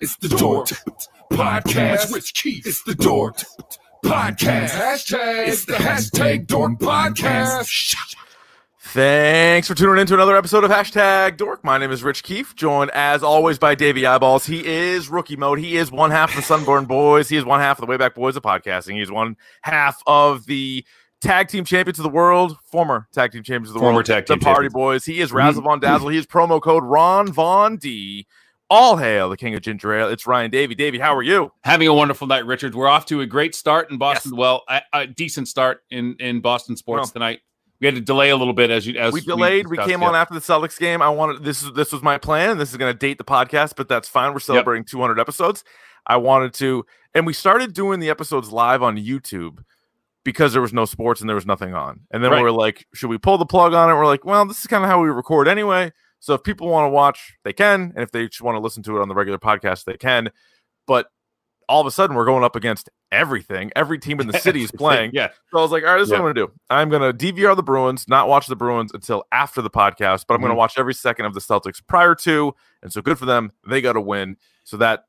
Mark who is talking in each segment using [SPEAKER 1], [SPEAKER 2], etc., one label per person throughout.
[SPEAKER 1] It's the Dork Podcast. Rich Keith. It's the Dork Podcast. Hashtag. It's the hashtag Dork Podcast.
[SPEAKER 2] Thanks for tuning in to another episode of Hashtag Dork. My name is Rich Keefe, joined as always by Davey Eyeballs. He is rookie mode. He is one half of the Sunborn Boys. He is one half of the Wayback Boys of podcasting. He's one half of the tag team champions of the world, former tag team champions of the
[SPEAKER 3] Former
[SPEAKER 2] world,
[SPEAKER 3] tag team
[SPEAKER 2] the Party
[SPEAKER 3] champions. Mm-hmm.
[SPEAKER 2] Boys. He is Razzle Von Dazzle. He is promo code Ron Von D. All hail the king of ginger ale. It's Ryan Davey. Davey, how are you?
[SPEAKER 3] having a wonderful night, Richard. We're off to a great start in Boston. Well, a, a decent start in in Boston sports
[SPEAKER 2] Well.
[SPEAKER 3] tonight. We had to delay a little bit as you as
[SPEAKER 2] we delayed. We,
[SPEAKER 3] discussed,
[SPEAKER 2] came
[SPEAKER 3] yeah.
[SPEAKER 2] on after the Celtics game. I wanted this. is This was my plan. This is going to date the podcast, but that's fine. We're celebrating 200 episodes. I wanted to, and we started doing the episodes live on YouTube because there was no sports and there was nothing on. And then we
[SPEAKER 3] Right.
[SPEAKER 2] were like, should we pull the plug on it? We're like, well, this is kind of how we record anyway. So if people want to watch, they can, and if they just want to listen to it on the regular podcast, they can. But all of a sudden, we're going up against everything. Every team in the city is playing.
[SPEAKER 3] Yeah,
[SPEAKER 2] So I was like, all right, this is what I'm gonna do. I'm gonna DVR the Bruins, not watch the Bruins until after the podcast, but I'm gonna
[SPEAKER 3] Mhm.
[SPEAKER 2] watch every second of the Celtics prior to, and so good for them. They got to win, so that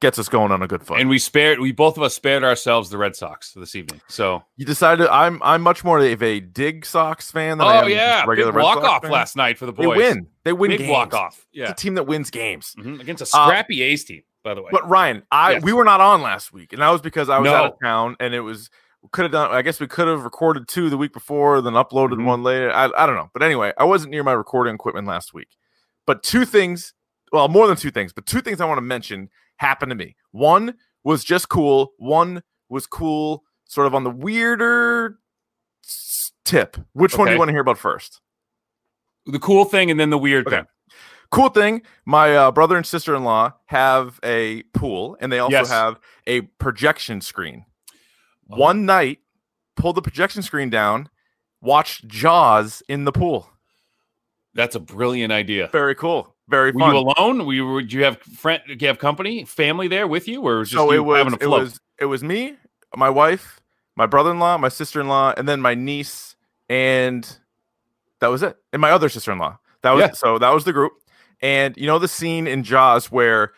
[SPEAKER 2] gets us going on a good foot.
[SPEAKER 3] and we spared. We both of us spared ourselves the Red Sox this evening. So
[SPEAKER 2] you decided I'm I'm much more of a dig Sox fan than I am
[SPEAKER 3] oh
[SPEAKER 2] just
[SPEAKER 3] yeah,
[SPEAKER 2] regular
[SPEAKER 3] big
[SPEAKER 2] Red Sox
[SPEAKER 3] walk off
[SPEAKER 2] fan.
[SPEAKER 3] last night for the
[SPEAKER 2] They
[SPEAKER 3] boys.
[SPEAKER 2] win. They win.
[SPEAKER 3] big
[SPEAKER 2] games.
[SPEAKER 3] walk off.
[SPEAKER 2] It's
[SPEAKER 3] Yeah,
[SPEAKER 2] a team that wins games.
[SPEAKER 3] Mhm. against a scrappy A's team, by the way.
[SPEAKER 2] But Ryan, I
[SPEAKER 3] Yes.
[SPEAKER 2] we were not on last week, and that was because I was out
[SPEAKER 3] No.
[SPEAKER 2] of town, and it was could have done. I guess we could have recorded two the week before, then uploaded
[SPEAKER 3] Mhm.
[SPEAKER 2] one later. I, I don't know, but anyway, I wasn't near my recording equipment last week. But two things, well, more than two things, but two things I want to mention happened to me. One was just cool. One was cool, sort of on the weirder s- tip. Which one do you
[SPEAKER 3] Okay.
[SPEAKER 2] want to hear about first?
[SPEAKER 3] the cool thing, and then the weird
[SPEAKER 2] Okay.
[SPEAKER 3] thing.
[SPEAKER 2] cool thing my uh, brother and sister-in-law have a pool and they also
[SPEAKER 3] Yes.
[SPEAKER 2] have a projection screen
[SPEAKER 3] Oh.
[SPEAKER 2] one night pulled the projection screen down watched jaws in the pool
[SPEAKER 3] That's a brilliant idea.
[SPEAKER 2] very cool very
[SPEAKER 3] Were
[SPEAKER 2] fun
[SPEAKER 3] you alone? Were you, were- did you have friend? Did you have company, family there with you, or was just
[SPEAKER 2] so
[SPEAKER 3] you
[SPEAKER 2] it was,
[SPEAKER 3] having a
[SPEAKER 2] it
[SPEAKER 3] float?
[SPEAKER 2] was it was me my wife my brother-in-law my sister-in-law and then my niece and that was it and my other sister-in-law that was
[SPEAKER 3] Yeah.
[SPEAKER 2] so that was the group and you know the scene in jaws where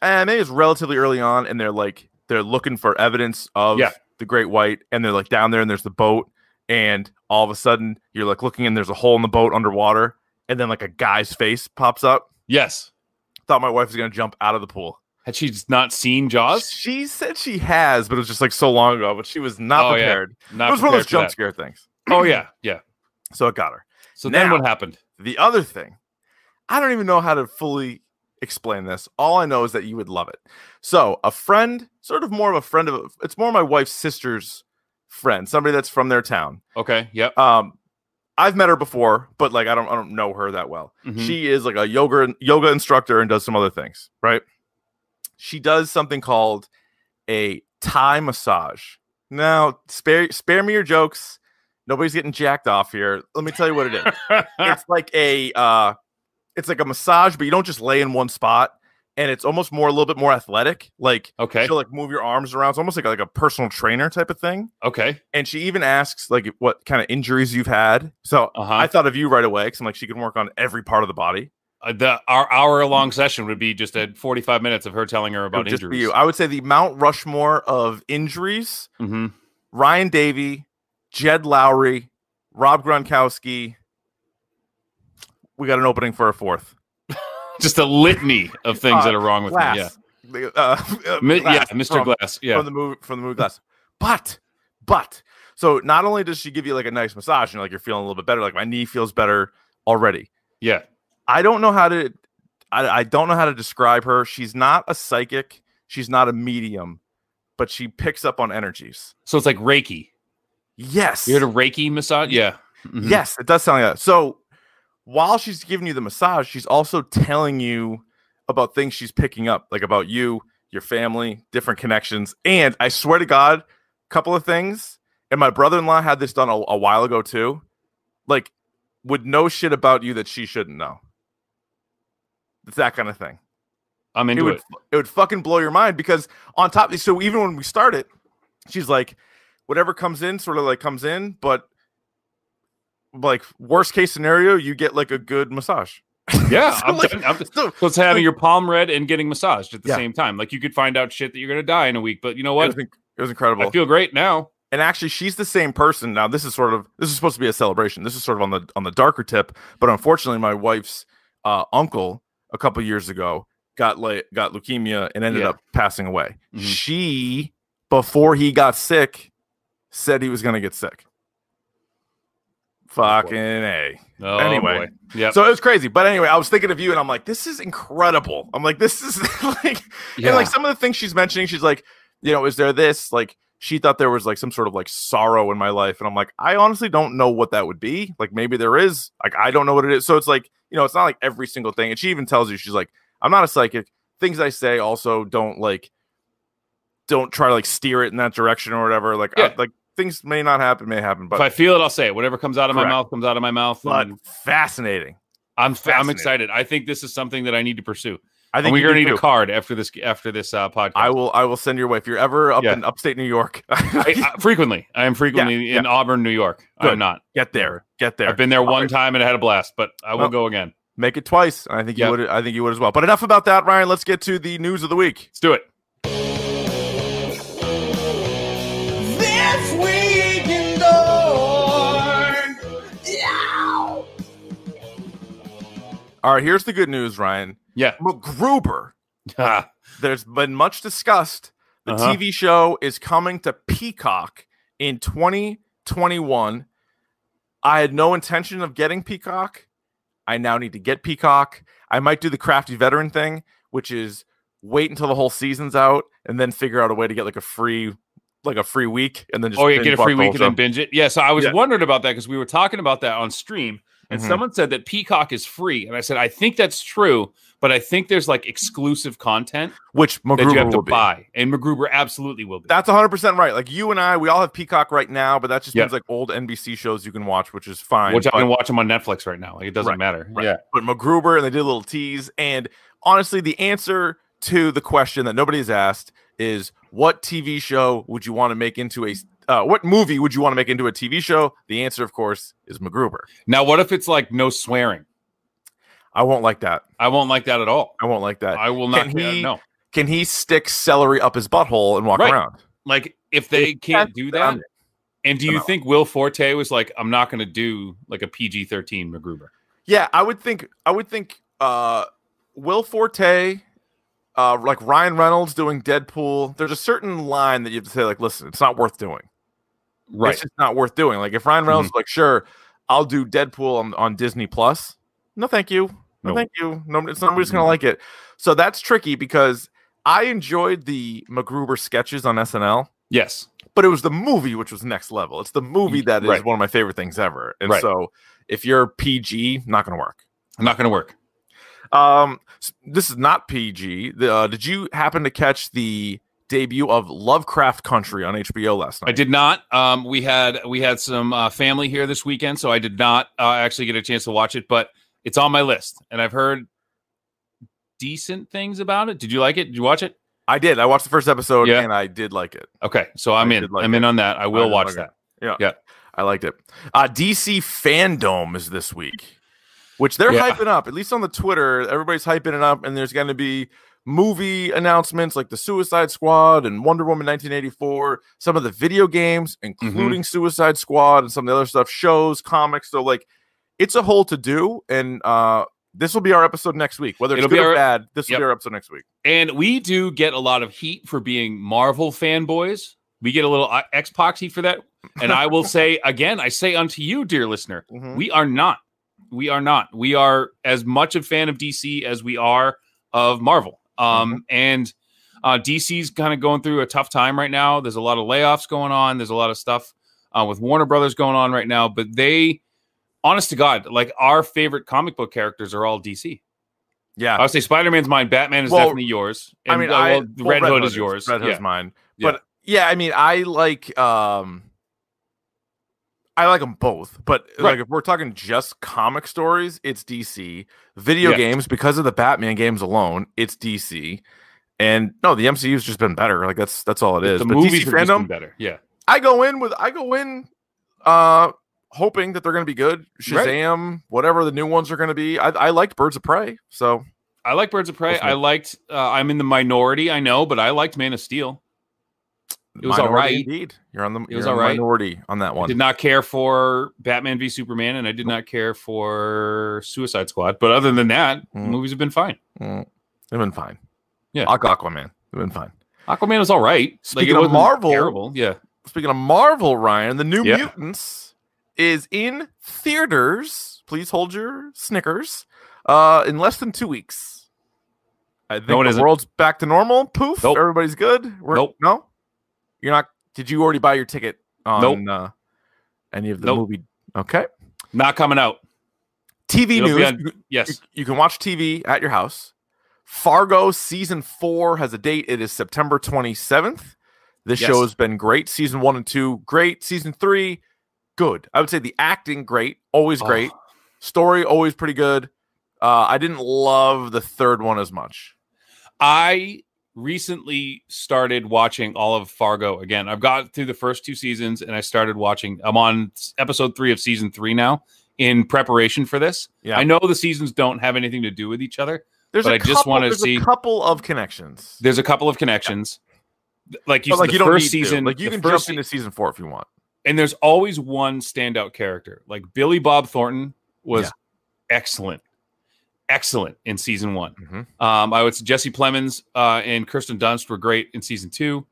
[SPEAKER 2] and maybe it's relatively early on and they're like they're looking for evidence of
[SPEAKER 3] Yeah.
[SPEAKER 2] the great white and they're like down there and there's the boat and all of a sudden you're like looking and there's a hole in the boat underwater and then like a guy's face pops up
[SPEAKER 3] yes.
[SPEAKER 2] thought my wife was going to jump out of the pool
[SPEAKER 3] Had she just not seen Jaws?
[SPEAKER 2] she said she has, but it was just like so long ago, but she was not
[SPEAKER 3] Oh, yeah.
[SPEAKER 2] prepared.
[SPEAKER 3] Not
[SPEAKER 2] it was one of those jump
[SPEAKER 3] prepared for
[SPEAKER 2] scare things.
[SPEAKER 3] that. Oh yeah, yeah.
[SPEAKER 2] So it got her.
[SPEAKER 3] So then
[SPEAKER 2] Now-
[SPEAKER 3] what happened?
[SPEAKER 2] The other thing, I don't even know how to fully explain this. All I know is that you would love it. So a friend, sort of more of a friend of it's more my wife's sister's friend, somebody that's from their town.
[SPEAKER 3] Okay. Yep.
[SPEAKER 2] Um I've met her before, but like I don't I don't know her that well.
[SPEAKER 3] Mhm.
[SPEAKER 2] She is like a yoga yoga instructor and does some other things, right? She does something called a Thai massage. Now, spare spare me your jokes. Nobody's getting jacked off here. Let me tell you what it is. it's like a uh it's like a massage, but you don't just lay in one spot and it's almost more a little bit more athletic. Like
[SPEAKER 3] okay.
[SPEAKER 2] she'll like move your arms around. It's almost like a, like a personal trainer type of thing.
[SPEAKER 3] Okay.
[SPEAKER 2] And she even asks like what kind of injuries you've had. So
[SPEAKER 3] Uh-huh.
[SPEAKER 2] I thought of you right away because I'm like she can work on every part of the body.
[SPEAKER 3] Uh, the our hour long session would be just at 45 minutes of her telling her
[SPEAKER 2] It would
[SPEAKER 3] about
[SPEAKER 2] just be
[SPEAKER 3] injuries.
[SPEAKER 2] you. I would say the Mount Rushmore of injuries:
[SPEAKER 3] Mhm.
[SPEAKER 2] Ryan Davey, Jed Lowry, Rob Gronkowski. We got an opening for a fourth.
[SPEAKER 3] Just a litany of things
[SPEAKER 2] Uh,
[SPEAKER 3] that are wrong with me. Yeah.
[SPEAKER 2] Glass. The, uh,
[SPEAKER 3] Mi-
[SPEAKER 2] Glass
[SPEAKER 3] yeah, Mr.
[SPEAKER 2] from-
[SPEAKER 3] Glass. Yeah.
[SPEAKER 2] from the movie from the movie Glass. But but So not only does she give you like a nice massage and like you're feeling a little bit better, like my knee feels better already.
[SPEAKER 3] Yeah.
[SPEAKER 2] I don't know how to I, I don't know how to describe her. She's not a psychic, she's not a medium, but she picks up on energies.
[SPEAKER 3] So it's like Reiki.
[SPEAKER 2] Yes.
[SPEAKER 3] You heard of Reiki massage? Yeah. Mhm.
[SPEAKER 2] Yes, it does sound like that. So while she's giving you the massage, she's also telling you about things she's picking up, like about you, your family, different connections. And I swear to God, a couple of things. And my brother in law had this done a, a while ago too. Like, would know shit about you that she shouldn't know. It's that kind of thing
[SPEAKER 3] I'm into
[SPEAKER 2] it would
[SPEAKER 3] it.
[SPEAKER 2] it would fucking blow your mind because on top so even when we started she's like whatever comes in sort of like comes in but like worst case scenario you get like a good massage
[SPEAKER 3] Yeah.
[SPEAKER 2] So,
[SPEAKER 3] I'm
[SPEAKER 2] like-
[SPEAKER 3] done- I'm-
[SPEAKER 2] so
[SPEAKER 3] so it's having your palm read and getting massaged at the
[SPEAKER 2] Yeah.
[SPEAKER 3] same time. Like you could find out shit that you're gonna die in a week, but you know
[SPEAKER 2] it, was,
[SPEAKER 3] what?
[SPEAKER 2] inc- it was incredible
[SPEAKER 3] I feel great now.
[SPEAKER 2] and actually she's the same person now this is sort of this is supposed to be a celebration this is sort of on the on the darker tip but unfortunately my wife's uh, uncle a couple years ago got like got leukemia and ended
[SPEAKER 3] Yeah.
[SPEAKER 2] up passing away
[SPEAKER 3] Mhm.
[SPEAKER 2] she before he got sick said he was going to get sick fucking a
[SPEAKER 3] Oh,
[SPEAKER 2] Anyway.
[SPEAKER 3] yeah.
[SPEAKER 2] so it was crazy but anyway i was thinking of you and i'm like this is incredible i'm like this is like
[SPEAKER 3] yeah.
[SPEAKER 2] and like some of the things she's mentioning, she's like, you know, is there this? Like, she thought there was like some sort of like sorrow in my life. And I'm like, I honestly don't know what that would be. Like, maybe there is. Like, I don't know what it is. So it's like, you know, it's not like every single thing. And she even tells you, she's like, I'm not a psychic. Things I say also don't like, don't try to like steer it in that direction or whatever. Like,
[SPEAKER 3] Yeah.
[SPEAKER 2] I, like things may not happen, may happen,
[SPEAKER 3] if I
[SPEAKER 2] but,
[SPEAKER 3] feel it, I'll say it. Whatever comes out of my
[SPEAKER 2] Correct.
[SPEAKER 3] mouth comes out of my mouth.
[SPEAKER 2] but
[SPEAKER 3] and
[SPEAKER 2] fascinating.
[SPEAKER 3] I'm f- I'm
[SPEAKER 2] fascinating.
[SPEAKER 3] excited. I think this is something that I need to pursue.
[SPEAKER 2] I
[SPEAKER 3] And
[SPEAKER 2] think
[SPEAKER 3] we're
[SPEAKER 2] you
[SPEAKER 3] gonna
[SPEAKER 2] do
[SPEAKER 3] need a
[SPEAKER 2] too.
[SPEAKER 3] card after this after this uh, podcast.
[SPEAKER 2] I will. I will send your way if you're ever up
[SPEAKER 3] Yeah.
[SPEAKER 2] in upstate New York.
[SPEAKER 3] I- I- frequently, I am frequently
[SPEAKER 2] yeah.
[SPEAKER 3] in Auburn, New York.
[SPEAKER 2] Good.
[SPEAKER 3] I'm not.
[SPEAKER 2] get there. Get there.
[SPEAKER 3] I've been there
[SPEAKER 2] All
[SPEAKER 3] one
[SPEAKER 2] right.
[SPEAKER 3] time and I had a blast, but I will
[SPEAKER 2] Well,
[SPEAKER 3] go again.
[SPEAKER 2] make it twice. I think
[SPEAKER 3] Yeah.
[SPEAKER 2] you would. I think you would as well. But enough about that, Ryan. Let's get to the news of the week.
[SPEAKER 3] Let's do it.
[SPEAKER 4] This week indoor. Yeah.
[SPEAKER 2] All right, here's the good news, Ryan.
[SPEAKER 3] Yeah.
[SPEAKER 2] MacGruber.
[SPEAKER 3] Ah,
[SPEAKER 2] There's been much discussed. The
[SPEAKER 3] Uh-huh.
[SPEAKER 2] TV show is coming to Peacock in 2021. I had no intention of getting Peacock. I now need to get Peacock. I might do the crafty veteran thing, which is wait until the whole season's out and then figure out a way to get like a free, like a free week, and then just
[SPEAKER 3] oh yeah,
[SPEAKER 2] binge
[SPEAKER 3] get a
[SPEAKER 2] watch
[SPEAKER 3] free
[SPEAKER 2] the whole
[SPEAKER 3] week and then
[SPEAKER 2] show.
[SPEAKER 3] binge it. Yeah, so I was
[SPEAKER 2] Yeah.
[SPEAKER 3] wondering about that because we were talking about that on stream, and
[SPEAKER 2] Mhm.
[SPEAKER 3] someone said that Peacock is free, and I said I think that's true, but I think there's like exclusive content
[SPEAKER 2] which
[SPEAKER 3] that you have
[SPEAKER 2] MacGruber
[SPEAKER 3] to
[SPEAKER 2] will be.
[SPEAKER 3] buy, and MacGruber absolutely will be.
[SPEAKER 2] That's 100% right. Like you and I, we all have Peacock right now, but that just
[SPEAKER 3] Yeah.
[SPEAKER 2] means like old NBC shows you can watch, which is fine.
[SPEAKER 3] which I
[SPEAKER 2] but,
[SPEAKER 3] can watch them on Netflix right now. Like it doesn't
[SPEAKER 2] Right,
[SPEAKER 3] matter.
[SPEAKER 2] right.
[SPEAKER 3] Yeah,
[SPEAKER 2] but MacGruber, and they did a little tease. And honestly, the answer to the question that nobody has asked is what TV show would you want to make into a uh, what movie would you want to make into a TV show? The answer, of course, is MacGruber.
[SPEAKER 3] Now, what if it's like no swearing?
[SPEAKER 2] I won't like that.
[SPEAKER 3] I won't like that at all.
[SPEAKER 2] I won't like that.
[SPEAKER 3] I will not.
[SPEAKER 2] Can
[SPEAKER 3] yeah,
[SPEAKER 2] he-
[SPEAKER 3] no,
[SPEAKER 2] Can he stick celery up his butthole and walk
[SPEAKER 3] Right.
[SPEAKER 2] around?
[SPEAKER 3] like if they can't do
[SPEAKER 2] then I'm
[SPEAKER 3] that. And do
[SPEAKER 2] then
[SPEAKER 3] you
[SPEAKER 2] I
[SPEAKER 3] think Will Forte was like, I'm not going to do like a PG 13 MacGruber?
[SPEAKER 2] Yeah, I would think I would think uh Will Forte, uh like Ryan Reynolds doing Deadpool, there's a certain line that you have to say, like, listen, it's not worth doing. It's just not worth doing. Like if Ryan Reynolds
[SPEAKER 3] Mm-hmm.
[SPEAKER 2] was like, sure, I'll do Deadpool on, on Disney Plus. No, thank you. No,
[SPEAKER 3] No.
[SPEAKER 2] thank you. No, it's nobody's
[SPEAKER 3] Mm-hmm.
[SPEAKER 2] gonna like it. So that's tricky because I enjoyed the MacGruber sketches on SNL,
[SPEAKER 3] Yes.
[SPEAKER 2] but it was the movie which was next level. It's the movie that is
[SPEAKER 3] Right.
[SPEAKER 2] one of my favorite things ever. And
[SPEAKER 3] Right.
[SPEAKER 2] so if you're PG, not gonna work.
[SPEAKER 3] Not going to work.
[SPEAKER 2] Um, s- this is not PG. The, uh, did you happen to catch the debut of Lovecraft Country on HBO last night?
[SPEAKER 3] I did not. Um, we had we had some uh, family here this weekend, so I did not uh, actually get a chance to watch it, but it's on my list, and I've heard decent things about it. Did you like it? Did you watch it?
[SPEAKER 2] I did. I watched the first episode
[SPEAKER 3] Yeah.
[SPEAKER 2] and I did like it.
[SPEAKER 3] Okay, so I'm
[SPEAKER 2] I
[SPEAKER 3] in.
[SPEAKER 2] did like
[SPEAKER 3] I'm in on that. I will
[SPEAKER 2] did
[SPEAKER 3] watch
[SPEAKER 2] like it.
[SPEAKER 3] that.
[SPEAKER 2] I liked it. Uh, DC Fandom is this week, which they're
[SPEAKER 3] Yeah.
[SPEAKER 2] hyping up, at least on the Twitter. Everybody's hyping it up, and there's going to be movie announcements like The Suicide Squad and Wonder Woman 1984, some of the video games,
[SPEAKER 3] Mm-hmm.
[SPEAKER 2] including Suicide Squad and some of the other stuff, shows, comics. So, like, it's a whole to do. And uh, this will be our episode next week. Whether it's
[SPEAKER 3] It'll
[SPEAKER 2] good
[SPEAKER 3] be
[SPEAKER 2] or
[SPEAKER 3] our-
[SPEAKER 2] bad, this will
[SPEAKER 3] Yep.
[SPEAKER 2] be our episode next week.
[SPEAKER 3] And we do get a lot of heat for being Marvel fanboys, We get a little uh, Xboxy for that. And I will say again, I say unto you, dear listener,
[SPEAKER 2] Mhm.
[SPEAKER 3] we are not. We are not. We are as much a fan of DC as we are of Marvel. Um, and uh, DC's kind of going through a tough time right now. There's a lot of layoffs going on. There's a lot of stuff uh, with Warner Brothers going on right now. But they, honest to God, like our favorite comic book characters are all DC.
[SPEAKER 2] yeah.
[SPEAKER 3] I would say Spider Man's mine. Batman is
[SPEAKER 2] Well,
[SPEAKER 3] definitely yours.
[SPEAKER 2] I mean,
[SPEAKER 3] uh,
[SPEAKER 2] I,
[SPEAKER 3] well,
[SPEAKER 2] well,
[SPEAKER 3] Red, Hood is yours.
[SPEAKER 2] Red Hood's
[SPEAKER 3] yeah.
[SPEAKER 2] mine.
[SPEAKER 3] Yeah.
[SPEAKER 2] But yeah, I mean, I like um, I like them both. But like,
[SPEAKER 3] Right.
[SPEAKER 2] if we're talking just comic stories, it's DC. Video
[SPEAKER 3] Yeah.
[SPEAKER 2] games, because of the Batman games alone, it's DC. And no, the MCU's just been better. Like that's that's all it is.
[SPEAKER 3] The
[SPEAKER 2] but
[SPEAKER 3] movies
[SPEAKER 2] DC
[SPEAKER 3] have just been
[SPEAKER 2] fandom,
[SPEAKER 3] better. Yeah.
[SPEAKER 2] I go in with I go in uh hoping that they're gonna be good.
[SPEAKER 3] Right.
[SPEAKER 2] Shazam, whatever the new ones are gonna be. I, I liked Birds of Prey, so
[SPEAKER 3] I like Birds of Prey.
[SPEAKER 2] Listen.
[SPEAKER 3] I liked. Uh, I'm in the minority, I know, but I liked Man of Steel. It was all
[SPEAKER 2] minority
[SPEAKER 3] right.
[SPEAKER 2] Indeed, you're on the
[SPEAKER 3] It was
[SPEAKER 2] you're on
[SPEAKER 3] all
[SPEAKER 2] the
[SPEAKER 3] right.
[SPEAKER 2] minority on that
[SPEAKER 3] I
[SPEAKER 2] one.
[SPEAKER 3] did not care for Batman v Superman, and I did not care for Suicide Squad. But other than that, the
[SPEAKER 2] Mm.
[SPEAKER 3] movies have been fine.
[SPEAKER 2] Mm, they've been fine.
[SPEAKER 3] Yeah.
[SPEAKER 2] Aqu- Aquaman, they've been fine.
[SPEAKER 3] Aquaman was all right.
[SPEAKER 2] Speaking of
[SPEAKER 3] wasn't
[SPEAKER 2] Marvel-
[SPEAKER 3] terrible. Yeah,
[SPEAKER 2] Speaking of Marvel, Ryan, the New
[SPEAKER 3] Yeah.
[SPEAKER 2] Mutants is in theaters. Please hold your Snickers. Uh, in less than two weeks, I think
[SPEAKER 3] it
[SPEAKER 2] the
[SPEAKER 3] isn't.
[SPEAKER 2] world's back to normal. Poof,
[SPEAKER 3] Nope.
[SPEAKER 2] everybody's good. We're,
[SPEAKER 3] Nope.
[SPEAKER 2] No, you're not. Did you already buy your ticket on
[SPEAKER 3] Nope.
[SPEAKER 2] uh, any of the
[SPEAKER 3] Nope.
[SPEAKER 2] movie? Okay.
[SPEAKER 3] not coming out.
[SPEAKER 2] TV
[SPEAKER 3] It'll be
[SPEAKER 2] news.
[SPEAKER 3] on- Yes,
[SPEAKER 2] You, you can watch TV at your house. Fargo season four has a date. It is September 27th. This
[SPEAKER 3] Yes.
[SPEAKER 2] show has been great. Season one and two, great. Season three, good. I would say the acting, great. Always
[SPEAKER 3] Oh.
[SPEAKER 2] great. Story, always pretty good. Uh, I didn't love the third one as much.
[SPEAKER 3] I recently started watching all of Fargo again. I've got through the first two seasons, and I started watching. I'm on s- episode three of season three now in preparation for this.
[SPEAKER 2] Yeah.
[SPEAKER 3] I know the seasons don't have anything to do with each other.
[SPEAKER 2] There's
[SPEAKER 3] But
[SPEAKER 2] a
[SPEAKER 3] I just
[SPEAKER 2] couple-
[SPEAKER 3] wanna
[SPEAKER 2] there's
[SPEAKER 3] see-
[SPEAKER 2] a couple of connections.
[SPEAKER 3] There's a couple of connections. Like you
[SPEAKER 2] But,
[SPEAKER 3] said,
[SPEAKER 2] like
[SPEAKER 3] the
[SPEAKER 2] you don't
[SPEAKER 3] first
[SPEAKER 2] need to.
[SPEAKER 3] season,
[SPEAKER 2] Like you
[SPEAKER 3] the
[SPEAKER 2] can jump
[SPEAKER 3] first
[SPEAKER 2] into season four if you want.
[SPEAKER 3] and there's always one standout character. Like Billy Bob Thornton was
[SPEAKER 2] Yeah.
[SPEAKER 3] excellent, excellent in season one.
[SPEAKER 2] Mhm.
[SPEAKER 3] Um, I would say Jesse Plemons uh, and Kirsten Dunst were great in season two,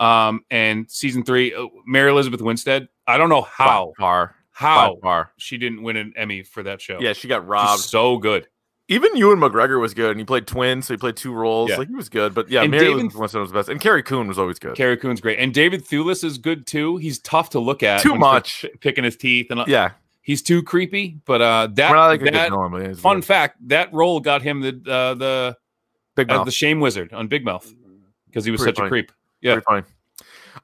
[SPEAKER 3] um, and season three, uh, Mary Elizabeth Winstead. I don't know how
[SPEAKER 2] By far, by
[SPEAKER 3] how
[SPEAKER 2] far.
[SPEAKER 3] she didn't win an Emmy for that show.
[SPEAKER 2] Yeah, she got
[SPEAKER 3] She's
[SPEAKER 2] robbed.
[SPEAKER 3] so good.
[SPEAKER 2] even Ewan McGregor was good, and he played twins, so he played two roles.
[SPEAKER 3] Yeah.
[SPEAKER 2] Like he was good, but yeah,
[SPEAKER 3] And
[SPEAKER 2] Mary
[SPEAKER 3] David-
[SPEAKER 2] Elizabeth Winston was best, and Carrie Coon was always good.
[SPEAKER 3] Carrie Coon's great, and David Thewlis is good too. He's tough to look at.
[SPEAKER 2] Too
[SPEAKER 3] when he's
[SPEAKER 2] much.
[SPEAKER 3] p- picking his teeth, and
[SPEAKER 2] yeah,
[SPEAKER 3] he's too creepy. But uh, that,
[SPEAKER 2] we're not like a good
[SPEAKER 3] that
[SPEAKER 2] villain, but it's
[SPEAKER 3] fun
[SPEAKER 2] weird.
[SPEAKER 3] fact that role got him the uh, the
[SPEAKER 2] big
[SPEAKER 3] as
[SPEAKER 2] mouth.
[SPEAKER 3] the shame wizard on Big Mouth because he was
[SPEAKER 2] Pretty
[SPEAKER 3] such
[SPEAKER 2] funny.
[SPEAKER 3] a creep.
[SPEAKER 2] Pretty
[SPEAKER 3] yeah.
[SPEAKER 2] funny.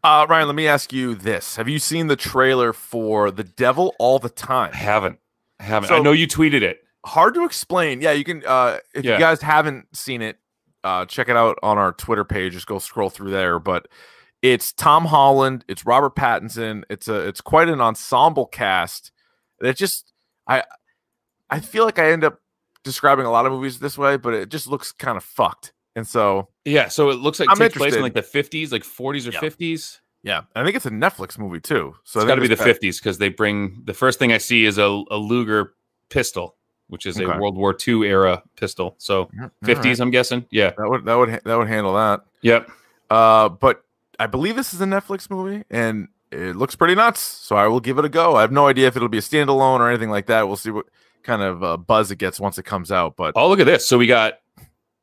[SPEAKER 2] Uh, Ryan, let me ask you this: Have you seen the trailer for The Devil All the Time?
[SPEAKER 3] I haven't, I haven't. I
[SPEAKER 2] So-
[SPEAKER 3] know you tweeted it.
[SPEAKER 2] Hard to explain. Yeah, you can. Uh, if you
[SPEAKER 3] Yeah.
[SPEAKER 2] guys haven't seen it, uh, check it out on our Twitter page. Just go scroll through there. But it's Tom Holland, it's Robert Pattinson, it's a it's quite an ensemble cast. It just I I feel like I end up describing a lot of movies this way, but it just looks kind of fucked. And so
[SPEAKER 3] Yeah, so it looks like it
[SPEAKER 2] I'm
[SPEAKER 3] takes place in like
[SPEAKER 2] interested.
[SPEAKER 3] the fifties, like forties or
[SPEAKER 2] Yeah.
[SPEAKER 3] fifties.
[SPEAKER 2] yeah, I think it's a Netflix movie too. So I
[SPEAKER 3] it's
[SPEAKER 2] think
[SPEAKER 3] got to be the
[SPEAKER 2] it's got-
[SPEAKER 3] fifties because they bring the first thing I see is a, a Luger pistol, which is
[SPEAKER 2] Okay.
[SPEAKER 3] a World War II era pistol. So
[SPEAKER 2] Yeah, all right.
[SPEAKER 3] fifties, I'm guessing. Yeah,
[SPEAKER 2] That would that would ha- that would handle that.
[SPEAKER 3] yep.
[SPEAKER 2] Uh, but I believe this is a Netflix movie, and it looks pretty nuts. So I will give it a go. I have no idea if it'll be a standalone or anything like that. We'll see what kind of uh, buzz it gets once it comes out. But
[SPEAKER 3] Oh, look at this. So we got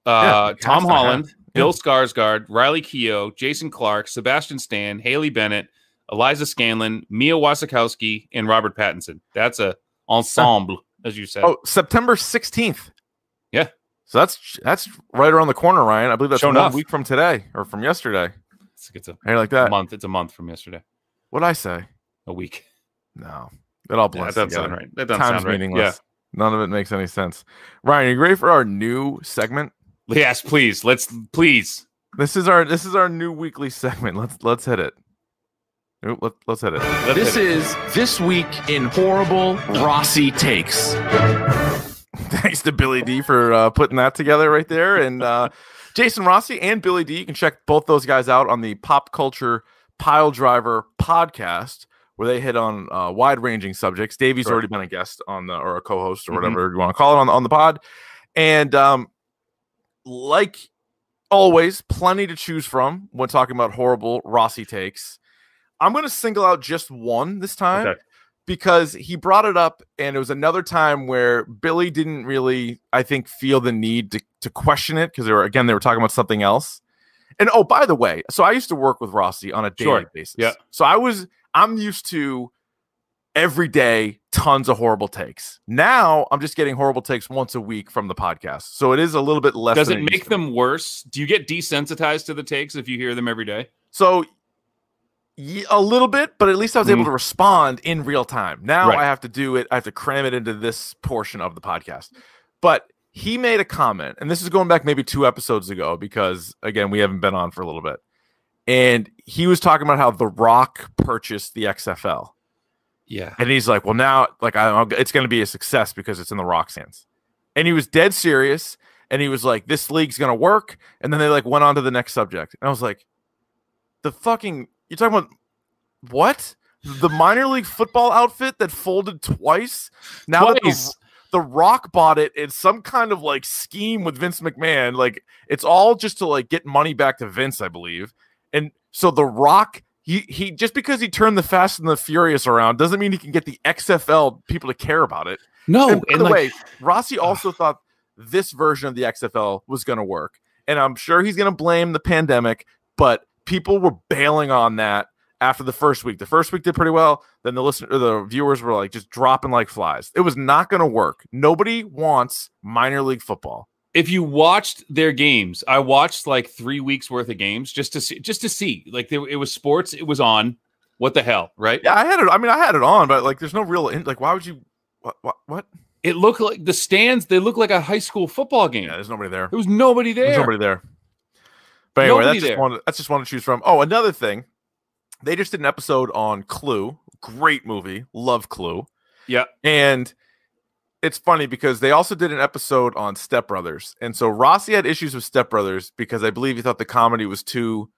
[SPEAKER 3] uh,
[SPEAKER 2] cast
[SPEAKER 3] Tom
[SPEAKER 2] I have.
[SPEAKER 3] Holland,
[SPEAKER 2] Yeah.
[SPEAKER 3] Bill Skarsgård, Riley Keough, Jason Clark, Sebastian Stan, Haley Bennett, Eliza Scanlon, Mia Wasikowski, and Robert Pattinson. That's a ensemble, as you said.
[SPEAKER 2] oh, September sixteenth.
[SPEAKER 3] Yeah.
[SPEAKER 2] So that's that's right around the corner, Ryan. I believe that's
[SPEAKER 3] Sure
[SPEAKER 2] one
[SPEAKER 3] enough.
[SPEAKER 2] week from today or from yesterday.
[SPEAKER 3] it's, it's a
[SPEAKER 2] Hey, like that?
[SPEAKER 3] month. It's a month from yesterday.
[SPEAKER 2] What'd I say?
[SPEAKER 3] A week.
[SPEAKER 2] No, it all
[SPEAKER 3] Yeah, that
[SPEAKER 2] blends
[SPEAKER 3] doesn't
[SPEAKER 2] together.
[SPEAKER 3] sound right. That doesn't
[SPEAKER 2] Time's
[SPEAKER 3] sound right.
[SPEAKER 2] meaningless. None of it makes any sense. Ryan, are you ready for our new segment?
[SPEAKER 3] Yeah. Yes, please. Let's please.
[SPEAKER 2] This is our this is our new weekly segment. Let's let's hit it. Oop, Let, let's hit it.
[SPEAKER 3] Let's
[SPEAKER 5] This
[SPEAKER 3] hit it.
[SPEAKER 5] is This Week in Horrible Rossi Takes.
[SPEAKER 2] Thanks to Billy D for uh, putting that together right there, and uh, Jason Rossi and Billy D. You can check both those guys out on the Pop Culture Pile Driver podcast, where they hit on uh, wide ranging subjects. Davey's
[SPEAKER 3] Sure.
[SPEAKER 2] already been a guest on the or a co host or
[SPEAKER 3] Mhm.
[SPEAKER 2] whatever you want to call it on on the pod, and um, like always plenty to choose from when talking about horrible Rossi takes. I'm going to single out just one this time
[SPEAKER 6] Okay.
[SPEAKER 2] because he brought it up, and it was another time where Billy didn't really, I think, feel the need to, to question it because they were again they were talking about something else. And oh, by the way, so I used to work with Rossi on a daily
[SPEAKER 3] Sure.
[SPEAKER 2] basis.
[SPEAKER 3] Yeah.
[SPEAKER 2] So I was I'm used to every day tons of horrible takes. Now I'm just getting horrible takes once a week from the podcast. So it is a little bit less.
[SPEAKER 3] Does
[SPEAKER 2] than
[SPEAKER 3] it
[SPEAKER 2] used
[SPEAKER 3] make
[SPEAKER 2] to be.
[SPEAKER 3] them worse? Do you get desensitized to the takes if you hear them every day?
[SPEAKER 2] So y- a little bit, but at least I was able
[SPEAKER 3] Mhm.
[SPEAKER 2] to respond in real time. Now
[SPEAKER 3] Right.
[SPEAKER 2] I have to do it. I have to cram it into this portion of the podcast. But he made a comment, and this is going back maybe two episodes ago because again we haven't been on for a little bit. And he was talking about how The Rock purchased the XFL,
[SPEAKER 3] Yeah.
[SPEAKER 2] and he's like, "Well, now like I, I'll- it's going to be a success because it's in the Rock's hands." And he was dead serious, and he was like, "This league's going to work." And then they like went on to the next subject, and I was like, "The fucking you're talking about what? The minor league football outfit that folded twice? Now that the,
[SPEAKER 3] Twice.
[SPEAKER 2] the Rock bought it, it's some kind of like scheme with Vince McMahon. Like it's all just to like get money back to Vince, I believe. And so the Rock." He, he just because he turned the Fast and the Furious around doesn't mean he can get the XFL people to care about it
[SPEAKER 3] No.
[SPEAKER 2] and by the way, Rossi also thought this version of the XFL was going to work, and I'm sure he's going to blame the pandemic. But people were bailing on that after the first week. The first week did pretty well. Then the listener, the viewers were like just dropping like flies. It was not going to work. Nobody wants minor league football.
[SPEAKER 3] if you watched their games, I watched like three weeks worth of games just to see, just to see. Like there, it was sports, it was on. What the hell, right?
[SPEAKER 2] Yeah, I had it. I mean, I had it on, but like, there's no real in, like. Why would you? What? What? what?
[SPEAKER 3] It looked like the stands. They looked like a high school football game.
[SPEAKER 2] Yeah, there's nobody there.
[SPEAKER 3] There was nobody there.
[SPEAKER 2] There's nobody there. But anyway,
[SPEAKER 3] Nobody
[SPEAKER 2] that's just,
[SPEAKER 3] there.
[SPEAKER 2] one, that's just one to choose from. Oh, another thing. They just did an episode on Clue. Great movie. Love Clue.
[SPEAKER 3] Yeah.
[SPEAKER 2] And it's funny because they also did an episode on Step Brothers. And so Rossi had issues with Step Brothers because I believe he thought the comedy was too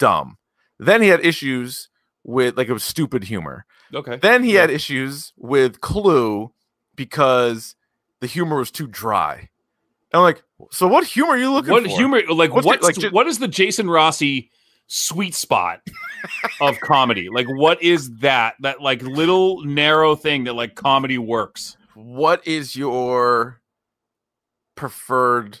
[SPEAKER 2] dumb. Then he had issues with like it was stupid humor.
[SPEAKER 3] Okay.
[SPEAKER 2] Then he had issues with Clue because the humor was too dry. And I'm like, so what humor are you looking
[SPEAKER 3] what
[SPEAKER 2] for?
[SPEAKER 3] humor? Like
[SPEAKER 2] What's
[SPEAKER 3] what's,
[SPEAKER 2] the- like, ju-
[SPEAKER 3] what is the Jason Rossi sweet spot of comedy? Like what is that? That like little narrow thing that like comedy works.
[SPEAKER 2] what is your preferred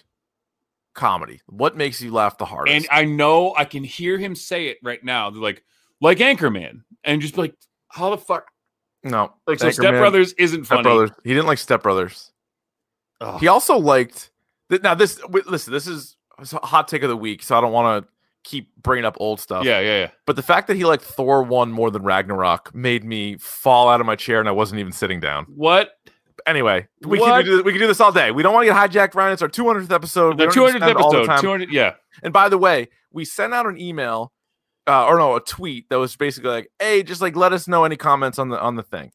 [SPEAKER 2] comedy? What makes you laugh the hardest?
[SPEAKER 3] And I know I can hear him say it right now. They're like, like Anchorman, and just be like, how the fuck?
[SPEAKER 2] no,
[SPEAKER 3] Like, so
[SPEAKER 2] Anchorman,
[SPEAKER 3] Step Brothers isn't funny.
[SPEAKER 2] Step Brothers. He didn't like Step Brothers.
[SPEAKER 3] Ugh.
[SPEAKER 2] He also liked th- now this. wi- Listen, this is it's a hot take of the week, so I don't want to keep bringing up old stuff.
[SPEAKER 3] Yeah, yeah, yeah.
[SPEAKER 2] but the fact that he liked Thor one more than Ragnarok made me fall out of my chair, and I wasn't even sitting down.
[SPEAKER 3] What?
[SPEAKER 2] Anyway, we can
[SPEAKER 3] What?
[SPEAKER 2] do, we can do this all day. We don't want to get hijacked, Ryan. It's our 200th episode.
[SPEAKER 3] The
[SPEAKER 2] We don't need to
[SPEAKER 3] 200th
[SPEAKER 2] spend all the
[SPEAKER 3] episode.
[SPEAKER 2] time-
[SPEAKER 3] 200. Yeah.
[SPEAKER 2] And by the way, we sent out an email uh, or no, a tweet that was basically like, "Hey, just like let us know any comments on the on the thing."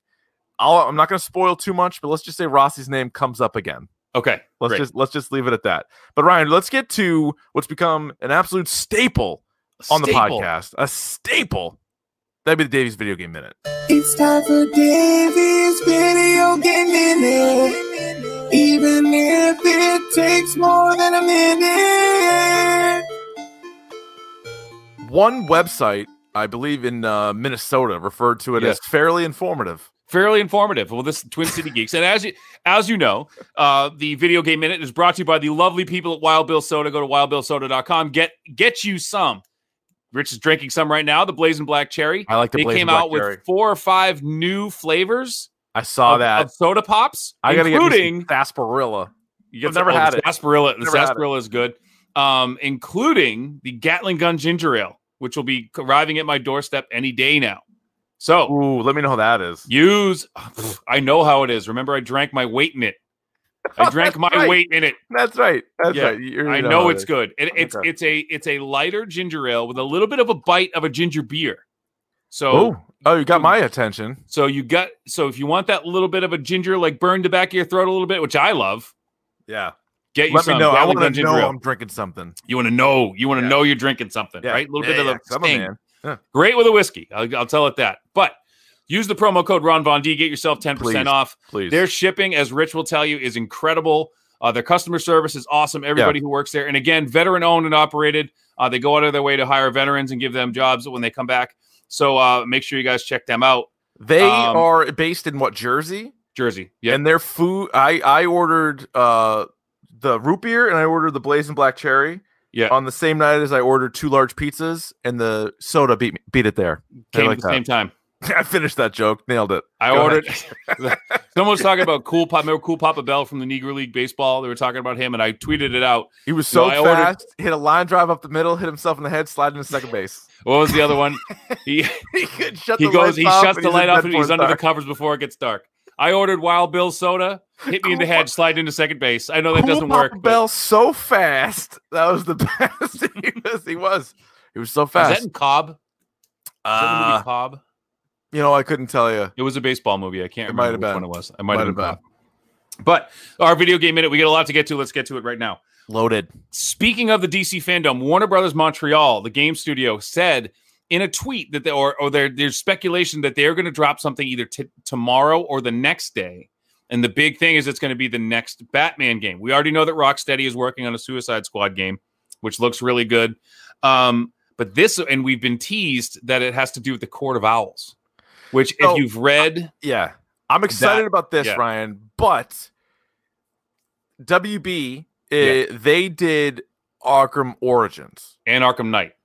[SPEAKER 2] I'll, I'm not going to spoil too much, but let's just say Rossi's name comes up again.
[SPEAKER 3] Okay.
[SPEAKER 2] Let's
[SPEAKER 3] great.
[SPEAKER 2] just let's just leave it at that. But Ryan, let's get to what's become an absolute staple on the
[SPEAKER 3] Staple.
[SPEAKER 2] podcast, a staple. That'd be the Davies video game minute.
[SPEAKER 4] It's time for Davey's video game minute. Even if it takes more than a minute.
[SPEAKER 2] One website, I believe in uh, Minnesota, referred to it
[SPEAKER 3] Yeah.
[SPEAKER 2] as fairly informative.
[SPEAKER 3] Fairly informative. Well, this is Twin City Geeks, and as you as you know, uh, the video game minute is brought to you by the lovely people at Wild Bill Soda. Go to wildbillsoda.com. Get get you some. Rich is drinking some right now. The Blazing Black Cherry.
[SPEAKER 2] I like the
[SPEAKER 3] they
[SPEAKER 2] Blazing
[SPEAKER 3] came
[SPEAKER 2] Black
[SPEAKER 3] out
[SPEAKER 2] Cherry.
[SPEAKER 3] with four or five new flavors
[SPEAKER 2] I saw
[SPEAKER 3] of,
[SPEAKER 2] that.
[SPEAKER 3] of soda pops,
[SPEAKER 2] I gotta get me
[SPEAKER 3] including
[SPEAKER 2] some sarsaparilla.
[SPEAKER 3] you get
[SPEAKER 2] I've never
[SPEAKER 3] the- oh,
[SPEAKER 2] had
[SPEAKER 3] the
[SPEAKER 2] it.
[SPEAKER 3] sarsaparilla. The
[SPEAKER 2] Never had it.
[SPEAKER 3] sarsaparilla is good, um, including the Gatling Gun Ginger Ale, which will be arriving at my doorstep any day now. So
[SPEAKER 2] Ooh, let me know how that is.
[SPEAKER 3] Use. I know how it is. Remember, I drank my weight in it. I drank
[SPEAKER 2] That's
[SPEAKER 3] my
[SPEAKER 2] right.
[SPEAKER 3] weight in it.
[SPEAKER 2] That's right. That's
[SPEAKER 3] Yeah,
[SPEAKER 2] right. You- you
[SPEAKER 3] I
[SPEAKER 2] how
[SPEAKER 3] know
[SPEAKER 2] it
[SPEAKER 3] it's
[SPEAKER 2] is.
[SPEAKER 3] good. It, it's
[SPEAKER 2] Okay.
[SPEAKER 3] it's a it's a lighter ginger ale with a little bit of a bite of a ginger beer. So
[SPEAKER 2] Oh, oh, you got my attention.
[SPEAKER 3] so you got so if you want that little bit of a ginger like burn the back of your throat a little bit, which I love,
[SPEAKER 2] Yeah.
[SPEAKER 3] get you
[SPEAKER 2] Let
[SPEAKER 3] some.
[SPEAKER 2] me know. I
[SPEAKER 3] Gatling
[SPEAKER 2] want to
[SPEAKER 3] Gun
[SPEAKER 2] know
[SPEAKER 3] Ale.
[SPEAKER 2] I'm drinking something.
[SPEAKER 3] You want to know. You want to
[SPEAKER 2] Yeah.
[SPEAKER 3] know you're drinking something,
[SPEAKER 2] Yeah.
[SPEAKER 3] right? A little
[SPEAKER 2] Yeah,
[SPEAKER 3] bit
[SPEAKER 2] yeah,
[SPEAKER 3] of
[SPEAKER 2] 'cause
[SPEAKER 3] a
[SPEAKER 2] I'm a
[SPEAKER 3] sting.
[SPEAKER 2] man.
[SPEAKER 3] Great with a whiskey. I'll, I'll tell it that. But use the promo code Ron Von D. Get yourself ten
[SPEAKER 2] Please.
[SPEAKER 3] percent off.
[SPEAKER 2] Please.
[SPEAKER 3] Their shipping, as Rich will tell you, is incredible. Uh, their customer service is awesome. Everybody who works there, and again, veteran owned and operated. Uh, they go out of their way to hire veterans and give them jobs when they come back. So uh, make sure you guys check them out.
[SPEAKER 2] They
[SPEAKER 3] Um,
[SPEAKER 2] are based in what Jersey?
[SPEAKER 3] Jersey, yeah,
[SPEAKER 2] And their food, I I ordered uh the root beer and I ordered the blazing black cherry.
[SPEAKER 3] Yeah.
[SPEAKER 2] On the same night as I ordered two large pizzas and the soda beat me, beat it there. I
[SPEAKER 3] came
[SPEAKER 2] like
[SPEAKER 3] at the same time.
[SPEAKER 2] I finished that joke, nailed it.
[SPEAKER 3] I
[SPEAKER 2] Go
[SPEAKER 3] ordered. Someone was talking about cool pop. Remember cool Papa Bell from the Negro League baseball? They were talking about him, and I tweeted it out.
[SPEAKER 2] He was so
[SPEAKER 3] No, I ordered-
[SPEAKER 2] fast, hit a line drive up the middle, hit himself in the head, slided into second base.
[SPEAKER 3] What was the other one? He
[SPEAKER 2] he could shut
[SPEAKER 3] he
[SPEAKER 2] the
[SPEAKER 3] goes.
[SPEAKER 2] lights
[SPEAKER 3] He
[SPEAKER 2] off,
[SPEAKER 3] shuts
[SPEAKER 2] and he's
[SPEAKER 3] the
[SPEAKER 2] in
[SPEAKER 3] light off,
[SPEAKER 2] bed
[SPEAKER 3] and
[SPEAKER 2] for
[SPEAKER 3] he's
[SPEAKER 2] a
[SPEAKER 3] under the
[SPEAKER 2] start.
[SPEAKER 3] covers before it gets dark. I ordered Wild Bill soda. Hit me in the
[SPEAKER 2] Cool
[SPEAKER 3] head. Slide into second base. I know that
[SPEAKER 2] Cool
[SPEAKER 3] doesn't
[SPEAKER 2] Papa
[SPEAKER 3] work. but-
[SPEAKER 2] Bell so fast. That was the best. he was. He was. He was so
[SPEAKER 3] Is
[SPEAKER 2] fast.
[SPEAKER 3] that in Cobb? Is that the
[SPEAKER 2] Uh,
[SPEAKER 3] movie Cobb?
[SPEAKER 2] you know, I couldn't tell you.
[SPEAKER 3] It was a baseball movie. I can't
[SPEAKER 2] It might
[SPEAKER 3] remember which
[SPEAKER 2] have
[SPEAKER 3] one
[SPEAKER 2] been.
[SPEAKER 3] it was. It might,
[SPEAKER 2] Might
[SPEAKER 3] have
[SPEAKER 2] have
[SPEAKER 3] been. Cobb. But our video game minute. We got a lot to get to. Let's get to it right now.
[SPEAKER 2] Loaded.
[SPEAKER 3] Speaking of the DC fandom, Warner Brothers Montreal, the game studio, said in a tweet that they, or or there, there's speculation that they're going to drop something either t- tomorrow or the next day. And the big thing is it's going to be the next Batman game. We already know that Rocksteady is working on a Suicide Squad game, which looks really good. Um, but this, and we've been teased that it has to do with the Court of Owls, which,
[SPEAKER 2] So-
[SPEAKER 3] if you've read,
[SPEAKER 2] Yeah. I'm excited about this,
[SPEAKER 3] yeah.
[SPEAKER 2] Ryan, but WB, eh,
[SPEAKER 3] Yeah.
[SPEAKER 2] they did Arkham Origins
[SPEAKER 3] and Arkham Knight,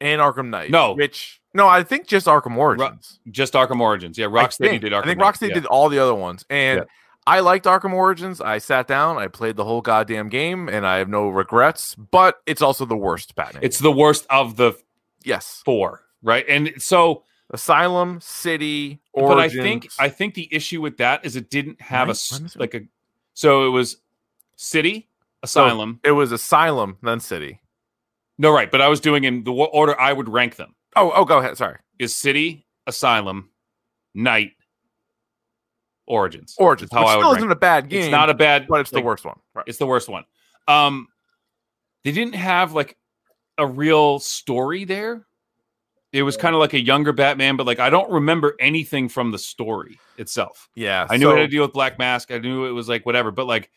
[SPEAKER 2] and Arkham Knight.
[SPEAKER 3] No.
[SPEAKER 2] Which, no, I think just Arkham Origins.
[SPEAKER 3] just Arkham Origins. Yeah,
[SPEAKER 2] I
[SPEAKER 3] Rocksteady
[SPEAKER 2] think.
[SPEAKER 3] did Arkham
[SPEAKER 2] I think
[SPEAKER 3] Knight.
[SPEAKER 2] Rocksteady
[SPEAKER 3] Yeah.
[SPEAKER 2] did all the other ones. And
[SPEAKER 3] Yeah.
[SPEAKER 2] I liked Arkham Origins. I sat down, I played the whole goddamn game, and I have no regrets, but it's also the worst Batman.
[SPEAKER 3] It's the worst of the
[SPEAKER 2] yes.
[SPEAKER 3] four, right? And so,
[SPEAKER 2] Asylum, City, Origins.
[SPEAKER 3] but I think I think the issue with that is it didn't have
[SPEAKER 2] Right?
[SPEAKER 3] a s-
[SPEAKER 2] Why is it-
[SPEAKER 3] like a. So it was city
[SPEAKER 2] Oh.
[SPEAKER 3] asylum.
[SPEAKER 2] it was Asylum, then City.
[SPEAKER 3] no, right. But I was doing in the wa- order I would rank them
[SPEAKER 2] Oh, oh, go ahead. Sorry.
[SPEAKER 3] is city asylum, night, origins.
[SPEAKER 2] Origins.
[SPEAKER 3] That's how
[SPEAKER 2] which
[SPEAKER 3] I would
[SPEAKER 2] still
[SPEAKER 3] rank
[SPEAKER 2] isn't a bad game.
[SPEAKER 3] It's not a bad,
[SPEAKER 2] but it's
[SPEAKER 3] like,
[SPEAKER 2] the worst one. Right.
[SPEAKER 3] It's the worst one. Um, they didn't have like a real story there. It was kind of like a younger Batman, but like I don't remember anything from the story itself.
[SPEAKER 2] Yeah,
[SPEAKER 3] I knew it
[SPEAKER 2] so-
[SPEAKER 3] had to deal with Black Mask. I knew it was like whatever, but like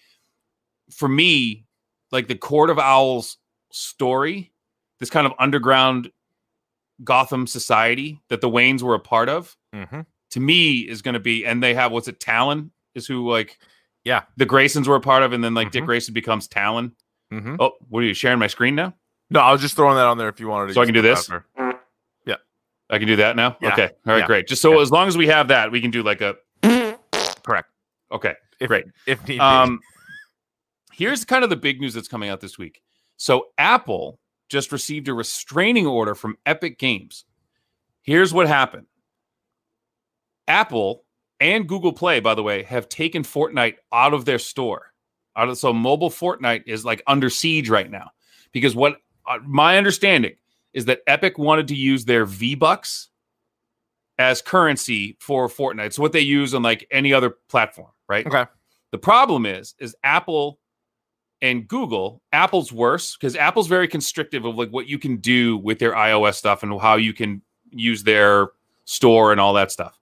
[SPEAKER 3] for me, like the Court of Owls story, this kind of underground Gotham society that the Waynes were a part of,
[SPEAKER 2] Mhm.
[SPEAKER 3] to me is going to be, and they have what's it, Talon is who like,
[SPEAKER 2] Yeah.
[SPEAKER 3] the Graysons were a part of, and then like Dick
[SPEAKER 2] Mhm.
[SPEAKER 3] Grayson becomes Talon.
[SPEAKER 2] Mhm.
[SPEAKER 3] Oh, what are you sharing my screen now?
[SPEAKER 2] No, I was just throwing that on there if you wanted to.
[SPEAKER 3] So I can do
[SPEAKER 2] use it
[SPEAKER 3] this?
[SPEAKER 2] after.
[SPEAKER 3] I can do that now.
[SPEAKER 2] Yeah.
[SPEAKER 3] Okay, all right,
[SPEAKER 2] Yeah.
[SPEAKER 3] great. Just so
[SPEAKER 2] Yeah.
[SPEAKER 3] as long as we have that, we can do like a
[SPEAKER 2] Correct.
[SPEAKER 3] okay.
[SPEAKER 2] If,
[SPEAKER 3] Great.
[SPEAKER 2] If need be.
[SPEAKER 3] Um, here's kind of the big news that's coming out this week. So Apple just received a restraining order from Epic Games. Here's what happened. Apple and Google Play, by the way, have taken Fortnite out of their store. Out of so mobile Fortnite is like under siege right now because what uh, my understanding is that Epic wanted to use their V Bucks as currency for Fortnite. So what they use on like any other platform, right?
[SPEAKER 2] Okay.
[SPEAKER 3] The problem is, is Apple and Google. Apple's worse because Apple's very constrictive of like what you can do with their iOS stuff and how you can use their store and all that stuff.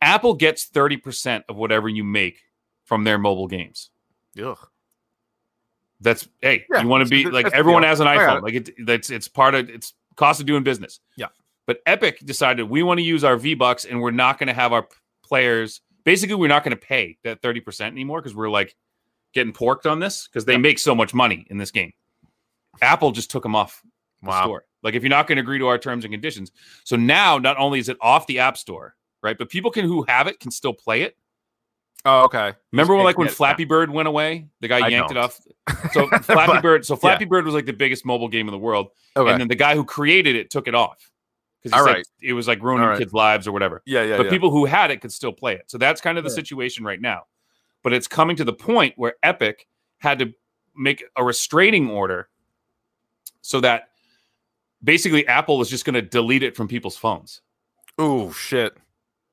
[SPEAKER 3] Apple gets thirty percent of whatever you make from their mobile games
[SPEAKER 2] Ugh.
[SPEAKER 3] that's hey
[SPEAKER 2] Yeah,
[SPEAKER 3] you want to
[SPEAKER 2] it's-
[SPEAKER 3] be
[SPEAKER 2] it's-
[SPEAKER 3] like
[SPEAKER 2] it's a
[SPEAKER 3] everyone
[SPEAKER 2] deal. Oh,
[SPEAKER 3] has an
[SPEAKER 2] I got
[SPEAKER 3] iphone
[SPEAKER 2] it.
[SPEAKER 3] like it, that's it's part of it's cost of doing business
[SPEAKER 2] Yeah.
[SPEAKER 3] but epic decided we want to use our v bucks and we're not going to have our p- players basically we're not going to pay that 30% anymore because we're like getting porked on this because they make so much money in this game apple just took them off the
[SPEAKER 2] Wow.
[SPEAKER 3] store like if you're not going to agree to our terms and conditions so now not only is it off the app store right but people can who have it can still play it
[SPEAKER 2] Oh, okay.
[SPEAKER 3] Remember when, like when
[SPEAKER 2] Yeah.
[SPEAKER 3] Flappy Bird went away, the guy
[SPEAKER 2] I
[SPEAKER 3] yanked it
[SPEAKER 2] don't.
[SPEAKER 3] off. So Flappy
[SPEAKER 2] But-
[SPEAKER 3] Bird, so Flappy Bird was like the biggest mobile game in the world,
[SPEAKER 2] Okay.
[SPEAKER 3] and then the guy who created it took it off because
[SPEAKER 2] All
[SPEAKER 3] he said
[SPEAKER 2] right.
[SPEAKER 3] it was like ruining
[SPEAKER 2] All right.
[SPEAKER 3] kids' lives or whatever.
[SPEAKER 2] yeah, yeah,
[SPEAKER 3] but
[SPEAKER 2] yeah.
[SPEAKER 3] people who had it could still play it. So that's kind of the situation right now. But it's coming to the point where Epic had to make a restraining order so that basically Apple is just going to delete it from people's phones
[SPEAKER 2] Ooh, shit.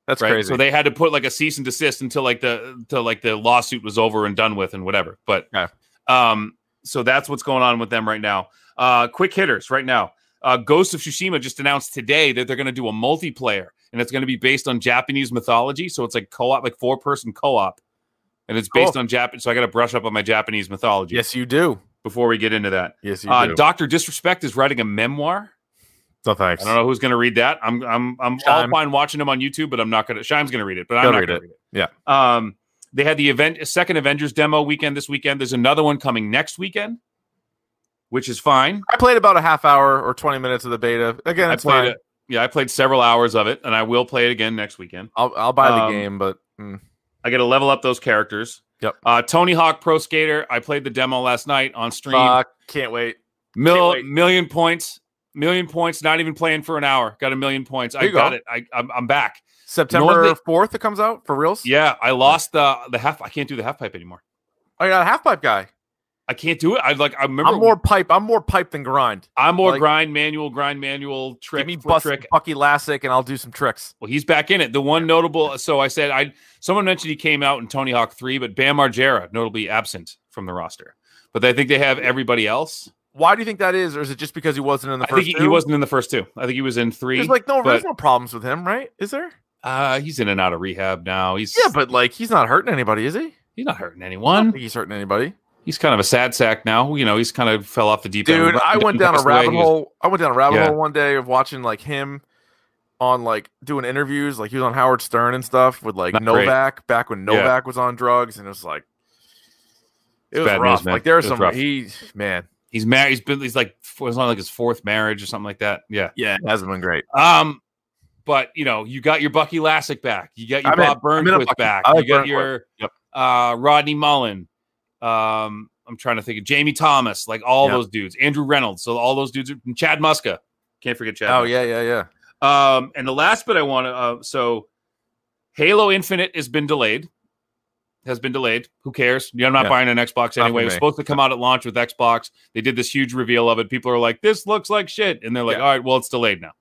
[SPEAKER 2] That's
[SPEAKER 3] right?
[SPEAKER 2] crazy.
[SPEAKER 3] So they had to put like a cease and desist until like the until like the lawsuit was over and done with and whatever. But
[SPEAKER 2] Okay.
[SPEAKER 3] um, so that's what's going on with them right now. Uh, quick hitters right now. Uh, Ghost of Tsushima just announced today that they're going to do a multiplayer and it's going to be based on Japanese mythology. So it's like co-op, like four person co-op and it's
[SPEAKER 2] Cool.
[SPEAKER 3] based on Japan. So I got to brush up on my Japanese mythology
[SPEAKER 2] Yes, you do.
[SPEAKER 3] before we get into that.
[SPEAKER 2] Yes, you
[SPEAKER 3] Uh,
[SPEAKER 2] do.
[SPEAKER 3] Doctor Disrespect is writing a memoir.
[SPEAKER 2] no thanks.
[SPEAKER 3] I don't know who's going to read that. I'm I'm I'm all
[SPEAKER 2] Shyam.
[SPEAKER 3] fine watching him on YouTube, but I'm not going to. Shime's going to read it, but I'm
[SPEAKER 2] He'll
[SPEAKER 3] not
[SPEAKER 2] read
[SPEAKER 3] going
[SPEAKER 2] it.
[SPEAKER 3] to read it. Yeah. Um, they had the event second Avengers demo weekend this weekend. There's another one coming next weekend, which is fine.
[SPEAKER 2] I played about a half hour or twenty minutes of the beta. Again,
[SPEAKER 3] I
[SPEAKER 2] it's
[SPEAKER 3] played
[SPEAKER 2] fine.
[SPEAKER 3] it. Yeah, I played several hours of it, and I will play it again next weekend.
[SPEAKER 2] I'll, I'll buy the
[SPEAKER 3] Um,
[SPEAKER 2] game, but mm,
[SPEAKER 3] I got to level up those characters.
[SPEAKER 2] Yep.
[SPEAKER 3] Uh, Tony Hawk Pro Skater. I played the demo last night on stream.
[SPEAKER 2] fuck, can't wait. can't
[SPEAKER 3] Mil-
[SPEAKER 2] wait.
[SPEAKER 3] million points. Million points. Not even playing for an hour. Got a million points.
[SPEAKER 2] There
[SPEAKER 3] I
[SPEAKER 2] you
[SPEAKER 3] got
[SPEAKER 2] go.
[SPEAKER 3] it. I, I'm, I'm back.
[SPEAKER 2] September
[SPEAKER 3] North-
[SPEAKER 2] fourth, it comes out for reals.
[SPEAKER 3] Yeah, I lost the the half. I can't do the half pipe anymore.
[SPEAKER 2] Oh, you're not a half pipe guy.
[SPEAKER 3] I can't do it. I like. I remember.
[SPEAKER 2] I'm more pipe. I'm more pipe than grind.
[SPEAKER 3] I'm more
[SPEAKER 2] like-
[SPEAKER 3] grind manual, grind manual trick.
[SPEAKER 2] Give me
[SPEAKER 3] flip
[SPEAKER 2] bus,
[SPEAKER 3] trick.
[SPEAKER 2] Bucky Lassick, and I'll do some tricks.
[SPEAKER 3] Well, he's back in it. The one notable. So I said I. Someone mentioned he came out in Tony Hawk Three, but Bam Margera notably absent from the roster. But I think they have everybody else.
[SPEAKER 2] Why do you think that is, or is it just because he wasn't in the
[SPEAKER 3] I
[SPEAKER 2] first?
[SPEAKER 3] think he, he
[SPEAKER 2] two?
[SPEAKER 3] wasn't in the first two. I think he was in three.
[SPEAKER 2] There's like no, there's
[SPEAKER 3] but,
[SPEAKER 2] no problems with him, right? Is there?
[SPEAKER 3] uh, he's in and out of rehab now. He's
[SPEAKER 2] Yeah, but like he's not hurting anybody, is he?
[SPEAKER 3] he's not hurting
[SPEAKER 2] I don't
[SPEAKER 3] anyone.
[SPEAKER 2] think he's hurting anybody.
[SPEAKER 3] He's kind of a sad sack now. You know, he's kind of fell off the deep end.
[SPEAKER 2] dude i went down a
[SPEAKER 3] Passed away.
[SPEAKER 2] rabbit
[SPEAKER 3] He was-
[SPEAKER 2] hole i went down a rabbit
[SPEAKER 3] Yeah.
[SPEAKER 2] hole one day of watching like him on like doing interviews like he was on howard stern and stuff with like
[SPEAKER 3] Not great.
[SPEAKER 2] novak back when
[SPEAKER 3] Yeah.
[SPEAKER 2] novak was on drugs and it was like it
[SPEAKER 3] It's
[SPEAKER 2] was
[SPEAKER 3] bad news,
[SPEAKER 2] rough
[SPEAKER 3] man.
[SPEAKER 2] like there are
[SPEAKER 3] It was
[SPEAKER 2] some
[SPEAKER 3] rough.
[SPEAKER 2] he man
[SPEAKER 3] He's married. He's been. He's like it was on like his fourth marriage or something like that. Yeah.
[SPEAKER 2] yeah it hasn't been great
[SPEAKER 3] Um, but you know, you got your Bucky Lassick back. You got your
[SPEAKER 2] I'm in.
[SPEAKER 3] Bob
[SPEAKER 2] I'm in a
[SPEAKER 3] Burnquist
[SPEAKER 2] Bucky.
[SPEAKER 3] back.
[SPEAKER 2] I like
[SPEAKER 3] you got
[SPEAKER 2] Burnquist.
[SPEAKER 3] your
[SPEAKER 2] Yep.
[SPEAKER 3] uh, Rodney Mullen. Um, I'm trying to think of Jamie Thomas. Like all
[SPEAKER 2] Yep.
[SPEAKER 3] those dudes. Andrew Reynolds. So all those dudes. Are, and Chad Muska. Can't forget Chad.
[SPEAKER 2] oh
[SPEAKER 3] Muska.
[SPEAKER 2] yeah yeah yeah
[SPEAKER 3] Um, and the last bit I want to uh, so Halo Infinite has been delayed. Has been delayed. Who cares? I'm not
[SPEAKER 2] Yeah.
[SPEAKER 3] buying an Xbox
[SPEAKER 2] Not
[SPEAKER 3] anyway. It
[SPEAKER 2] for
[SPEAKER 3] was
[SPEAKER 2] me.
[SPEAKER 3] supposed to come out at launch with Xbox. They did this huge reveal of it. People are like, "This looks like shit," and they're like,
[SPEAKER 2] Yeah.
[SPEAKER 3] "All right, well, it's delayed now."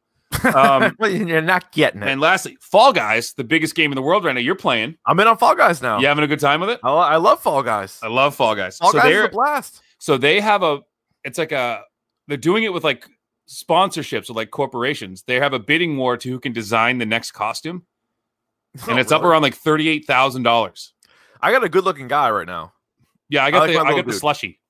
[SPEAKER 3] Um,
[SPEAKER 2] Well, you're not getting it
[SPEAKER 3] and lastly, Fall Guys, the biggest game in the world right now. You're playing.
[SPEAKER 2] i'm in on fall guys now
[SPEAKER 3] You having a good time with it?
[SPEAKER 2] i, lo- I love fall guys
[SPEAKER 3] I love Fall Guys.
[SPEAKER 2] Oh. fall
[SPEAKER 3] so
[SPEAKER 2] guys is
[SPEAKER 3] they're
[SPEAKER 2] a blast
[SPEAKER 3] so they have a it's like a they're doing it with like sponsorships with like corporations. They have a bidding war to who can design the next costume. and
[SPEAKER 2] Oh,
[SPEAKER 3] it's up
[SPEAKER 2] really?
[SPEAKER 3] around like thirty eight thousand dollars.
[SPEAKER 2] i got a good looking guy right now
[SPEAKER 3] Yeah, I got
[SPEAKER 2] like
[SPEAKER 3] the
[SPEAKER 2] my
[SPEAKER 3] I
[SPEAKER 2] little
[SPEAKER 3] got the
[SPEAKER 2] dude. Uh,
[SPEAKER 3] slushy.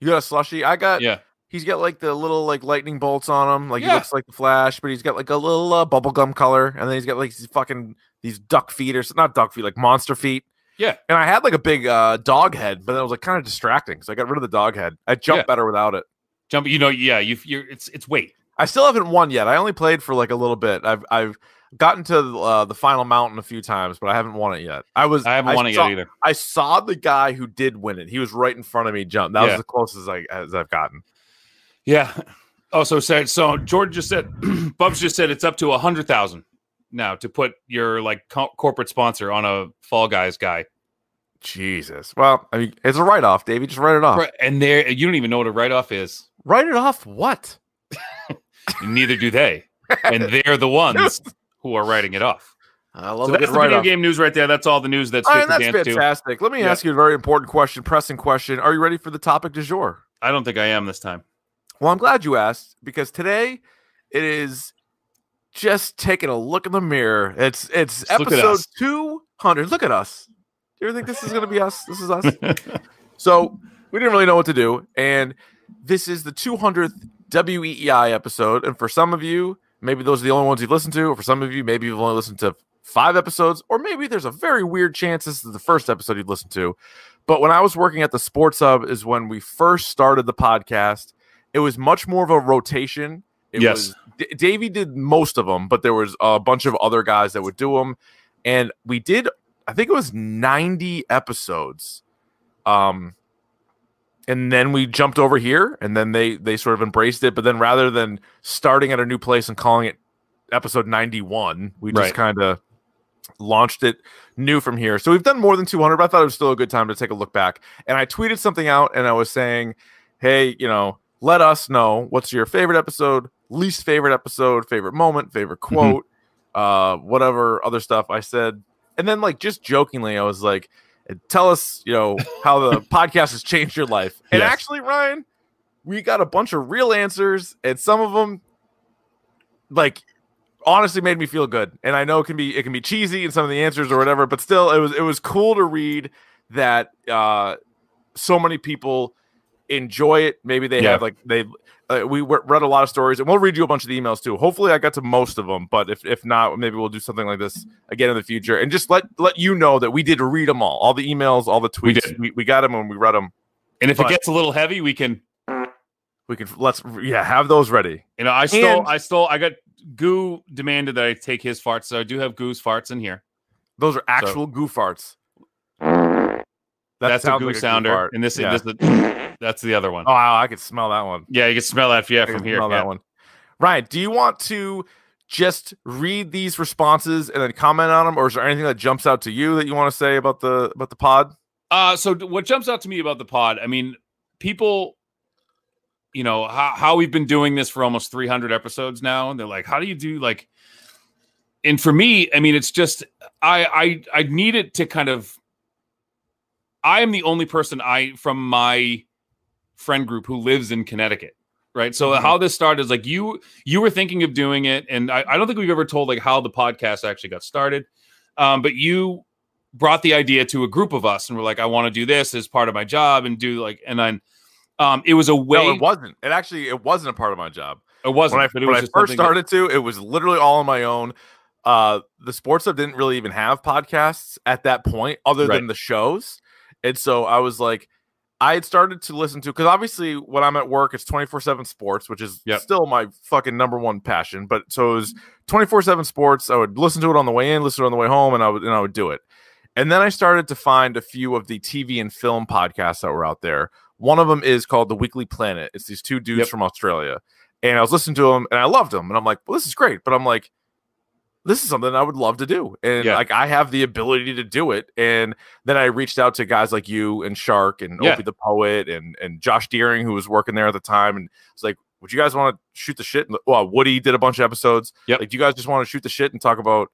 [SPEAKER 2] you got a slushy i got
[SPEAKER 3] Yeah,
[SPEAKER 2] He's got like the little like lightning bolts on him. Like
[SPEAKER 3] Yeah.
[SPEAKER 2] he looks like the Flash, but he's got like a little uh, bubblegum color, and then he's got like these fucking these duck feet or s- not duck feet, like monster feet.
[SPEAKER 3] Yeah.
[SPEAKER 2] And I had like a big uh, dog head, but that was like kind of distracting, so I got rid of the dog head. I jumped
[SPEAKER 3] Yeah.
[SPEAKER 2] better without it.
[SPEAKER 3] jump. You know, yeah, you you're it's it's weight.
[SPEAKER 2] I still haven't won yet. I only played for like a little bit. I've I've gotten to uh, the final mountain a few times, but I haven't won it yet. I was
[SPEAKER 3] I haven't won it
[SPEAKER 2] saw-
[SPEAKER 3] yet either.
[SPEAKER 2] I saw the guy who did win it. He was right in front of me. Jump. That
[SPEAKER 3] Yeah.
[SPEAKER 2] was the closest I as I've gotten.
[SPEAKER 3] Yeah. Oh, so said so. Jordan just said, Bubs just said it's up to a hundred thousand now to put your like co- corporate sponsor on a Fall Guys guy,
[SPEAKER 2] Jesus. Well, I mean, it's a write off, Davey. Just write it off.
[SPEAKER 3] Right, and there you don't even know what a write off is.
[SPEAKER 2] Write it off what?
[SPEAKER 3] and Neither do they, and they're the ones who are writing it off.
[SPEAKER 2] I
[SPEAKER 3] So
[SPEAKER 2] love
[SPEAKER 3] that's the video game news right there. That's all the news that's
[SPEAKER 2] All
[SPEAKER 3] fit
[SPEAKER 2] right,
[SPEAKER 3] to
[SPEAKER 2] that's
[SPEAKER 3] dance to.
[SPEAKER 2] fantastic. Let me
[SPEAKER 3] Yeah.
[SPEAKER 2] ask you a very important question, pressing question. Are you ready for the topic du jour?
[SPEAKER 3] I don't think I am this time.
[SPEAKER 2] Well, I'm glad you asked because today it is just taking a look in the mirror. It's it's
[SPEAKER 3] Just look at
[SPEAKER 2] episode
[SPEAKER 3] us.
[SPEAKER 2] 200. Look at us. Do you think this is going to be us? This is us. so we didn't really know what to do, and this is the 200th WEEI E episode. And for some of you, maybe those are the only ones you've listened to. Or for some of you, maybe you've only listened to five episodes, or maybe there's a very weird chance this is the first episode you've listened to. But when I was working at the Sports Hub, is when we first started the podcast. It was much more of a rotation. It
[SPEAKER 3] Yes.
[SPEAKER 2] was D- Davey did most of them, but there was a bunch of other guys that would do them, and we did. I think it was ninety episodes, um, and then we jumped over here, and then they they sort of embraced it. But then rather than starting at a new place and calling it episode ninety one, we just
[SPEAKER 3] Right.
[SPEAKER 2] kind of launched it new from here. So we've done more than 200, but I thought it was still a good time to take a look back. And I tweeted something out and I was saying, hey, you know, let us know what's your favorite episode, least favorite episode, favorite moment, favorite quote, uh, whatever other stuff I said. And then, like, just jokingly, I was like, tell us, you know, how the podcast has changed your life. And
[SPEAKER 3] Yes.
[SPEAKER 2] actually, Ryan, we got a bunch of real answers and some of them, like, honestly made me feel good. And I know it can be it can be cheesy in some of the answers or whatever, but still it was it was cool to read that uh so many people enjoy it. Maybe they
[SPEAKER 3] Yeah.
[SPEAKER 2] have like they uh, we w- read a lot of stories and we'll read you a bunch of the emails too. Hopefully I got to most of them, but if if not, maybe we'll do something like this again in the future and just let let you know that we did read them all. All the emails, all the
[SPEAKER 3] We
[SPEAKER 2] tweets.
[SPEAKER 3] did.
[SPEAKER 2] We, we, got them and we read them.
[SPEAKER 3] And if
[SPEAKER 2] But-
[SPEAKER 3] it gets a little heavy, we can.
[SPEAKER 2] We can let's yeah, have those ready.
[SPEAKER 3] You know, I stole.
[SPEAKER 2] And-
[SPEAKER 3] I stole. I got Goo demanded that I take his farts, so I do have Goo's farts in here.
[SPEAKER 2] Those are actual goof farts. That
[SPEAKER 3] that's a
[SPEAKER 2] sounds
[SPEAKER 3] Goo
[SPEAKER 2] like a goof
[SPEAKER 3] sounder,
[SPEAKER 2] fart.
[SPEAKER 3] and this,
[SPEAKER 2] Yeah.
[SPEAKER 3] is this is that's the other one.
[SPEAKER 2] Oh, wow, I could smell that one.
[SPEAKER 3] Yeah, you can smell that. Yeah,
[SPEAKER 2] I can
[SPEAKER 3] from here.
[SPEAKER 2] smell
[SPEAKER 3] yeah.
[SPEAKER 2] that one. Ryan, do you want to just read these responses and then comment on them, or is there anything that jumps out to you that you want to say about the about the pod?
[SPEAKER 3] Uh, so d- what jumps out to me about the pod? I mean, people, you know how how we've been doing this for almost 300 episodes now, and they're like, "How do you do like?" And for me, I mean, it's just I I I need it to kind of. I am the only person I from my friend group who lives in Connecticut, right? So how this started is like you you were thinking of doing it, and I, I don't think we've ever told like how the podcast actually got started, um, but you brought the idea to a group of us and we're like, I want to do this as part of my job and do like, and then um, it was a way.
[SPEAKER 2] No, it wasn't. It actually it wasn't a part of my job.
[SPEAKER 3] not
[SPEAKER 2] When I,
[SPEAKER 3] but it
[SPEAKER 2] when
[SPEAKER 3] was
[SPEAKER 2] I
[SPEAKER 3] just
[SPEAKER 2] first
[SPEAKER 3] something that-
[SPEAKER 2] started to, it was literally all on my own. Uh, the sports hub didn't really even have podcasts at that point, other
[SPEAKER 3] Right.
[SPEAKER 2] than the shows. And so I was like, I had started to listen to because obviously when I'm at work, it's 24 7 sports, which is
[SPEAKER 3] Yep. Mm-hmm.
[SPEAKER 2] still my fucking number one passion. But so it was 24 7 sports. I would listen to it on the way in, listen to it on the way home, and I would and I would do it. And then I started to find a few of the TV and film podcasts that were out there. One of them is called The Weekly Planet. It's these two dudes
[SPEAKER 3] Yep.
[SPEAKER 2] from Australia. And I was listening to them and I loved them. And I'm like, well, this is great. But I'm like, this is something I would love to do. And
[SPEAKER 3] Yeah.
[SPEAKER 2] like I have the ability to do it. And then I reached out to guys like you and Shark and
[SPEAKER 3] Yeah.
[SPEAKER 2] Opie the Poet and and Josh Deering, who was working there at the time. And it's like, would you guys want to shoot the shit? And well, Woody did a bunch of episodes.
[SPEAKER 3] Yep.
[SPEAKER 2] Like, do you guys just want to shoot the shit and talk about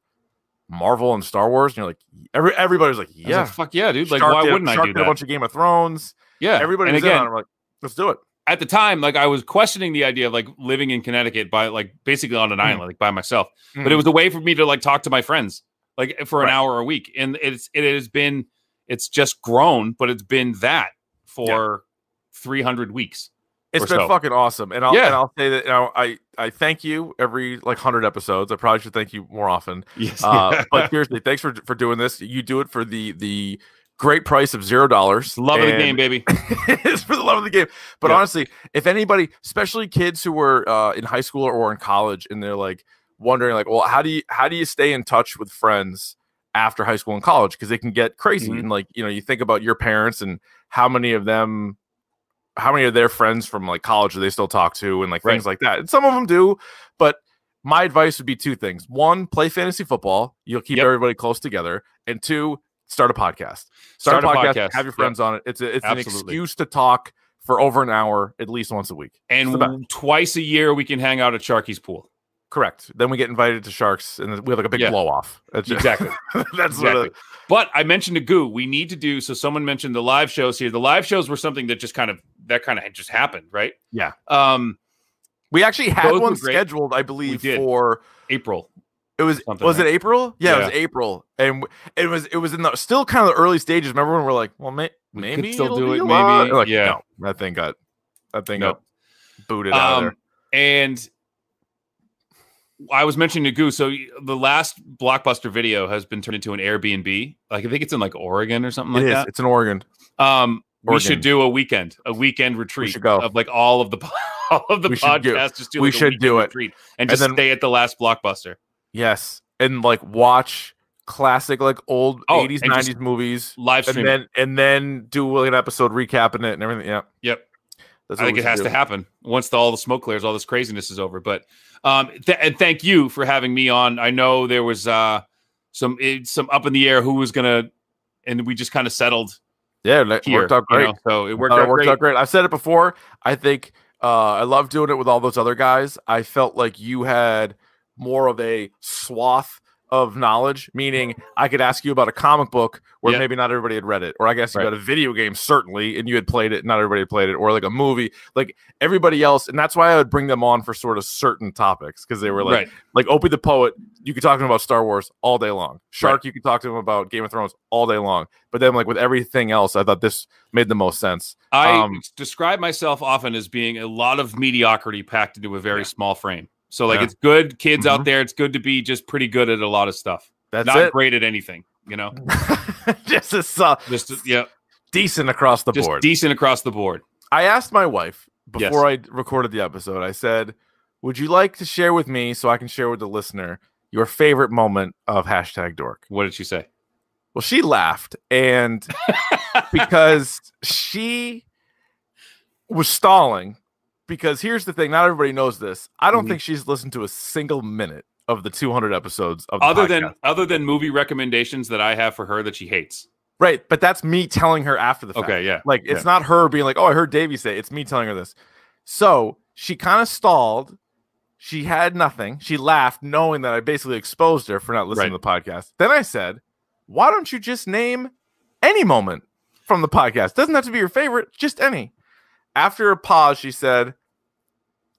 [SPEAKER 2] Marvel and Star Wars? And you're like, every everybody's like,
[SPEAKER 3] I was like,
[SPEAKER 2] yeah.
[SPEAKER 3] Fuck yeah, dude. Like,
[SPEAKER 2] Shark
[SPEAKER 3] why
[SPEAKER 2] did-
[SPEAKER 3] wouldn't I
[SPEAKER 2] Shark
[SPEAKER 3] do
[SPEAKER 2] did a
[SPEAKER 3] that?
[SPEAKER 2] bunch of Game of Thrones.
[SPEAKER 3] yeah.
[SPEAKER 2] Everybody
[SPEAKER 3] and
[SPEAKER 2] was in on
[SPEAKER 3] again,
[SPEAKER 2] it. I'm like, let's do it.
[SPEAKER 3] at the time, like I was questioning the idea of like living in Connecticut by like basically on
[SPEAKER 2] Hmm.
[SPEAKER 3] an island, like by myself. but it was a way for me to like talk to my friends like for an
[SPEAKER 2] Right.
[SPEAKER 3] hour a week and it's it has been it's just grown but it's been that for 300 weeks
[SPEAKER 2] It's
[SPEAKER 3] or
[SPEAKER 2] been
[SPEAKER 3] so.
[SPEAKER 2] fucking awesome, and I'll
[SPEAKER 3] Yeah.
[SPEAKER 2] and I'll say that you know, I I thank you every like hundred episodes. I probably should thank you more often.
[SPEAKER 3] yes
[SPEAKER 2] Uh, but seriously, thanks for for doing this. You do it for the the great price of zero dollars.
[SPEAKER 3] love of the game baby
[SPEAKER 2] it's for the love of the game. But
[SPEAKER 3] Yeah.
[SPEAKER 2] honestly, if anybody, especially kids who were uh, in high school or in college, and they're like wondering, like, well, how do you how do you stay in touch with friends after high school and college? Because they can get crazy,
[SPEAKER 3] Mhm.
[SPEAKER 2] and like you know, you think about your parents and how many of them. How many of their friends from like college do they still talk to and like things like that? And some of them do, but my advice would be two things. One, play fantasy football. You'll keep
[SPEAKER 3] Yep.
[SPEAKER 2] everybody close together. And two, start a podcast. Start,
[SPEAKER 3] Start
[SPEAKER 2] a,
[SPEAKER 3] a
[SPEAKER 2] podcast,
[SPEAKER 3] podcast.
[SPEAKER 2] Have your
[SPEAKER 3] Yep.
[SPEAKER 2] friends on it. It's a, it's an
[SPEAKER 3] Absolutely.
[SPEAKER 2] excuse to talk for over an hour at least once a week.
[SPEAKER 3] and
[SPEAKER 2] It's the best.
[SPEAKER 3] twice a year we can hang out at Sharky's pool
[SPEAKER 2] correct. Then we get invited to Sharks and then we have like a big
[SPEAKER 3] Yeah.
[SPEAKER 2] blow off. That's
[SPEAKER 3] Exactly.
[SPEAKER 2] that's what
[SPEAKER 3] Exactly. But I mentioned to Goo, we need to do so. Someone mentioned the live shows here. The live shows were something that just kind of that kind of just happened, right?
[SPEAKER 2] Yeah.
[SPEAKER 3] Um,
[SPEAKER 2] we actually had
[SPEAKER 3] Those were
[SPEAKER 2] one
[SPEAKER 3] great.
[SPEAKER 2] scheduled, I believe,
[SPEAKER 3] did.
[SPEAKER 2] for
[SPEAKER 3] April.
[SPEAKER 2] it was
[SPEAKER 3] Something
[SPEAKER 2] was
[SPEAKER 3] like-
[SPEAKER 2] it April? Yeah, it was
[SPEAKER 3] Yeah.
[SPEAKER 2] April, and w- it was it was in the still kind of the early stages. Remember when we're like, well, may,
[SPEAKER 3] We
[SPEAKER 2] maybe
[SPEAKER 3] could still
[SPEAKER 2] it'll
[SPEAKER 3] do
[SPEAKER 2] be
[SPEAKER 3] it,
[SPEAKER 2] a lot.
[SPEAKER 3] maybe,
[SPEAKER 2] Like,
[SPEAKER 3] yeah.
[SPEAKER 2] no, that thing got that thing
[SPEAKER 3] No.
[SPEAKER 2] got booted out
[SPEAKER 3] Um,
[SPEAKER 2] of there.
[SPEAKER 3] And I was mentioning to Goo, so the last blockbuster video has been turned into an Airbnb. Like I think it's in like Oregon or something like
[SPEAKER 2] it is.
[SPEAKER 3] that.
[SPEAKER 2] It's in Oregon.
[SPEAKER 3] Um, we
[SPEAKER 2] Oregon.
[SPEAKER 3] should do a weekend, a weekend retreat
[SPEAKER 2] should go.
[SPEAKER 3] of like all of the all of the
[SPEAKER 2] We should do-
[SPEAKER 3] podcasts. Just do
[SPEAKER 2] we
[SPEAKER 3] like a
[SPEAKER 2] should do
[SPEAKER 3] weekend
[SPEAKER 2] it.
[SPEAKER 3] retreat
[SPEAKER 2] And
[SPEAKER 3] and just
[SPEAKER 2] then-
[SPEAKER 3] stay at the last blockbuster.
[SPEAKER 2] Yes, and like watch classic like old
[SPEAKER 3] Oh,
[SPEAKER 2] eighties
[SPEAKER 3] and just
[SPEAKER 2] nineties movies,
[SPEAKER 3] Live
[SPEAKER 2] and
[SPEAKER 3] stream. it.
[SPEAKER 2] then and then do like an episode recapping it and everything. Yeah,
[SPEAKER 3] Yep.
[SPEAKER 2] That's
[SPEAKER 3] I
[SPEAKER 2] what
[SPEAKER 3] think
[SPEAKER 2] we
[SPEAKER 3] it
[SPEAKER 2] should
[SPEAKER 3] has
[SPEAKER 2] do.
[SPEAKER 3] to happen once the, all the smoke clears, all this craziness is over. But um, th- and thank you for having me on. I know there was uh, some it, some up in the air who was gonna, and we just kind of settled
[SPEAKER 2] Yeah, that
[SPEAKER 3] here.
[SPEAKER 2] worked out
[SPEAKER 3] you
[SPEAKER 2] great.
[SPEAKER 3] know, So Oh, it worked
[SPEAKER 2] Uh,
[SPEAKER 3] out
[SPEAKER 2] it worked
[SPEAKER 3] great.
[SPEAKER 2] out great. I've said it before. I think uh, I love doing it with all those other guys. I felt like you had more of a swath of knowledge, meaning I could ask you about a comic book where
[SPEAKER 3] Yeah.
[SPEAKER 2] maybe not everybody had read it, or I could ask you
[SPEAKER 3] Right.
[SPEAKER 2] about a video game, certainly, and you had played it, not everybody had played it, or like a movie, like everybody else. And that's why I would bring them on for sort of certain topics because they were like,
[SPEAKER 3] right.
[SPEAKER 2] like Opie the Poet, you could talk to him about Star Wars all day long. Shark,
[SPEAKER 3] Right.
[SPEAKER 2] you could talk to him about Game of Thrones all day long. But then, like with everything else, I thought this made the most sense.
[SPEAKER 3] I
[SPEAKER 2] Um,
[SPEAKER 3] describe myself often as being a lot of mediocrity packed into a very small frame. So like
[SPEAKER 2] Yeah. Mm-hmm.
[SPEAKER 3] it's good kids out there. It's good to be just pretty good at a lot of stuff.
[SPEAKER 2] That's
[SPEAKER 3] Not
[SPEAKER 2] it.
[SPEAKER 3] great at anything, you know.
[SPEAKER 2] Just a uh,
[SPEAKER 3] Just yeah,
[SPEAKER 2] decent across the
[SPEAKER 3] just
[SPEAKER 2] board.
[SPEAKER 3] decent across the board.
[SPEAKER 2] I asked my wife
[SPEAKER 3] Yes.
[SPEAKER 2] before I recorded the episode. I said, "Would you like to share with me, so I can share with the listener, your favorite moment of hashtag Dork?"
[SPEAKER 3] What did she say?
[SPEAKER 2] Well, she laughed, and because she was stalling. Because here's the thing: not everybody knows this. I
[SPEAKER 3] Mm-hmm.
[SPEAKER 2] don't think she's listened to a single minute of the 200 episodes of the
[SPEAKER 3] other than
[SPEAKER 2] podcast.
[SPEAKER 3] other than movie recommendations that I have for her that she hates.
[SPEAKER 2] right, but that's me telling her after the fact.
[SPEAKER 3] Okay, yeah.
[SPEAKER 2] Like it's not her being like, "Oh, I heard Davey say." it." It's me telling her this. So she kind of stalled. She had nothing. She laughed, knowing that I basically exposed her for not listening to the podcast. Then I said, "Why don't you just name any moment from the podcast? Doesn't have to be your favorite, just any." After a pause, she said,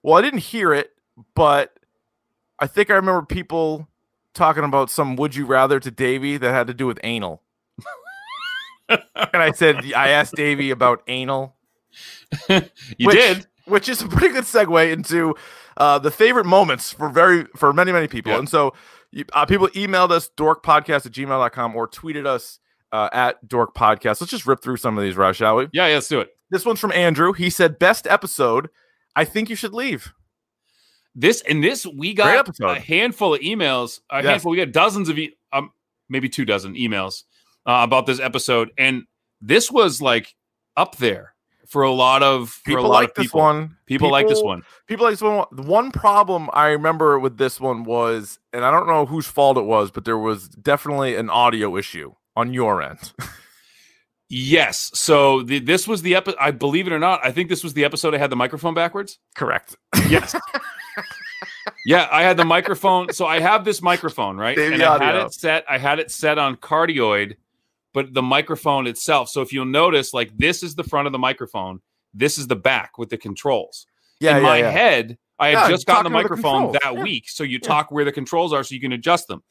[SPEAKER 2] "Well, I didn't hear it, but I think I remember people talking about some would you rather to Davey that had to do with anal." and I said, "I asked Davey about anal."
[SPEAKER 3] You
[SPEAKER 2] which,
[SPEAKER 3] did.
[SPEAKER 2] which is a pretty good segue into uh, the favorite moments for very for many many people
[SPEAKER 3] Yeah.
[SPEAKER 2] and so you- uh, people emailed us dorkpodcast at gmail.com or tweeted us uh, at dork podcast let's just rip through some of these right shall we
[SPEAKER 3] Yeah, yeah, let's do it.
[SPEAKER 2] this one's from andrew he said best episode i think you should leave
[SPEAKER 3] This and this we
[SPEAKER 2] Great
[SPEAKER 3] got
[SPEAKER 2] episode.
[SPEAKER 3] a handful of emails. A
[SPEAKER 2] Yes.
[SPEAKER 3] handful. We got dozens of e- um, maybe two dozen emails uh, about this episode, and this was like up there for a lot of for
[SPEAKER 2] people
[SPEAKER 3] a lot
[SPEAKER 2] like
[SPEAKER 3] of
[SPEAKER 2] this
[SPEAKER 3] people.
[SPEAKER 2] one
[SPEAKER 3] People, like this one.
[SPEAKER 2] people like this one the one problem i remember with this one was and i don't know whose fault it was but there was definitely an audio issue on your end
[SPEAKER 3] Yes. So the, this was the episode. I believe it or not, I think this was the episode I had the microphone backwards.
[SPEAKER 2] correct
[SPEAKER 3] Yes. yeah, I had the microphone. So I have this microphone, right?
[SPEAKER 2] Baby
[SPEAKER 3] and I had
[SPEAKER 2] audio.
[SPEAKER 3] it set. I had it set on cardioid, but the microphone itself. So if you'll notice, like this is the front of the microphone. This is the back with the controls.
[SPEAKER 2] yeah
[SPEAKER 3] In
[SPEAKER 2] yeah,
[SPEAKER 3] my
[SPEAKER 2] yeah.
[SPEAKER 3] head, I had
[SPEAKER 2] Yeah,
[SPEAKER 3] just gotten
[SPEAKER 2] talking about
[SPEAKER 3] the
[SPEAKER 2] the
[SPEAKER 3] microphone
[SPEAKER 2] controls.
[SPEAKER 3] that
[SPEAKER 2] Yeah.
[SPEAKER 3] week. So you
[SPEAKER 2] Yeah.
[SPEAKER 3] talk where the controls are so you can adjust them.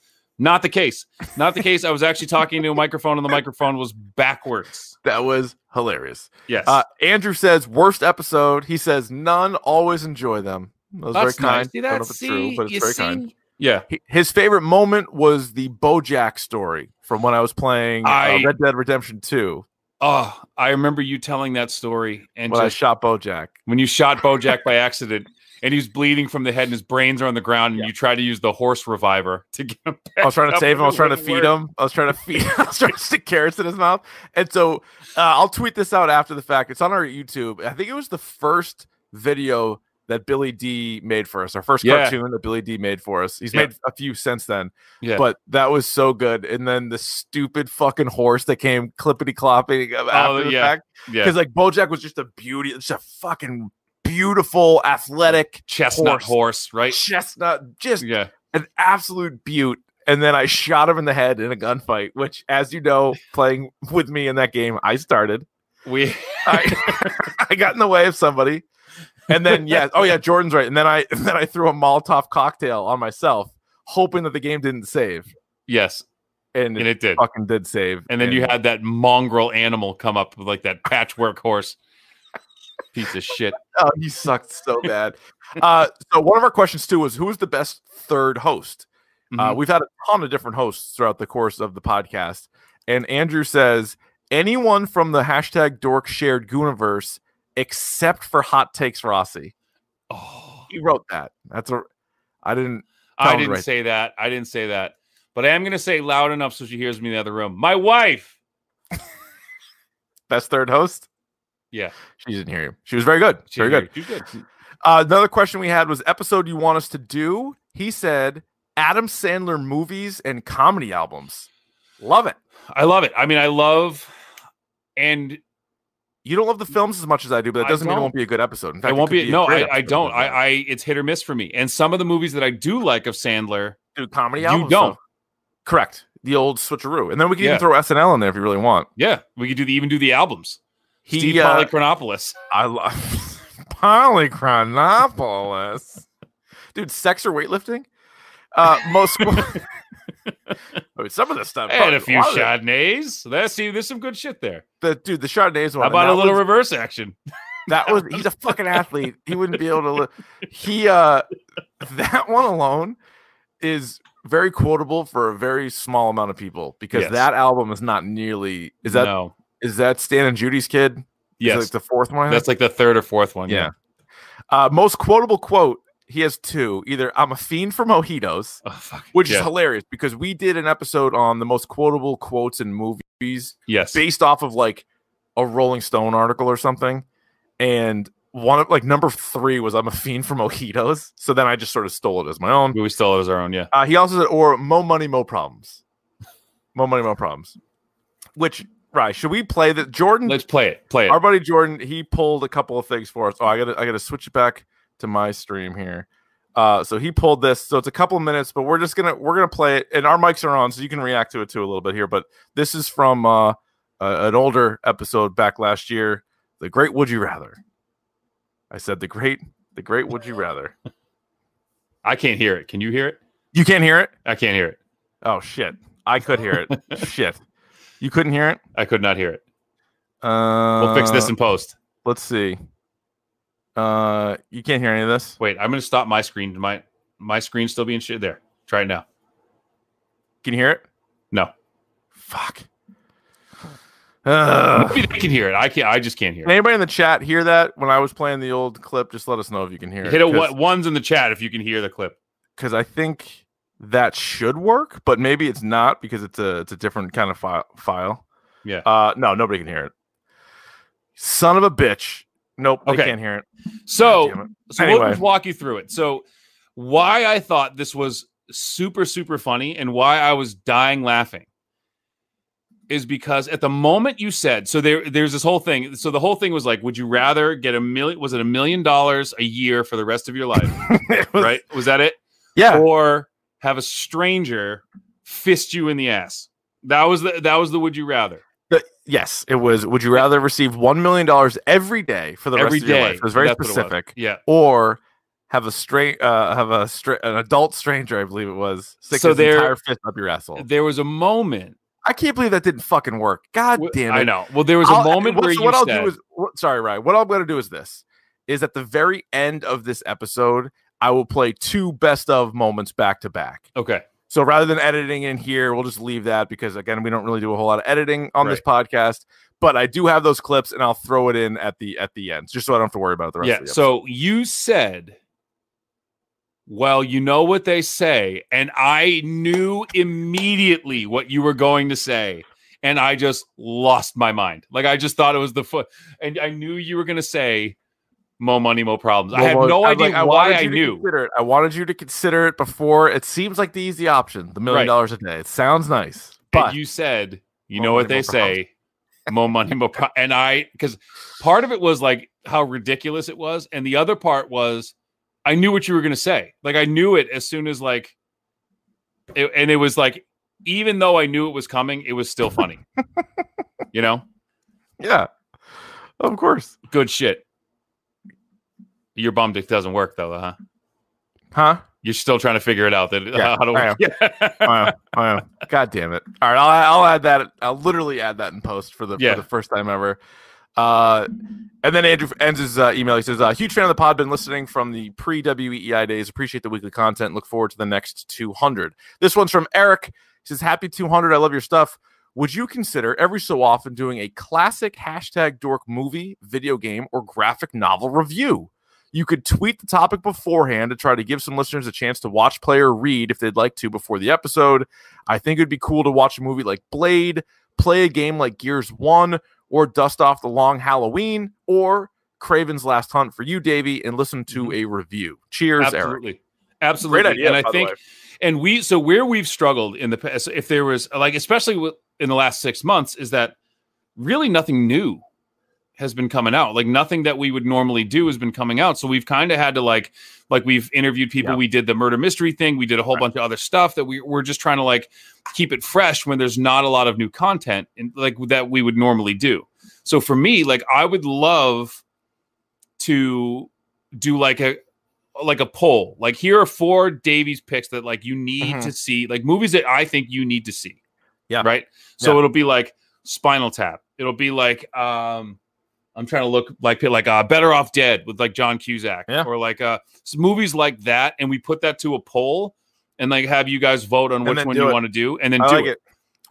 [SPEAKER 3] Not the case. Not the case. I was actually talking to a microphone and the microphone was backwards.
[SPEAKER 2] that was hilarious
[SPEAKER 3] Yes.
[SPEAKER 2] Uh, Andrew says worst episode. He says none. Always enjoy them. That was
[SPEAKER 3] That's
[SPEAKER 2] very kind.
[SPEAKER 3] nice. See,
[SPEAKER 2] Don't know
[SPEAKER 3] that's-
[SPEAKER 2] if it's true,
[SPEAKER 3] see,
[SPEAKER 2] but it's
[SPEAKER 3] you
[SPEAKER 2] very kind.
[SPEAKER 3] yeah.
[SPEAKER 2] He- his favorite moment was the BoJack story from when I was playing uh,
[SPEAKER 3] I-
[SPEAKER 2] Red Dead Redemption Two
[SPEAKER 3] Oh, I remember you telling that story and
[SPEAKER 2] when I
[SPEAKER 3] just
[SPEAKER 2] shot BoJack.
[SPEAKER 3] when you shot Bojack by accident and he was bleeding from the head and his brains are on the ground and you try to use the horse reviver to get him
[SPEAKER 2] I
[SPEAKER 3] back.
[SPEAKER 2] was trying to
[SPEAKER 3] up,
[SPEAKER 2] save him. I
[SPEAKER 3] but
[SPEAKER 2] was
[SPEAKER 3] it
[SPEAKER 2] trying to
[SPEAKER 3] wouldn't
[SPEAKER 2] feed
[SPEAKER 3] work.
[SPEAKER 2] him. I was trying to feed. I was trying to stick carrots in his mouth. And so uh, I'll tweet this out after the fact. It's on our YouTube. I think it was the first video that Billy D made for us. Our first
[SPEAKER 3] Yeah.
[SPEAKER 2] cartoon that Billy D made for us. He's
[SPEAKER 3] Yeah.
[SPEAKER 2] made a few since then.
[SPEAKER 3] Yeah.
[SPEAKER 2] But that was so good. And then the stupid fucking horse that came clippity clopping after the
[SPEAKER 3] Oh, yeah.
[SPEAKER 2] fact.
[SPEAKER 3] Yeah.
[SPEAKER 2] Because like Bojack was just a beauty, just a fucking beautiful, athletic
[SPEAKER 3] Chestnut horse,
[SPEAKER 2] horse.
[SPEAKER 3] right?
[SPEAKER 2] chestnut, just
[SPEAKER 3] Yeah.
[SPEAKER 2] an absolute beaut. And then I shot him in the head in a gunfight, which, as you know, playing with me in that game, I started.
[SPEAKER 3] We
[SPEAKER 2] I, I got in the way of somebody. And then, yeah, oh yeah, Jordan's right. And then I and then I threw a Molotov cocktail on myself, hoping that the game didn't save.
[SPEAKER 3] yes,
[SPEAKER 2] And it,
[SPEAKER 3] and it did.
[SPEAKER 2] fucking did save.
[SPEAKER 3] And then you had that mongrel animal come up with like that patchwork horse. Piece of shit.
[SPEAKER 2] oh, he sucked so bad. uh, so one of our questions too was who's the best third host? Uh,
[SPEAKER 3] Mhm.
[SPEAKER 2] we've had a ton of different hosts throughout the course of the podcast. And Andrew says, anyone from the hashtag dork shared Gooniverse except for hot takes Rossi.
[SPEAKER 3] Oh,
[SPEAKER 2] He wrote that. That's a I didn't
[SPEAKER 3] I
[SPEAKER 2] Sounds
[SPEAKER 3] didn't
[SPEAKER 2] right.
[SPEAKER 3] say that. I didn't say that. But I am gonna say loud enough so she hears me in the other room. My wife.
[SPEAKER 2] best third host.
[SPEAKER 3] Yeah.
[SPEAKER 2] She didn't hear you. She was very good.
[SPEAKER 3] she
[SPEAKER 2] very
[SPEAKER 3] heard
[SPEAKER 2] good.
[SPEAKER 3] you. She's good.
[SPEAKER 2] Uh, another question we had was episode you want us to do. He said Adam Sandler movies and comedy albums. Love it.
[SPEAKER 3] I love it. I mean, I love and
[SPEAKER 2] You don't love the films as much as I do, but that
[SPEAKER 3] I
[SPEAKER 2] doesn't mean it
[SPEAKER 3] don't.
[SPEAKER 2] won't be a good episode. In fact,
[SPEAKER 3] it won't
[SPEAKER 2] could
[SPEAKER 3] be.
[SPEAKER 2] a
[SPEAKER 3] no,
[SPEAKER 2] great
[SPEAKER 3] I, I
[SPEAKER 2] episode.
[SPEAKER 3] don't. I, I it's hit or miss for me. And some of the movies that I do like of Sandler,
[SPEAKER 2] do comedy
[SPEAKER 3] you
[SPEAKER 2] albums.
[SPEAKER 3] don't.
[SPEAKER 2] though. Correct. The old switcheroo, and then we can
[SPEAKER 3] Yeah.
[SPEAKER 2] even throw SNL in there if you really want.
[SPEAKER 3] Yeah, we could do the even do the albums.
[SPEAKER 2] He,
[SPEAKER 3] Steve
[SPEAKER 2] uh,
[SPEAKER 3] Polychronopoulos.
[SPEAKER 2] I love Polychronopolis. Dude, sex or weightlifting? Uh, most. I mean, some of this stuff.
[SPEAKER 3] I had a few
[SPEAKER 2] lot of it-
[SPEAKER 3] Chardonnays. Let's see. There's some good shit there.
[SPEAKER 2] The, dude, the Chardonnays one.
[SPEAKER 3] How
[SPEAKER 2] and
[SPEAKER 3] about a
[SPEAKER 2] that
[SPEAKER 3] little
[SPEAKER 2] was-
[SPEAKER 3] reverse action?
[SPEAKER 2] that was he's a fucking athlete. He wouldn't be able to look. He uh that one alone is very quotable for a very small amount of people because
[SPEAKER 3] Yes.
[SPEAKER 2] that album is not nearly is that is
[SPEAKER 3] no?
[SPEAKER 2] that Stan and Judy's kid? Is it,
[SPEAKER 3] Yes,
[SPEAKER 2] like the fourth one. I Oh,
[SPEAKER 3] that's like the third or fourth one.
[SPEAKER 2] Yeah. Uh, most quotable quote he has two. Either I'm a fiend for mojitos,
[SPEAKER 3] Oh, fuck.
[SPEAKER 2] which is
[SPEAKER 3] Yeah.
[SPEAKER 2] hilarious because we did an episode on the most quotable quotes in movies
[SPEAKER 3] yes.
[SPEAKER 2] based off of like a Rolling Stone article or something. And one of like number three was I'm a fiend for mojitos. So then I just sort of stole it as my own.
[SPEAKER 3] But we still as our own. Yeah.
[SPEAKER 2] Uh, he also said, or mo money, mo problems. Mo money, mo problems. Which, right, should we play that? Jordan
[SPEAKER 3] Let's play it. Play it.
[SPEAKER 2] our buddy Jordan, he pulled a couple of things for us. Oh, I gotta I gotta switch it back to my stream here. Uh, so he pulled this. So it's a couple of minutes, but we're just gonna we're gonna play it, and our mics are on, so you can react to it too a little bit here. But this is from uh, a- an older episode back last year, the Great Would You Rather. I said the great the Great Would You Rather.
[SPEAKER 3] I can't hear it. Can you hear it?
[SPEAKER 2] You can't hear it.
[SPEAKER 3] I can't hear it.
[SPEAKER 2] Oh shit! I could hear it. shit, you couldn't hear it.
[SPEAKER 3] I could not hear it.
[SPEAKER 2] Uh,
[SPEAKER 3] We'll fix this in post.
[SPEAKER 2] Let's see. Uh, you can't hear any of this.
[SPEAKER 3] Wait, I'm gonna stop my screen. My my screen's still being shit. There. Try it now.
[SPEAKER 2] Can you hear it?
[SPEAKER 3] No.
[SPEAKER 2] Fuck. Ugh.
[SPEAKER 3] Maybe they can hear it. I can't. I just can't hear
[SPEAKER 2] Can
[SPEAKER 3] it.
[SPEAKER 2] anybody in the chat hear that? When I was playing the old clip, just let us know if you can hear
[SPEAKER 3] Hit
[SPEAKER 2] it.
[SPEAKER 3] a what ones in the chat if you can hear the clip.
[SPEAKER 2] Because I think that should work, but maybe it's not because it's a it's a different kind of file. file.
[SPEAKER 3] Yeah.
[SPEAKER 2] Uh, no, nobody can hear it. Son of a bitch. Nope, they
[SPEAKER 3] Okay.
[SPEAKER 2] can't hear it.
[SPEAKER 3] So
[SPEAKER 2] God damn it.
[SPEAKER 3] So we'll
[SPEAKER 2] Anyway.
[SPEAKER 3] just walk you through it. So why I thought this was super super funny and why I was dying laughing is because at the moment you said so there there's this whole thing so the whole thing was like would you rather get a million was it a million dollars a year for the rest of your life
[SPEAKER 2] It was-
[SPEAKER 3] right was that it
[SPEAKER 2] Yeah.
[SPEAKER 3] or have a stranger fist you in the ass that was the that was the would you rather
[SPEAKER 2] The- yes, it was. Would you rather receive one million dollars every day for the
[SPEAKER 3] every
[SPEAKER 2] rest of your
[SPEAKER 3] day
[SPEAKER 2] life? It was very
[SPEAKER 3] That's what it was.
[SPEAKER 2] specific.
[SPEAKER 3] yeah
[SPEAKER 2] or have a straight uh have a stra- an adult stranger i believe it was stick
[SPEAKER 3] So
[SPEAKER 2] his
[SPEAKER 3] there-
[SPEAKER 2] entire fist up your asshole
[SPEAKER 3] there was a moment
[SPEAKER 2] i can't believe that didn't fucking work god
[SPEAKER 3] w-
[SPEAKER 2] damn it
[SPEAKER 3] I know well there was a
[SPEAKER 2] I'll-
[SPEAKER 3] moment
[SPEAKER 2] what-
[SPEAKER 3] where
[SPEAKER 2] so
[SPEAKER 3] you
[SPEAKER 2] what i'll
[SPEAKER 3] said
[SPEAKER 2] do is what, sorry ryan what i'm gonna do is this is at the very end of this episode i will play two best of moments back to back
[SPEAKER 3] okay
[SPEAKER 2] so rather than editing in here we'll just leave that because again we don't really do a whole lot of editing on this podcast but i do have those clips and i'll throw it in at the at the end just so i don't have to worry about it the rest
[SPEAKER 3] yeah
[SPEAKER 2] of the episode.
[SPEAKER 3] so you said well you know what they say and i knew immediately what you were going to say and i just lost my mind like i just thought it was the foot and i knew you were going to say mo money mo problems i had
[SPEAKER 2] Well,
[SPEAKER 3] no
[SPEAKER 2] I-
[SPEAKER 3] idea
[SPEAKER 2] like,
[SPEAKER 3] why
[SPEAKER 2] wanted
[SPEAKER 3] i
[SPEAKER 2] you to
[SPEAKER 3] knew
[SPEAKER 2] Consider it. I wanted you to consider it before. It seems like the easy option, the million
[SPEAKER 3] Right.
[SPEAKER 2] dollars a day. It sounds nice,
[SPEAKER 3] but
[SPEAKER 2] but
[SPEAKER 3] you said you
[SPEAKER 2] Mo
[SPEAKER 3] know what
[SPEAKER 2] money,
[SPEAKER 3] they
[SPEAKER 2] mo problems.
[SPEAKER 3] say mo money mo pro-. and i because part of it was like how ridiculous it was and the other part was i knew what you were going to say like i knew it as soon as like it, and it was like even though i knew it was coming it was still funny you know
[SPEAKER 2] yeah, of course,
[SPEAKER 3] good shit you're bummed it doesn't work though huh
[SPEAKER 2] huh?
[SPEAKER 3] you're still trying to figure it out that
[SPEAKER 2] Yeah,
[SPEAKER 3] how to
[SPEAKER 2] I am.
[SPEAKER 3] yeah.
[SPEAKER 2] I am, I am. God damn it! All right, I'll, I'll add that. I'll literally add that in post for the
[SPEAKER 3] Yeah.
[SPEAKER 2] for the first time ever. Uh, and then Andrew ends his uh, email. He says, uh, "Huge fan of the pod. Been listening from the pre WEEI days. Appreciate the weekly content. Look forward to the next 200." This one's from Eric. He says, "Happy 200. I love your stuff. Would you consider every so often doing a classic hashtag dork movie, video game, or graphic novel review? You could tweet the topic beforehand to try to give some listeners a chance to watch, play, or read if they'd like to before the episode. I think it'd be cool to watch a movie like Blade, play a game like Gears 1, or dust off The Long Halloween, or Craven's Last Hunt for you, Davey, and listen to a review. Cheers, Eric.
[SPEAKER 3] absolutely Mm-hmm. absolutely
[SPEAKER 2] Great idea.
[SPEAKER 3] and i
[SPEAKER 2] by the
[SPEAKER 3] think
[SPEAKER 2] way.
[SPEAKER 3] and we so where we've struggled in the past if there was like especially with, in the last six months is that really nothing new has been coming out. Like nothing that we would normally do has been coming out. So we've kind of had to like like we've interviewed people.
[SPEAKER 2] Yeah.
[SPEAKER 3] We did the murder mystery thing. We did a whole bunch of other stuff that we we're just trying to like keep it fresh when there's not a lot of new content and like that we would normally do. So for me, like I would love to do like a like a poll. Like here are four Davies picks that like you need
[SPEAKER 2] Mhm.
[SPEAKER 3] to see, like movies that I think you need to see.
[SPEAKER 2] Yeah.
[SPEAKER 3] Right. So
[SPEAKER 2] Yeah.
[SPEAKER 3] it'll be like Spinal Tap. It'll be like um I'm trying to look like like uh Better Off Dead with like John Cusack
[SPEAKER 2] Yeah.
[SPEAKER 3] or like uh s- movies like that and we put that to a poll and like have you guys vote on
[SPEAKER 2] And
[SPEAKER 3] which
[SPEAKER 2] then
[SPEAKER 3] one
[SPEAKER 2] do
[SPEAKER 3] you
[SPEAKER 2] it.
[SPEAKER 3] want to do and then
[SPEAKER 2] I
[SPEAKER 3] do
[SPEAKER 2] like
[SPEAKER 3] it.
[SPEAKER 2] it.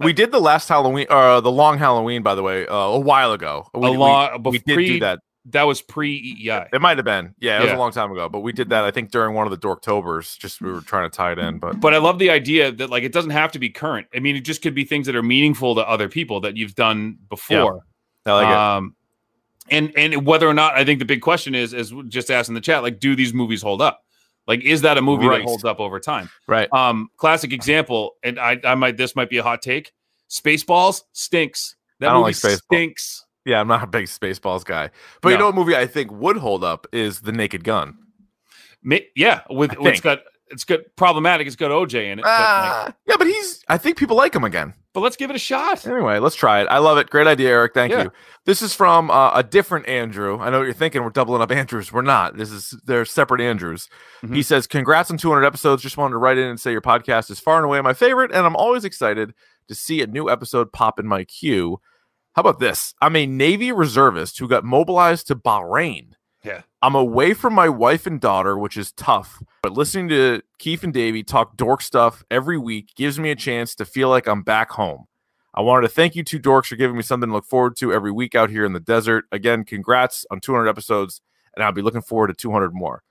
[SPEAKER 2] We did the last Halloween, uh, the long Halloween, by the way, uh, a while ago. We,
[SPEAKER 3] a lot
[SPEAKER 2] we, we did do that.
[SPEAKER 3] that was E pre EEI.
[SPEAKER 2] It might have been, yeah, it was
[SPEAKER 3] Yeah.
[SPEAKER 2] a long time ago, but we did that. I think during one of the Dorktobers, just we were trying to tie it in. But
[SPEAKER 3] but I love the idea that like it doesn't have to be current. I mean, it just could be things that are meaningful to other people that you've done before.
[SPEAKER 2] I like it.
[SPEAKER 3] um, and and whether or not I think the big question is, as we just asked in the chat, like, do these movies hold up? Like, is that a movie
[SPEAKER 2] Right.
[SPEAKER 3] that holds up over time?
[SPEAKER 2] Right.
[SPEAKER 3] Um, classic example, and I, I might this might be a hot take. Spaceballs stinks. That
[SPEAKER 2] I don't
[SPEAKER 3] movie
[SPEAKER 2] like Spaceballs.
[SPEAKER 3] stinks.
[SPEAKER 2] Yeah, I'm not a big Spaceballs guy, but you
[SPEAKER 3] No.
[SPEAKER 2] know what movie I think would hold up is The Naked Gun.
[SPEAKER 3] Ma- yeah, with
[SPEAKER 2] I
[SPEAKER 3] well, it's
[SPEAKER 2] think.
[SPEAKER 3] got it's got problematic. It's got OJ in it. but, like,
[SPEAKER 2] Ah, yeah, but he's. I think people like him again.
[SPEAKER 3] but let's give it a shot.
[SPEAKER 2] Anyway, let's try it. I love it. Great idea, Eric. Thank
[SPEAKER 3] Yeah.
[SPEAKER 2] you. This is from uh, a different Andrew. I know what you're thinking. We're doubling up Andrews. We're not. This is they're separate Andrews. He
[SPEAKER 3] Mhm.
[SPEAKER 2] says, "Congrats on 200 episodes. Just wanted to write in and say your podcast is far and away my favorite, and I'm always excited to see a new episode pop in my queue." How about this? I'm a Navy reservist who got mobilized to Bahrain.
[SPEAKER 3] Yeah.
[SPEAKER 2] I'm away from my wife and daughter, which is tough, but listening to Keith and Davey talk dork stuff every week gives me a chance to feel like I'm back home. I wanted to thank you two dorks for giving me something to look forward to every week out here in the desert. Again, congrats on 200 episodes, and I'll be looking forward to 200 more.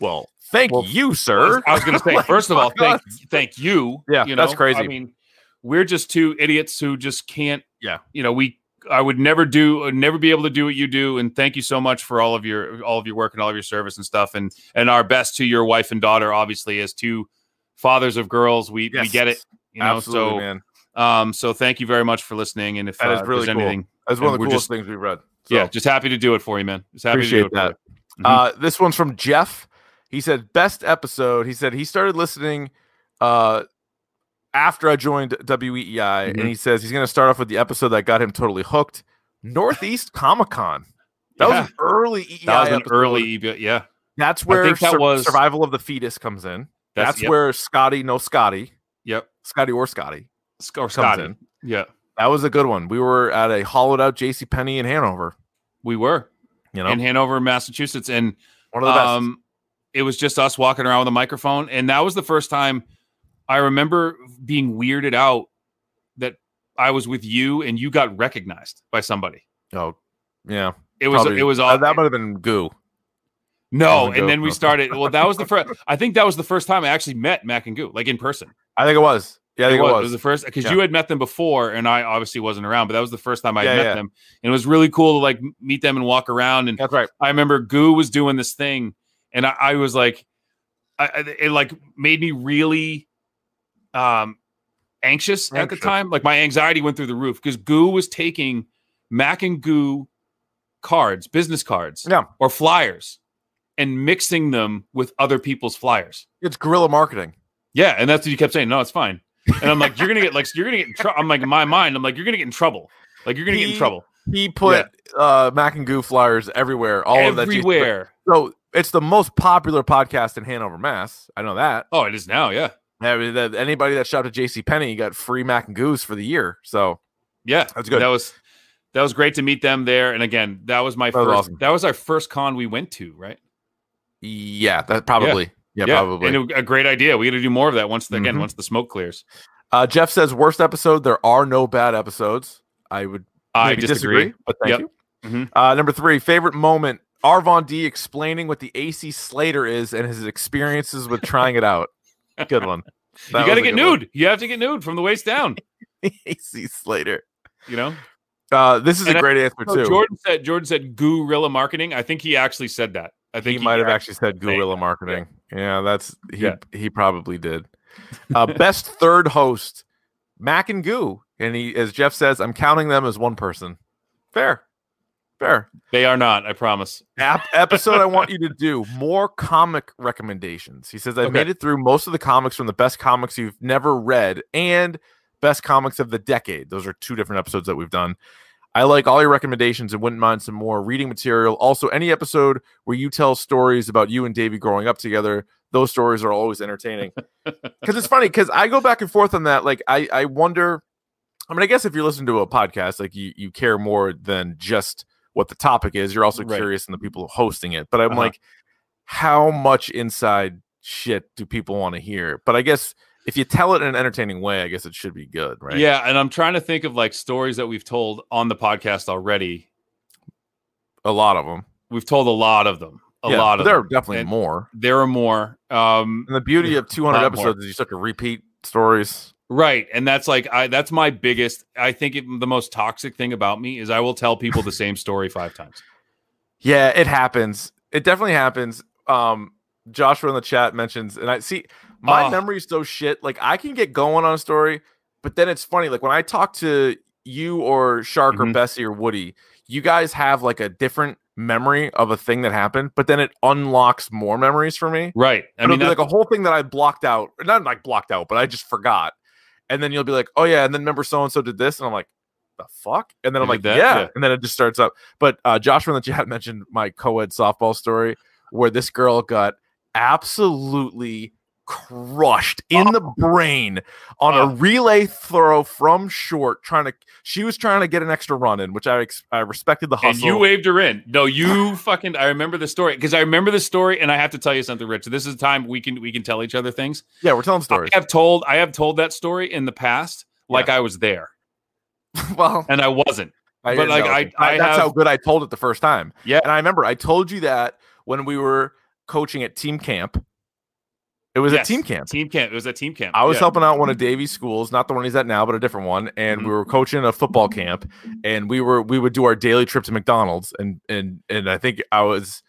[SPEAKER 2] Well, thank
[SPEAKER 3] Well,
[SPEAKER 2] you, sir.
[SPEAKER 3] I was going to say,
[SPEAKER 2] Like,
[SPEAKER 3] first of all,
[SPEAKER 2] fuck
[SPEAKER 3] thank
[SPEAKER 2] us.
[SPEAKER 3] thank you.
[SPEAKER 2] Yeah,
[SPEAKER 3] you know?
[SPEAKER 2] that's crazy.
[SPEAKER 3] I mean, we're just two idiots who just can't.
[SPEAKER 2] Yeah.
[SPEAKER 3] you know, we I would never do, I'd never be able to do what you do. And thank you so much for all of your all of your work and all of your service and stuff. And and our best to your wife and daughter, obviously, as two fathers of girls, we we get it. You know,
[SPEAKER 2] Absolutely, man.
[SPEAKER 3] so um, so thank you very much for listening. And if
[SPEAKER 2] That is
[SPEAKER 3] uh, if
[SPEAKER 2] really
[SPEAKER 3] there's
[SPEAKER 2] cool.
[SPEAKER 3] anything,
[SPEAKER 2] That's one of the
[SPEAKER 3] and we're
[SPEAKER 2] coolest
[SPEAKER 3] just-
[SPEAKER 2] things we've read.
[SPEAKER 3] yeah, just happy to do it for you, man. Just happy to
[SPEAKER 2] appreciate
[SPEAKER 3] do it for
[SPEAKER 2] that.
[SPEAKER 3] you. Mhm.
[SPEAKER 2] Uh, this one's from Jeff. He said, "Best episode." He said he started listening uh, after I joined WEEI,
[SPEAKER 3] Mm-hmm.
[SPEAKER 2] and he says he's going to start off with the episode that got him totally hooked. Northeast Comic Con. That
[SPEAKER 3] Yeah.
[SPEAKER 2] was an early E EEI.
[SPEAKER 3] That was an
[SPEAKER 2] episode.
[SPEAKER 3] early, E yeah.
[SPEAKER 2] That's where
[SPEAKER 3] think that
[SPEAKER 2] sur-
[SPEAKER 3] was-
[SPEAKER 2] survival of the fetus comes in. That's,
[SPEAKER 3] yep,
[SPEAKER 2] where Scotty, no Scotty,
[SPEAKER 3] Yep.
[SPEAKER 2] Scotty or Scotty
[SPEAKER 3] Sc- or
[SPEAKER 2] comes
[SPEAKER 3] Scotty.
[SPEAKER 2] in.
[SPEAKER 3] Yeah,
[SPEAKER 2] That was a good one. We were at a hollowed out J.C. Penney in Hanover.
[SPEAKER 3] we were.
[SPEAKER 2] You know,
[SPEAKER 3] in Hanover, Massachusetts, and
[SPEAKER 2] one of the best.
[SPEAKER 3] um, it was just us walking around with a microphone, and that was the first time I remember being weirded out that I was with you and you got recognized by somebody.
[SPEAKER 2] oh, yeah.
[SPEAKER 3] It was
[SPEAKER 2] Probably-
[SPEAKER 3] it was
[SPEAKER 2] uh,
[SPEAKER 3] all
[SPEAKER 2] that might have been goo.
[SPEAKER 3] no,
[SPEAKER 2] wasn't
[SPEAKER 3] and then
[SPEAKER 2] dope,
[SPEAKER 3] we
[SPEAKER 2] no.
[SPEAKER 3] started. Well, that was the first. I think that was the first time I actually met Mac and Goo, like in person.
[SPEAKER 2] I think it was. Yeah, I think
[SPEAKER 3] it was. It was the first because
[SPEAKER 2] Yeah.
[SPEAKER 3] you had met them before, and I obviously wasn't around, but that was the first time I
[SPEAKER 2] Yeah,
[SPEAKER 3] had met
[SPEAKER 2] yeah.
[SPEAKER 3] them, and it was really cool to like m- meet them and walk around and
[SPEAKER 2] That's right.
[SPEAKER 3] I remember Goo was doing this thing, and I, I was like, I, I- it like made me really um anxious, at the
[SPEAKER 2] Anxious.
[SPEAKER 3] time. Like my anxiety went through the roof because Goo was taking Mac and Goo cards, business cards,
[SPEAKER 2] Yeah.
[SPEAKER 3] or flyers, and mixing them with other people's flyers.
[SPEAKER 2] It's guerrilla marketing.
[SPEAKER 3] Yeah, and that's what you kept saying. No, it's fine. And I'm like, you're gonna get like you're gonna get. In trou-" I'm like in my mind. I'm like, you're gonna get in trouble. Like you're gonna get in
[SPEAKER 2] He-
[SPEAKER 3] trouble
[SPEAKER 2] He put uh, Mac and Goo flyers everywhere, all of that. Jason Blake-
[SPEAKER 3] everywhere.
[SPEAKER 2] So it's the most popular podcast in Hanover, Mass. I know that.
[SPEAKER 3] Oh, it is now. Yeah,
[SPEAKER 2] I mean, that- Anybody that shopped at J.C. Penney got free Mac and Goos for the year. So
[SPEAKER 3] Yeah,
[SPEAKER 2] That's good.
[SPEAKER 3] That was that was great to meet them there. And again, that was my
[SPEAKER 2] That was
[SPEAKER 3] first.
[SPEAKER 2] awesome.
[SPEAKER 3] That was our first con we went to, right?
[SPEAKER 2] yeah, that probably. Yeah, probably.
[SPEAKER 3] And it- a great idea. We got to do more of that once the, again
[SPEAKER 2] Mhm.
[SPEAKER 3] once the smoke clears.
[SPEAKER 2] uh, Jeff says worst episode. There are no bad episodes. I would
[SPEAKER 3] I
[SPEAKER 2] maybe
[SPEAKER 3] disagree.
[SPEAKER 2] but thank
[SPEAKER 3] Yep.
[SPEAKER 2] you.
[SPEAKER 3] Mhm.
[SPEAKER 2] Uh, number three, favorite moment: Arvon D explaining what the AC Slater is and his experiences with trying it out. Good one. That
[SPEAKER 3] you got
[SPEAKER 2] was a
[SPEAKER 3] to get
[SPEAKER 2] good one.
[SPEAKER 3] nude. You have to get nude from the waist down.
[SPEAKER 2] AC Slater.
[SPEAKER 3] You know.
[SPEAKER 2] Uh, this is
[SPEAKER 3] And
[SPEAKER 2] a
[SPEAKER 3] I- Oh,
[SPEAKER 2] great answer
[SPEAKER 3] So
[SPEAKER 2] too.
[SPEAKER 3] Jordan said Jordan said gorilla marketing. I think he actually said that. I
[SPEAKER 2] he
[SPEAKER 3] think
[SPEAKER 2] might have actually said
[SPEAKER 3] saying
[SPEAKER 2] guerrilla marketing. Yeah, that's he.
[SPEAKER 3] Yeah.
[SPEAKER 2] He probably did. Uh, best third host, Mac and Goo, and he, as Jeff says, I'm counting them as one person. Fair, Fair.
[SPEAKER 3] They are not. I promise.
[SPEAKER 2] App episode I want you to do more comic recommendations. He says I've
[SPEAKER 3] Okay.
[SPEAKER 2] made it through most of the comics from the best comics you've never read and best comics of the decade. Those are two different episodes that we've done. I like all your recommendations and wouldn't mind some more reading material. Also, any episode where you tell stories about you and Davey growing up together, those stories are always entertaining. Because it's funny, because I go back and forth on that. Like, I, I wonder, I mean, I guess if you're listening to a podcast, like you, you care more than just what the topic is. You're also
[SPEAKER 3] Right.
[SPEAKER 2] curious in the people hosting it. But I'm
[SPEAKER 3] Uh-huh.
[SPEAKER 2] like, how much inside shit do people want to hear? But I guess if you tell it in an entertaining way, I guess it should be good, right?
[SPEAKER 3] Yeah, and I'm trying to think of like stories that we've told on the podcast already.
[SPEAKER 2] A lot of them.
[SPEAKER 3] We've told a lot of them. A lot of
[SPEAKER 2] There are
[SPEAKER 3] them.
[SPEAKER 2] definitely
[SPEAKER 3] And
[SPEAKER 2] more.
[SPEAKER 3] There are more. Um,
[SPEAKER 2] And the beauty of 200
[SPEAKER 3] lot more.
[SPEAKER 2] episodes is you start to repeat stories.
[SPEAKER 3] Right. And that's like I that's my biggest I think it, the most toxic thing about me is I will tell people the same story five times.
[SPEAKER 2] Yeah, it happens. It definitely happens. Um, Joshua in the chat mentions, and I see my
[SPEAKER 3] Oh.
[SPEAKER 2] memory is so shit. Like I can get going on a story, but then it's funny. Like when I talk to you or Shark or
[SPEAKER 3] Mhm.
[SPEAKER 2] Bessie or Woody, you guys have like a different memory of a thing that happened, but then it unlocks more memories for me.
[SPEAKER 3] Right. I
[SPEAKER 2] I mean,
[SPEAKER 3] mean
[SPEAKER 2] it'll be
[SPEAKER 3] that,
[SPEAKER 2] like a whole thing that I blocked out, not like blocked out, but I just forgot. And then you'll be like, oh yeah, and then remember so and so did this, and I'm like, the fuck? And then I'm
[SPEAKER 3] They
[SPEAKER 2] like,
[SPEAKER 3] did that?
[SPEAKER 2] yeah.
[SPEAKER 3] Yeah.
[SPEAKER 2] and then it just starts up. But uh, Joshua in the chat mentioned my co-ed softball story where this girl got absolutely crushed in the brain on
[SPEAKER 3] Oh.
[SPEAKER 2] a relay throw from short, trying to. She was trying to get an extra run in, which I ex- I respected the hustle.
[SPEAKER 3] and you waved her in. No, you fucking I remember the story because I remember the story and I have to tell you something, Rich. This is a time we can we can tell each other things.
[SPEAKER 2] yeah, we're telling stories.
[SPEAKER 3] I have told I have told that story in the past like I was there
[SPEAKER 2] well,
[SPEAKER 3] and I wasn't. but, like,
[SPEAKER 2] know.
[SPEAKER 3] I- I
[SPEAKER 2] that's how
[SPEAKER 3] have-
[SPEAKER 2] good I told it the first time.
[SPEAKER 3] Yeah.
[SPEAKER 2] and I remember I told you that when we were coaching at team camp. It was
[SPEAKER 3] Yes.
[SPEAKER 2] at team camp.
[SPEAKER 3] Team camp. It was at team camp.
[SPEAKER 2] I was
[SPEAKER 3] Yeah.
[SPEAKER 2] helping out one of Davy's schools, not the one he's at now, but a different one. And
[SPEAKER 3] Mm-hmm.
[SPEAKER 2] we were coaching a football camp, and we were we would do our daily trip to McDonald's, and and and I think I was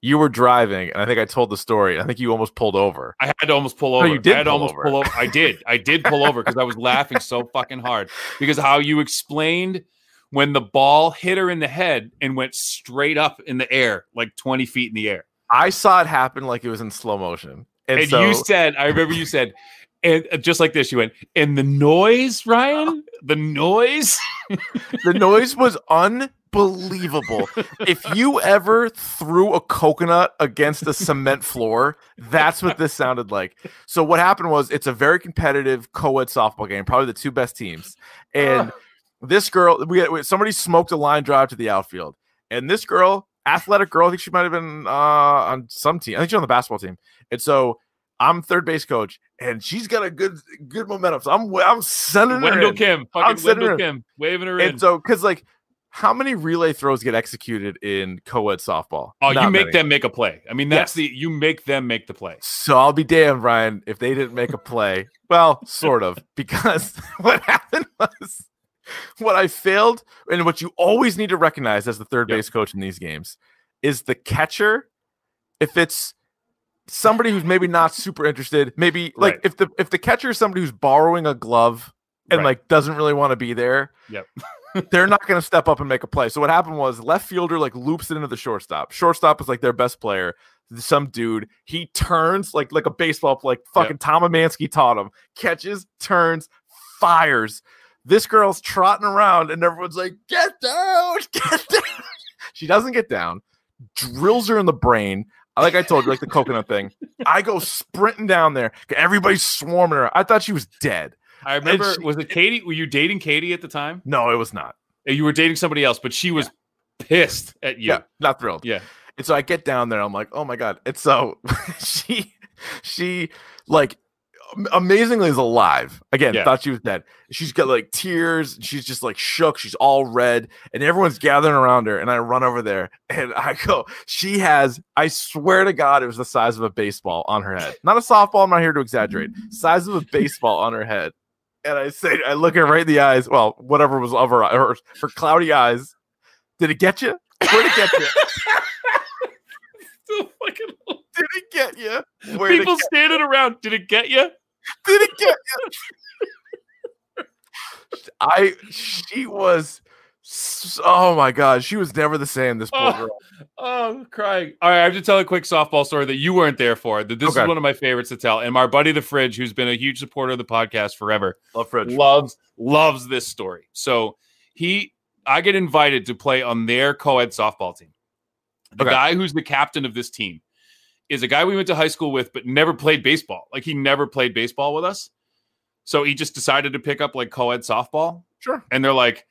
[SPEAKER 2] you were driving, and I think I told the story. I think you almost pulled over.
[SPEAKER 3] I had to almost pull
[SPEAKER 2] No,
[SPEAKER 3] over.
[SPEAKER 2] you did
[SPEAKER 3] I had to
[SPEAKER 2] pull
[SPEAKER 3] almost
[SPEAKER 2] over.
[SPEAKER 3] pull over. I did. I did pull over because I was laughing so fucking hard because how you explained when the ball hit her in the head and went straight up in the air, like 20 feet in the air.
[SPEAKER 2] I saw it happen like it was in slow motion, and,
[SPEAKER 3] And,
[SPEAKER 2] so
[SPEAKER 3] you said, I remember you said, and uh, just like this, you went, and the noise, Ryan, the noise.
[SPEAKER 2] the noise was unbelievable. if you ever threw a coconut against a cement floor, that's what this sounded like. So what happened was it's a very competitive co-ed softball game, probably the two best teams. And this girl, we had, somebody smoked a line drive to the outfield. And this girl, athletic girl, I think she might have been uh, on some team. I think she's on the basketball team. And so I'm third base coach, and she's got a good good momentum. So I'm I'm sending her
[SPEAKER 3] Wendell
[SPEAKER 2] in.
[SPEAKER 3] Kim,
[SPEAKER 2] I'm
[SPEAKER 3] fucking
[SPEAKER 2] sitting
[SPEAKER 3] Wendell
[SPEAKER 2] around.
[SPEAKER 3] Kim, waving her in.
[SPEAKER 2] And so, because like, how many relay throws get executed in co-ed softball?
[SPEAKER 3] oh, you
[SPEAKER 2] Not
[SPEAKER 3] make
[SPEAKER 2] many.
[SPEAKER 3] them make a play. I mean, that's
[SPEAKER 2] Yes.
[SPEAKER 3] the, you make them make the play.
[SPEAKER 2] So I'll be damned, Ryan, if they didn't make a play. well, sort of, because what happened was what I failed, and what you always need to recognize as the third
[SPEAKER 3] Yep.
[SPEAKER 2] base coach in these games is the catcher. If it's somebody who's maybe not super interested, maybe like
[SPEAKER 3] Right.
[SPEAKER 2] if the if the catcher is somebody who's borrowing a glove and
[SPEAKER 3] Right.
[SPEAKER 2] like doesn't really want to be there,
[SPEAKER 3] Yep.
[SPEAKER 2] they're not going to step up and make a play. So what happened was left fielder like loops it into the shortstop. Shortstop is like their best player. Some dude he turns like like a baseball like fucking Tom Amansky taught him. Catches, turns, fires. This girl's trotting around and everyone's like, "Get down, get down." She doesn't get down. Drills her in the brain. Like I told you, like the coconut thing. I go sprinting down there. Everybody's swarming her. I thought she was dead.
[SPEAKER 3] I remember,
[SPEAKER 2] she-
[SPEAKER 3] was it Katie? Were you dating Katie at the time?
[SPEAKER 2] No, it was not.
[SPEAKER 3] you were dating somebody else, but she was pissed at you.
[SPEAKER 2] yeah, not thrilled.
[SPEAKER 3] Yeah.
[SPEAKER 2] And so I get down there, I'm like, oh my god. And so she she like am- amazingly is alive. Again,
[SPEAKER 3] Yeah.
[SPEAKER 2] thought she was dead. She's got like tears, and she's just like shook, she's all red, and everyone's gathering around her. And I run over there and I go, she has, I swear to God, it was the size of a baseball on her head. Not a softball, I'm not here to exaggerate. Size of a baseball on her head. And I say, I look her right in the eyes. Well, whatever was of her, her, her cloudy eyes. Did it get you? Where'd it get you?
[SPEAKER 3] So fucking-
[SPEAKER 2] Did it get you? Where
[SPEAKER 3] People
[SPEAKER 2] did, it
[SPEAKER 3] standing around. Did it get you?
[SPEAKER 2] get, did it get you? I she was S- Oh my god, she was never the same. This poor
[SPEAKER 3] Oh.
[SPEAKER 2] girl.
[SPEAKER 3] Oh, I'm crying. All right, I have to tell a quick softball story that you weren't there for. That this
[SPEAKER 2] Okay.
[SPEAKER 3] is one of my favorites to tell. And my buddy the Fridge, who's been a huge supporter of the podcast forever,
[SPEAKER 2] Love Fridge.
[SPEAKER 3] loves loves this story. So he I get invited to play on their co-ed softball team. The
[SPEAKER 2] Okay.
[SPEAKER 3] guy who's the captain of this team is a guy we went to high school with, but never played baseball. Like he never played baseball with us. So he just decided to pick up like co-ed softball
[SPEAKER 2] Sure.
[SPEAKER 3] and they're like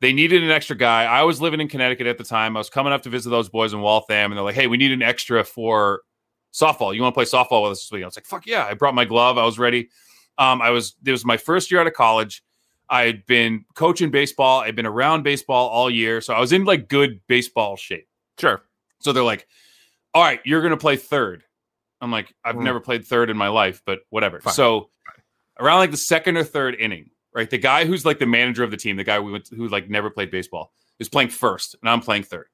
[SPEAKER 3] they needed an extra guy i was living in connecticut at the time i was coming up to visit those boys in waltham and they're like hey we need an extra for softball you want to play softball with us this week i was like fuck yeah i brought my glove i was ready um, i was it was my first year out of college i had been coaching baseball i'd been around baseball all year so i was in like good baseball shape
[SPEAKER 2] Sure.
[SPEAKER 3] so they're like, all right, you're going to play third. I'm like, I've
[SPEAKER 2] Mm.
[SPEAKER 3] never played third in my life, but whatever.
[SPEAKER 2] Fine.
[SPEAKER 3] So around like the second or third inning, right? The guy who's like the manager of the team, the guy we went to, who like never played baseball is playing first and I'm playing third.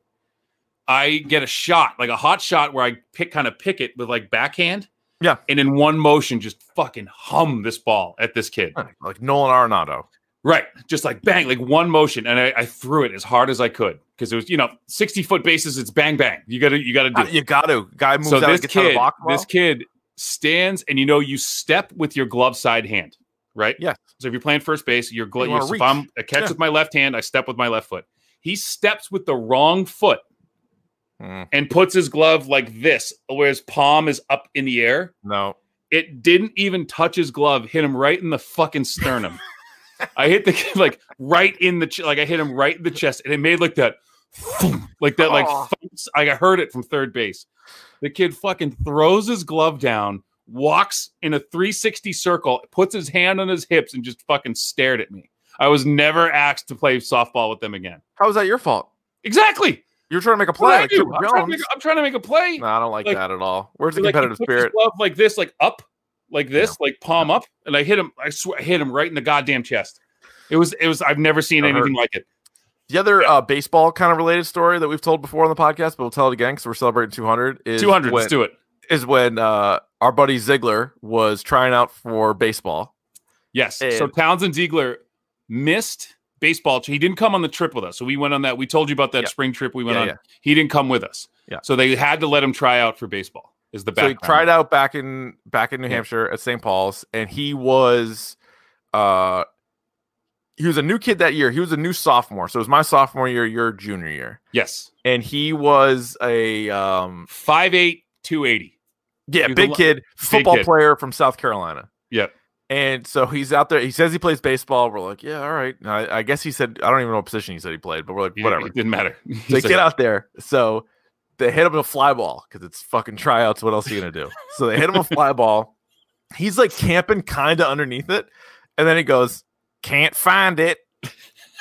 [SPEAKER 3] I get a shot, like a hot shot where I pick kind of pick it with like backhand.
[SPEAKER 2] Yeah.
[SPEAKER 3] And in one motion, just fucking hum this ball at this kid.
[SPEAKER 2] Like Nolan Arenado.
[SPEAKER 3] Right. Just like bang, like one motion. And I, I threw it as hard as I could because it was, you know, 60 foot bases. It's bang, bang. You got to, you got to do
[SPEAKER 2] Uh,
[SPEAKER 3] it
[SPEAKER 2] You got to. Guy moves
[SPEAKER 3] so
[SPEAKER 2] out and
[SPEAKER 3] this
[SPEAKER 2] gets out of
[SPEAKER 3] kid,
[SPEAKER 2] block. well.
[SPEAKER 3] this kid stands, and you know you step with your glove side hand, right?
[SPEAKER 2] Yes.
[SPEAKER 3] So if you're playing first base, your glove.
[SPEAKER 2] You wanna
[SPEAKER 3] If
[SPEAKER 2] reach.
[SPEAKER 3] I'm a catch
[SPEAKER 2] Yeah.
[SPEAKER 3] with my left hand, I step with my left foot. He steps with the wrong foot
[SPEAKER 2] Mm,
[SPEAKER 3] and puts his glove like this, where his palm is up in the air.
[SPEAKER 2] no.
[SPEAKER 3] It didn't even touch his glove. Hit him right in the fucking sternum. I hit the kid like right in the ch- like I hit him right in the chest, and it made like that, thump, like that like
[SPEAKER 2] Aw.
[SPEAKER 3] thump s- like I heard it from third base. The kid fucking throws his glove down, walks in a 360 circle, puts his hand on his hips, and just fucking stared at me. I was never asked to play softball with them again.
[SPEAKER 2] How is that your fault?
[SPEAKER 3] Exactly.
[SPEAKER 2] You're trying to make a
[SPEAKER 3] What
[SPEAKER 2] play.
[SPEAKER 3] do I
[SPEAKER 2] Like Chipper
[SPEAKER 3] do? I'm, trying to make,
[SPEAKER 2] Jones.
[SPEAKER 3] a- I'm trying to make a play.
[SPEAKER 2] No, I don't like,
[SPEAKER 3] like-
[SPEAKER 2] that at all. Where's the
[SPEAKER 3] Like, he
[SPEAKER 2] competitive
[SPEAKER 3] puts his
[SPEAKER 2] spirit?
[SPEAKER 3] glove like this, like up, like this, like palm up, and I hit him. I swear, I hit him right in the goddamn chest. It was, it was. I've never seen
[SPEAKER 2] That hurt.
[SPEAKER 3] anything like it.
[SPEAKER 2] The other uh, baseball kind of related story that we've told before on the podcast, but we'll tell it again because we're celebrating 200. Is
[SPEAKER 3] 200.
[SPEAKER 2] When,
[SPEAKER 3] Let's do it.
[SPEAKER 2] is when uh, our buddy Ziegler was trying out for baseball.
[SPEAKER 3] Yes. so
[SPEAKER 2] And-
[SPEAKER 3] Townsend Ziegler missed baseball. He didn't come on the trip with us. So we went on that. We told you about that
[SPEAKER 2] Yeah.
[SPEAKER 3] spring trip we went
[SPEAKER 2] Yeah,
[SPEAKER 3] on.
[SPEAKER 2] yeah.
[SPEAKER 3] He didn't come with us.
[SPEAKER 2] Yeah.
[SPEAKER 3] So they had to let him try out for baseball. Is the
[SPEAKER 2] So he
[SPEAKER 3] background.
[SPEAKER 2] tried out back in back in New
[SPEAKER 3] Yeah.
[SPEAKER 2] Hampshire at St. Paul's, and he was uh he was a new kid that year. He was a new sophomore. So it was my sophomore year, your junior year.
[SPEAKER 3] Yes.
[SPEAKER 2] And he was a um
[SPEAKER 3] five eight two eighty.
[SPEAKER 2] Yeah,
[SPEAKER 3] He's a
[SPEAKER 2] big
[SPEAKER 3] lo-
[SPEAKER 2] kid, football
[SPEAKER 3] kid.
[SPEAKER 2] player from South Carolina.
[SPEAKER 3] Yep.
[SPEAKER 2] And so he's out there. He says he plays baseball. We're like, yeah, all right. And I, I guess he said, I don't even know what position he said he played, but we're like, whatever.
[SPEAKER 3] It didn't matter. He's
[SPEAKER 2] So they
[SPEAKER 3] like,
[SPEAKER 2] get out there. So they hit him a fly ball because it's fucking tryouts. What else are you gonna do? So they hit him a fly ball. He's like camping kind of underneath it, and then he goes, "Can't find it."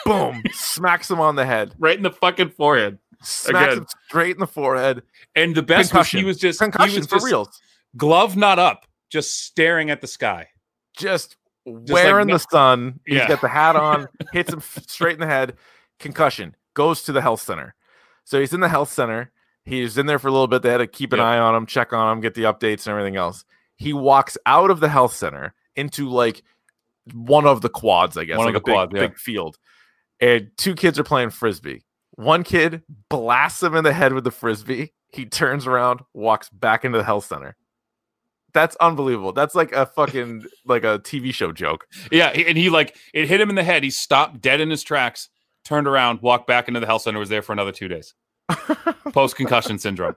[SPEAKER 2] Boom! Smacks him on the head.
[SPEAKER 3] right in the fucking forehead.
[SPEAKER 2] Smacks
[SPEAKER 3] Again.
[SPEAKER 2] him straight in the forehead.
[SPEAKER 3] And the best was he
[SPEAKER 2] Concussion.
[SPEAKER 3] was just he
[SPEAKER 2] Concussion
[SPEAKER 3] was
[SPEAKER 2] for
[SPEAKER 3] just
[SPEAKER 2] real.
[SPEAKER 3] glove not up, just staring at the sky.
[SPEAKER 2] Just,
[SPEAKER 3] like
[SPEAKER 2] wearing
[SPEAKER 3] no-
[SPEAKER 2] the sun.
[SPEAKER 3] Yeah.
[SPEAKER 2] He's got the hat on. hits him f- straight in the head. Concussion. Goes to the health center. So he's in the health center. He's in there for a little bit. They had to keep an
[SPEAKER 3] Yeah.
[SPEAKER 2] eye on him, check on him, get the updates and everything else. He walks out of the health center into like one of the quads, I guess,
[SPEAKER 3] One of
[SPEAKER 2] like
[SPEAKER 3] the
[SPEAKER 2] a
[SPEAKER 3] quads,
[SPEAKER 2] big,
[SPEAKER 3] yeah.
[SPEAKER 2] big field. And two kids are playing frisbee. One kid blasts him in the head with the frisbee. He turns around, walks back into the health center. That's unbelievable. That's like a fucking like a TV show joke.
[SPEAKER 3] Yeah, he- and he like it hit him in the head. He stopped dead in his tracks, turned around, walked back into the health center, was there for another two days. Post concussion syndrome.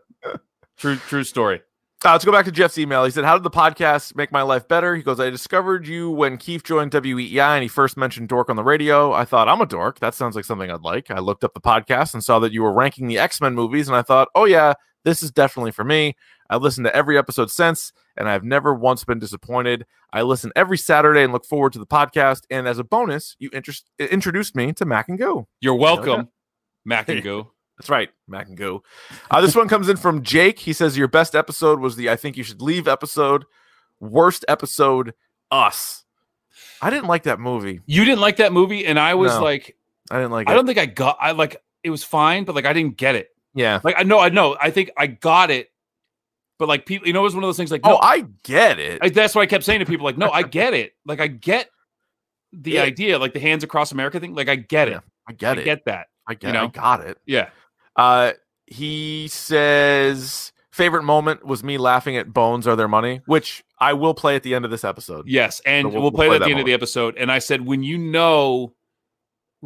[SPEAKER 3] True, true story.
[SPEAKER 2] Uh, let's go back to Jeff's email. He said, How did the podcast make my life better? He goes, I discovered you when Keith joined WEI and he first mentioned Dork on the radio. I thought, I'm a dork. That sounds like something I'd like. I looked up the podcast and saw that you were ranking the X Men movies. And I thought, Oh, yeah, this is definitely for me. I've listened to every episode since and I've never once been disappointed. I listen every Saturday and look forward to the podcast. And as a bonus, you interest introduced me to Mac and Go.
[SPEAKER 3] You're
[SPEAKER 2] Hell yeah.
[SPEAKER 3] welcome, Mac and Goo.
[SPEAKER 2] That's right, Mac and Goo. Uh, this one comes in from Jake. He says your best episode was the "I Think You Should Leave" episode. Worst episode, Us. I didn't like that movie.
[SPEAKER 3] You didn't like that movie, and I was
[SPEAKER 2] No,
[SPEAKER 3] like,
[SPEAKER 2] I didn't like
[SPEAKER 3] I
[SPEAKER 2] it.
[SPEAKER 3] don't think I got. I like it was fine, but like I didn't get it.
[SPEAKER 2] yeah.
[SPEAKER 3] Like I know, I know. I think I got it, but like people, you know, it was one of those things. Like,
[SPEAKER 2] Oh,
[SPEAKER 3] no,
[SPEAKER 2] I get it.
[SPEAKER 3] I, that's what I kept saying to people. Like, no, I get it. Like I get the
[SPEAKER 2] Yeah.
[SPEAKER 3] idea. Like the hands across America thing. Like I get it.
[SPEAKER 2] Yeah. I get
[SPEAKER 3] I
[SPEAKER 2] it.
[SPEAKER 3] get that.
[SPEAKER 2] I get.
[SPEAKER 3] you know?
[SPEAKER 2] I got it.
[SPEAKER 3] Yeah.
[SPEAKER 2] Uh, he says favorite moment was me laughing at Bones or their money, which I will play at the end of this episode.
[SPEAKER 3] Yes. And
[SPEAKER 2] we'll-
[SPEAKER 3] we'll,
[SPEAKER 2] we'll play
[SPEAKER 3] play that at
[SPEAKER 2] that
[SPEAKER 3] the end of the episode. And I said, when you know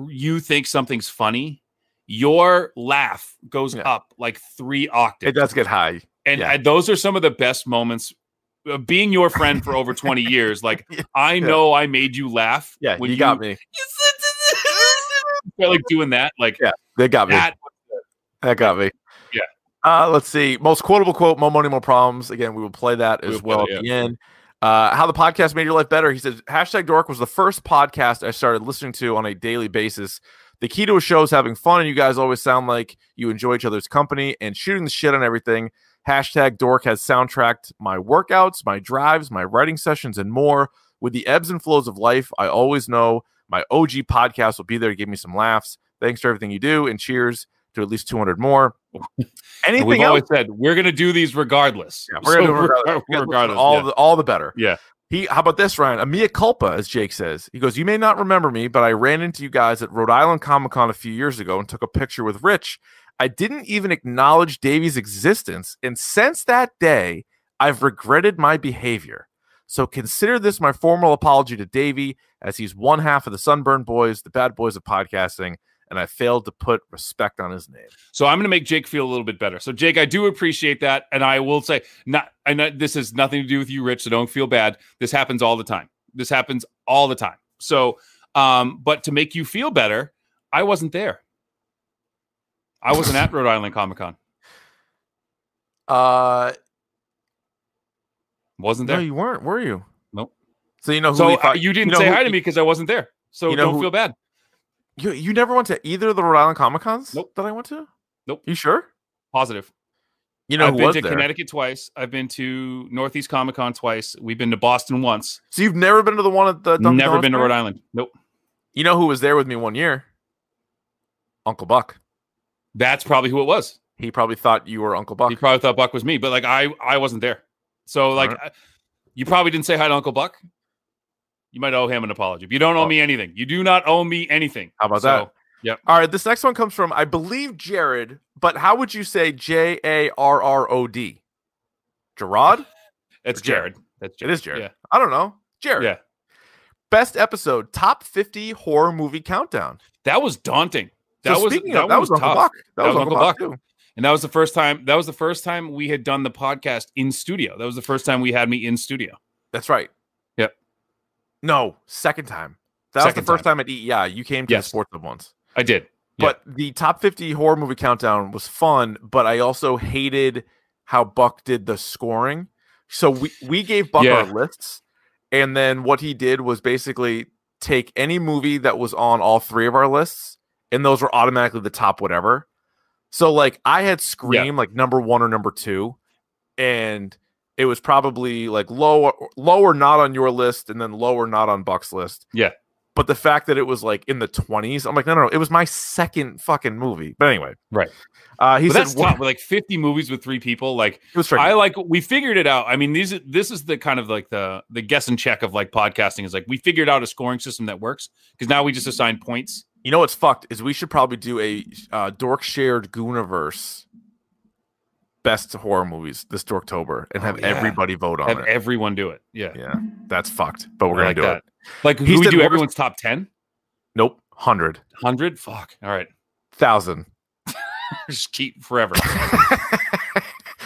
[SPEAKER 3] you think something's funny, your laugh goes
[SPEAKER 2] Yeah.
[SPEAKER 3] up like three octaves.
[SPEAKER 2] It does get high.
[SPEAKER 3] And
[SPEAKER 2] Yeah.
[SPEAKER 3] I- those are some of the best moments. Uh, Being your friend for over 20 years, like I know I made you laugh.
[SPEAKER 2] Yeah, you, got me.
[SPEAKER 3] Felt like doing that, like
[SPEAKER 2] Yeah, They got me.
[SPEAKER 3] that.
[SPEAKER 2] That got me.
[SPEAKER 3] Yeah.
[SPEAKER 2] Uh, let's see. Most quotable quote, Mo Money, Mo Problems. Again, we will play that
[SPEAKER 3] We
[SPEAKER 2] as
[SPEAKER 3] will play
[SPEAKER 2] well
[SPEAKER 3] that,
[SPEAKER 2] at the end. Uh, how the podcast made your life better. He says, hashtag dork was the first podcast I started listening to on a daily basis. The key to a show is having fun, and you guys always sound like you enjoy each other's company and shooting the shit on everything. Hashtag dork has soundtracked my workouts, my drives, my writing sessions, and more. With the ebbs and flows of life, I always know my OG podcast will be there to give me some laughs. Thanks for everything you do, and cheers to at least 200 more.
[SPEAKER 3] And we've
[SPEAKER 2] Anything else?
[SPEAKER 3] always said we're going to do these regardless.
[SPEAKER 2] Yeah, we're gonna
[SPEAKER 3] So
[SPEAKER 2] do it regardless.
[SPEAKER 3] we're- regardless,
[SPEAKER 2] all
[SPEAKER 3] yeah.
[SPEAKER 2] the all the better.
[SPEAKER 3] Yeah.
[SPEAKER 2] He how about this, Ryan? A mea culpa, as Jake says. He goes, You may not remember me, but I ran into you guys at Rhode Island Comic Con a few years ago and took a picture with Rich. I didn't even acknowledge Davey's existence, and since that day, I've regretted my behavior. So consider this my formal apology to Davey, as he's one half of the Sunburn Boys, the bad boys of podcasting, and I failed to put respect on his name.
[SPEAKER 3] So I'm going to make Jake feel a little bit better. So Jake, I do appreciate that, and I will say, not, I know this has nothing to do with you, Rich. So don't feel bad. This happens all the time. This happens all the time. So, um, but to make you feel better, I wasn't there. I wasn't at Rhode Island Comic Con.
[SPEAKER 2] Uh
[SPEAKER 3] Wasn't
[SPEAKER 2] no,
[SPEAKER 3] there.
[SPEAKER 2] you weren't, were you?
[SPEAKER 3] Nope.
[SPEAKER 2] So you know who
[SPEAKER 3] so
[SPEAKER 2] we
[SPEAKER 3] uh,
[SPEAKER 2] thought-
[SPEAKER 3] you didn't
[SPEAKER 2] know
[SPEAKER 3] say
[SPEAKER 2] who-
[SPEAKER 3] hi to me because I wasn't there. So
[SPEAKER 2] you know
[SPEAKER 3] don't
[SPEAKER 2] who-
[SPEAKER 3] feel bad.
[SPEAKER 2] You you never went to either of the Rhode Island Comic Cons
[SPEAKER 3] Nope.
[SPEAKER 2] that I went to?
[SPEAKER 3] Nope.
[SPEAKER 2] You sure?
[SPEAKER 3] Positive.
[SPEAKER 2] You know
[SPEAKER 3] I've
[SPEAKER 2] who
[SPEAKER 3] been
[SPEAKER 2] was
[SPEAKER 3] to
[SPEAKER 2] there?
[SPEAKER 3] Connecticut twice. I've been to Northeast Comic Con twice. We've been to Boston once.
[SPEAKER 2] So you've never been to the one at the Dunkin'
[SPEAKER 3] Never
[SPEAKER 2] Donuts
[SPEAKER 3] been to
[SPEAKER 2] there?
[SPEAKER 3] Rhode Island. Nope.
[SPEAKER 2] You know who was there with me one year? Uncle Buck.
[SPEAKER 3] That's probably who it was.
[SPEAKER 2] He probably thought you were Uncle
[SPEAKER 3] He
[SPEAKER 2] Buck.
[SPEAKER 3] probably thought Buck was me, but like I, I wasn't there. So like, I- you probably didn't say hi to Uncle Buck. You might owe him an apology. But you don't owe
[SPEAKER 2] Oh.
[SPEAKER 3] me anything. You do not owe me anything.
[SPEAKER 2] How about
[SPEAKER 3] So,
[SPEAKER 2] that? All right, this next one comes from I believe Jared, but how would you say J A R R O D? Gerard?
[SPEAKER 3] That's
[SPEAKER 2] Or Jared.
[SPEAKER 3] Jared. That's
[SPEAKER 2] It
[SPEAKER 3] Jared.
[SPEAKER 2] is Jared. I don't know. Jared.
[SPEAKER 3] Yeah.
[SPEAKER 2] Best episode, top 50 horror movie countdown.
[SPEAKER 3] That was daunting. That
[SPEAKER 2] so
[SPEAKER 3] was
[SPEAKER 2] speaking
[SPEAKER 3] that,
[SPEAKER 2] of, that
[SPEAKER 3] was,
[SPEAKER 2] was Uncle
[SPEAKER 3] tough.
[SPEAKER 2] Buck. That, was Uncle Buck, too.
[SPEAKER 3] And that was the first time. That was the first time we had done the podcast in studio. That was the first time we had me in studio.
[SPEAKER 2] That's right.
[SPEAKER 3] Yep.
[SPEAKER 2] No, second time. That
[SPEAKER 3] Second
[SPEAKER 2] was the first time, at E EEI. You came to
[SPEAKER 3] Yes.
[SPEAKER 2] the sports club once.
[SPEAKER 3] I did.
[SPEAKER 2] But the top 50 horror movie countdown was fun, but I also hated how Buck did the scoring. So we, we gave Buck our
[SPEAKER 3] Yeah.
[SPEAKER 2] lists, and then what he did was basically take any movie that was on all three of our lists, and those were automatically the top whatever. So like I had Scream like number one or number two, and it was probably like lower lower not on your list and then lower not on Buck's list.
[SPEAKER 3] Yeah.
[SPEAKER 2] But the fact that it was like in the 20s, I'm like, no, no, no, it was my second fucking movie. But anyway.
[SPEAKER 3] Right.
[SPEAKER 2] Uh he
[SPEAKER 3] But
[SPEAKER 2] said
[SPEAKER 3] that's
[SPEAKER 2] "Wha-
[SPEAKER 3] tough. With like 50 movies with three people, like
[SPEAKER 2] it was tricky.
[SPEAKER 3] I like we figured it out. I mean, these this is the kind of like the the guess and check of like podcasting is like we figured out a scoring system that works because now we just assign points.
[SPEAKER 2] you know what's fucked is we should probably do a uh, dork shared Gooniverse best horror movies this Dorktober and have
[SPEAKER 3] Oh, yeah.
[SPEAKER 2] everybody vote on
[SPEAKER 3] Have
[SPEAKER 2] it.
[SPEAKER 3] everyone do it. Yeah,
[SPEAKER 2] yeah, that's fucked. But we're
[SPEAKER 3] I
[SPEAKER 2] gonna
[SPEAKER 3] like
[SPEAKER 2] do
[SPEAKER 3] that.
[SPEAKER 2] it.
[SPEAKER 3] Like
[SPEAKER 2] He
[SPEAKER 3] do we
[SPEAKER 2] said
[SPEAKER 3] do
[SPEAKER 2] worst-
[SPEAKER 3] everyone's top 10?
[SPEAKER 2] Nope, hundred,
[SPEAKER 3] 100? Fuck. All right,
[SPEAKER 2] thousand.
[SPEAKER 3] just keep forever.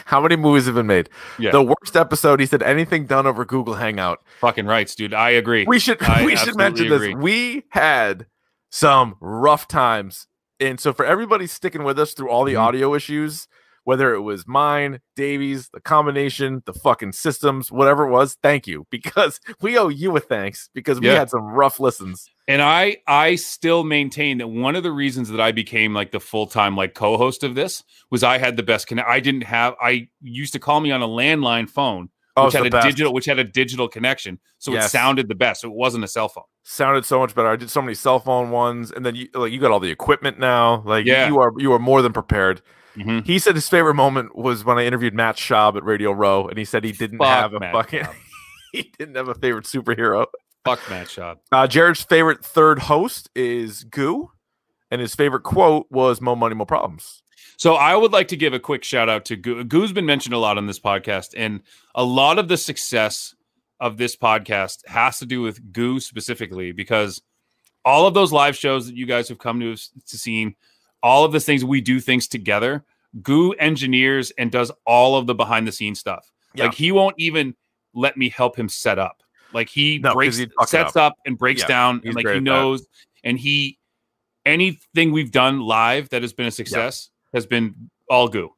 [SPEAKER 2] How many movies have been made?
[SPEAKER 3] Yeah.
[SPEAKER 2] The worst episode, he said anything done over Google Hangout.
[SPEAKER 3] Fucking rights, dude. I agree.
[SPEAKER 2] We should
[SPEAKER 3] I
[SPEAKER 2] we should
[SPEAKER 3] absolutely
[SPEAKER 2] mention this.
[SPEAKER 3] agree.
[SPEAKER 2] We had some rough times. And so for everybody sticking with us through all the
[SPEAKER 3] Mhm.
[SPEAKER 2] audio issues, whether it was mine, Davies, the combination, the fucking systems, whatever it was, thank you. Because we owe you a thanks because we
[SPEAKER 3] Yeah.
[SPEAKER 2] had some rough listens.
[SPEAKER 3] and I I still maintain that one of the reasons that I became like the full-time like co-host of this was I had the best connect. I didn't have I used to call me on a landline phone
[SPEAKER 2] Oh,
[SPEAKER 3] which
[SPEAKER 2] it's
[SPEAKER 3] had
[SPEAKER 2] the
[SPEAKER 3] a
[SPEAKER 2] best.
[SPEAKER 3] digital which had a digital connection so it
[SPEAKER 2] Yes.
[SPEAKER 3] sounded the best so it wasn't a cell phone
[SPEAKER 2] sounded so much better. I did so many cell phone ones, and then you like you got all the equipment now. Like
[SPEAKER 3] Yeah.
[SPEAKER 2] you are you are more than prepared.
[SPEAKER 3] Mhm.
[SPEAKER 2] He said his favorite moment was when I interviewed Matt Schaub at Radio Row, and he said he didn't
[SPEAKER 3] Fuck
[SPEAKER 2] have a
[SPEAKER 3] Matt
[SPEAKER 2] fucking
[SPEAKER 3] Schaub.
[SPEAKER 2] he didn't have a favorite superhero.
[SPEAKER 3] fuck matt shop
[SPEAKER 2] Uh, Jared's favorite third host is Goo, And his favorite quote was "Mo money, mo problems."
[SPEAKER 3] So I would like to give a quick shout out to Goo. Goo's been mentioned a lot on this podcast, and a lot of the success of this podcast has to do with Goo specifically because all of those live shows that you guys have come to to seen, all of the things we do things together. Goo engineers and does all of the behind the scenes stuff.
[SPEAKER 2] Yeah.
[SPEAKER 3] Like he won't even let me help him set up. Like he
[SPEAKER 2] No, 'cause
[SPEAKER 3] breaks
[SPEAKER 2] he'd fuck it
[SPEAKER 3] sets up. and breaks
[SPEAKER 2] Yeah,
[SPEAKER 3] down
[SPEAKER 2] he's
[SPEAKER 3] and like
[SPEAKER 2] great
[SPEAKER 3] he
[SPEAKER 2] at that.
[SPEAKER 3] knows and he anything we've done live that has been a success has been all goo.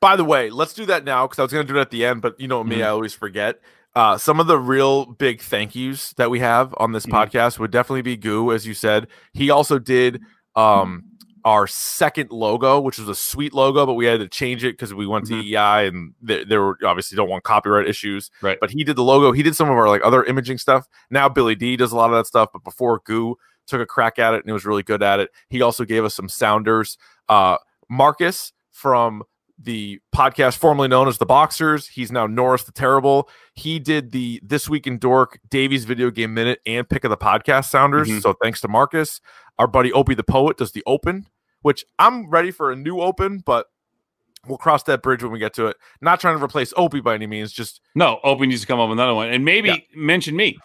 [SPEAKER 2] By the way, let's do that now because I was going to do it at the end, but you know me, I always forget. Uh, some of the real big thank yous that we have on this
[SPEAKER 3] Mhm.
[SPEAKER 2] podcast would definitely be Goo, as you said. He also did um, our second logo, which was a sweet logo, but we had to change it because we went to EI and th- there were obviously don't want copyright issues.
[SPEAKER 3] Right.
[SPEAKER 2] But he did the logo. He did some of our like other imaging stuff. Now Billy D does a lot of that stuff, but before Goo took a crack at it and was really good at it. He also gave us some sounders. Uh, Marcus from the podcast formerly known as the Boxers. He's now Norris the Terrible. He did the This Week in Dork, Davies Video Game Minute, and Pick of the Podcast Sounders.
[SPEAKER 3] Mhm.
[SPEAKER 2] So thanks to Marcus. Our buddy Opie the Poet does the Open, which I'm ready for a new Open, but we'll cross that bridge when we get to it. Not trying to replace Opie by any means, just
[SPEAKER 3] No, Open needs to come up with another one and maybe
[SPEAKER 2] Yeah.
[SPEAKER 3] mention me.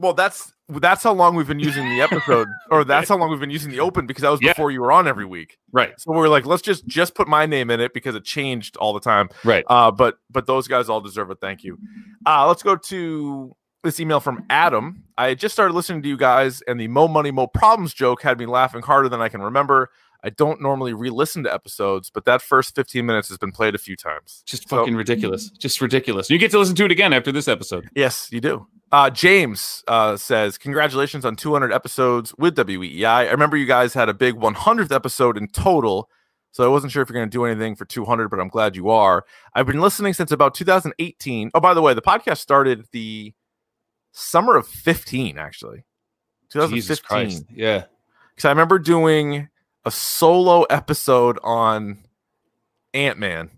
[SPEAKER 2] well, that's that's how long we've been using the episode, or that's how long we've been using the Open because that was
[SPEAKER 3] Yeah.
[SPEAKER 2] before you were on every week.
[SPEAKER 3] Right.
[SPEAKER 2] So we are like, let's just just put my name in it because it changed all the time.
[SPEAKER 3] Right.
[SPEAKER 2] Uh, but but those guys all deserve a thank you. Uh, let's go to this email from Adam. I had just started listening to you guys, and the Mo Money Mo Problems joke had me laughing harder than I can remember. I don't normally re-listen to episodes, but that first 15 minutes has been played a few times.
[SPEAKER 3] Just
[SPEAKER 2] So-
[SPEAKER 3] fucking ridiculous. Just ridiculous. You get to listen to it again after this episode.
[SPEAKER 2] Yes, you do. Uh, James uh, says, Congratulations on 200 episodes with WEEI. I remember you guys had a big 100th episode in total. So I wasn't sure if you're going to do anything for 200, but I'm glad you are. I've been listening since about 2018. Oh, by the way, the podcast started the summer of 15, actually. 2015
[SPEAKER 3] Jesus Christ. Yeah.
[SPEAKER 2] because I remember doing a solo episode on Ant Man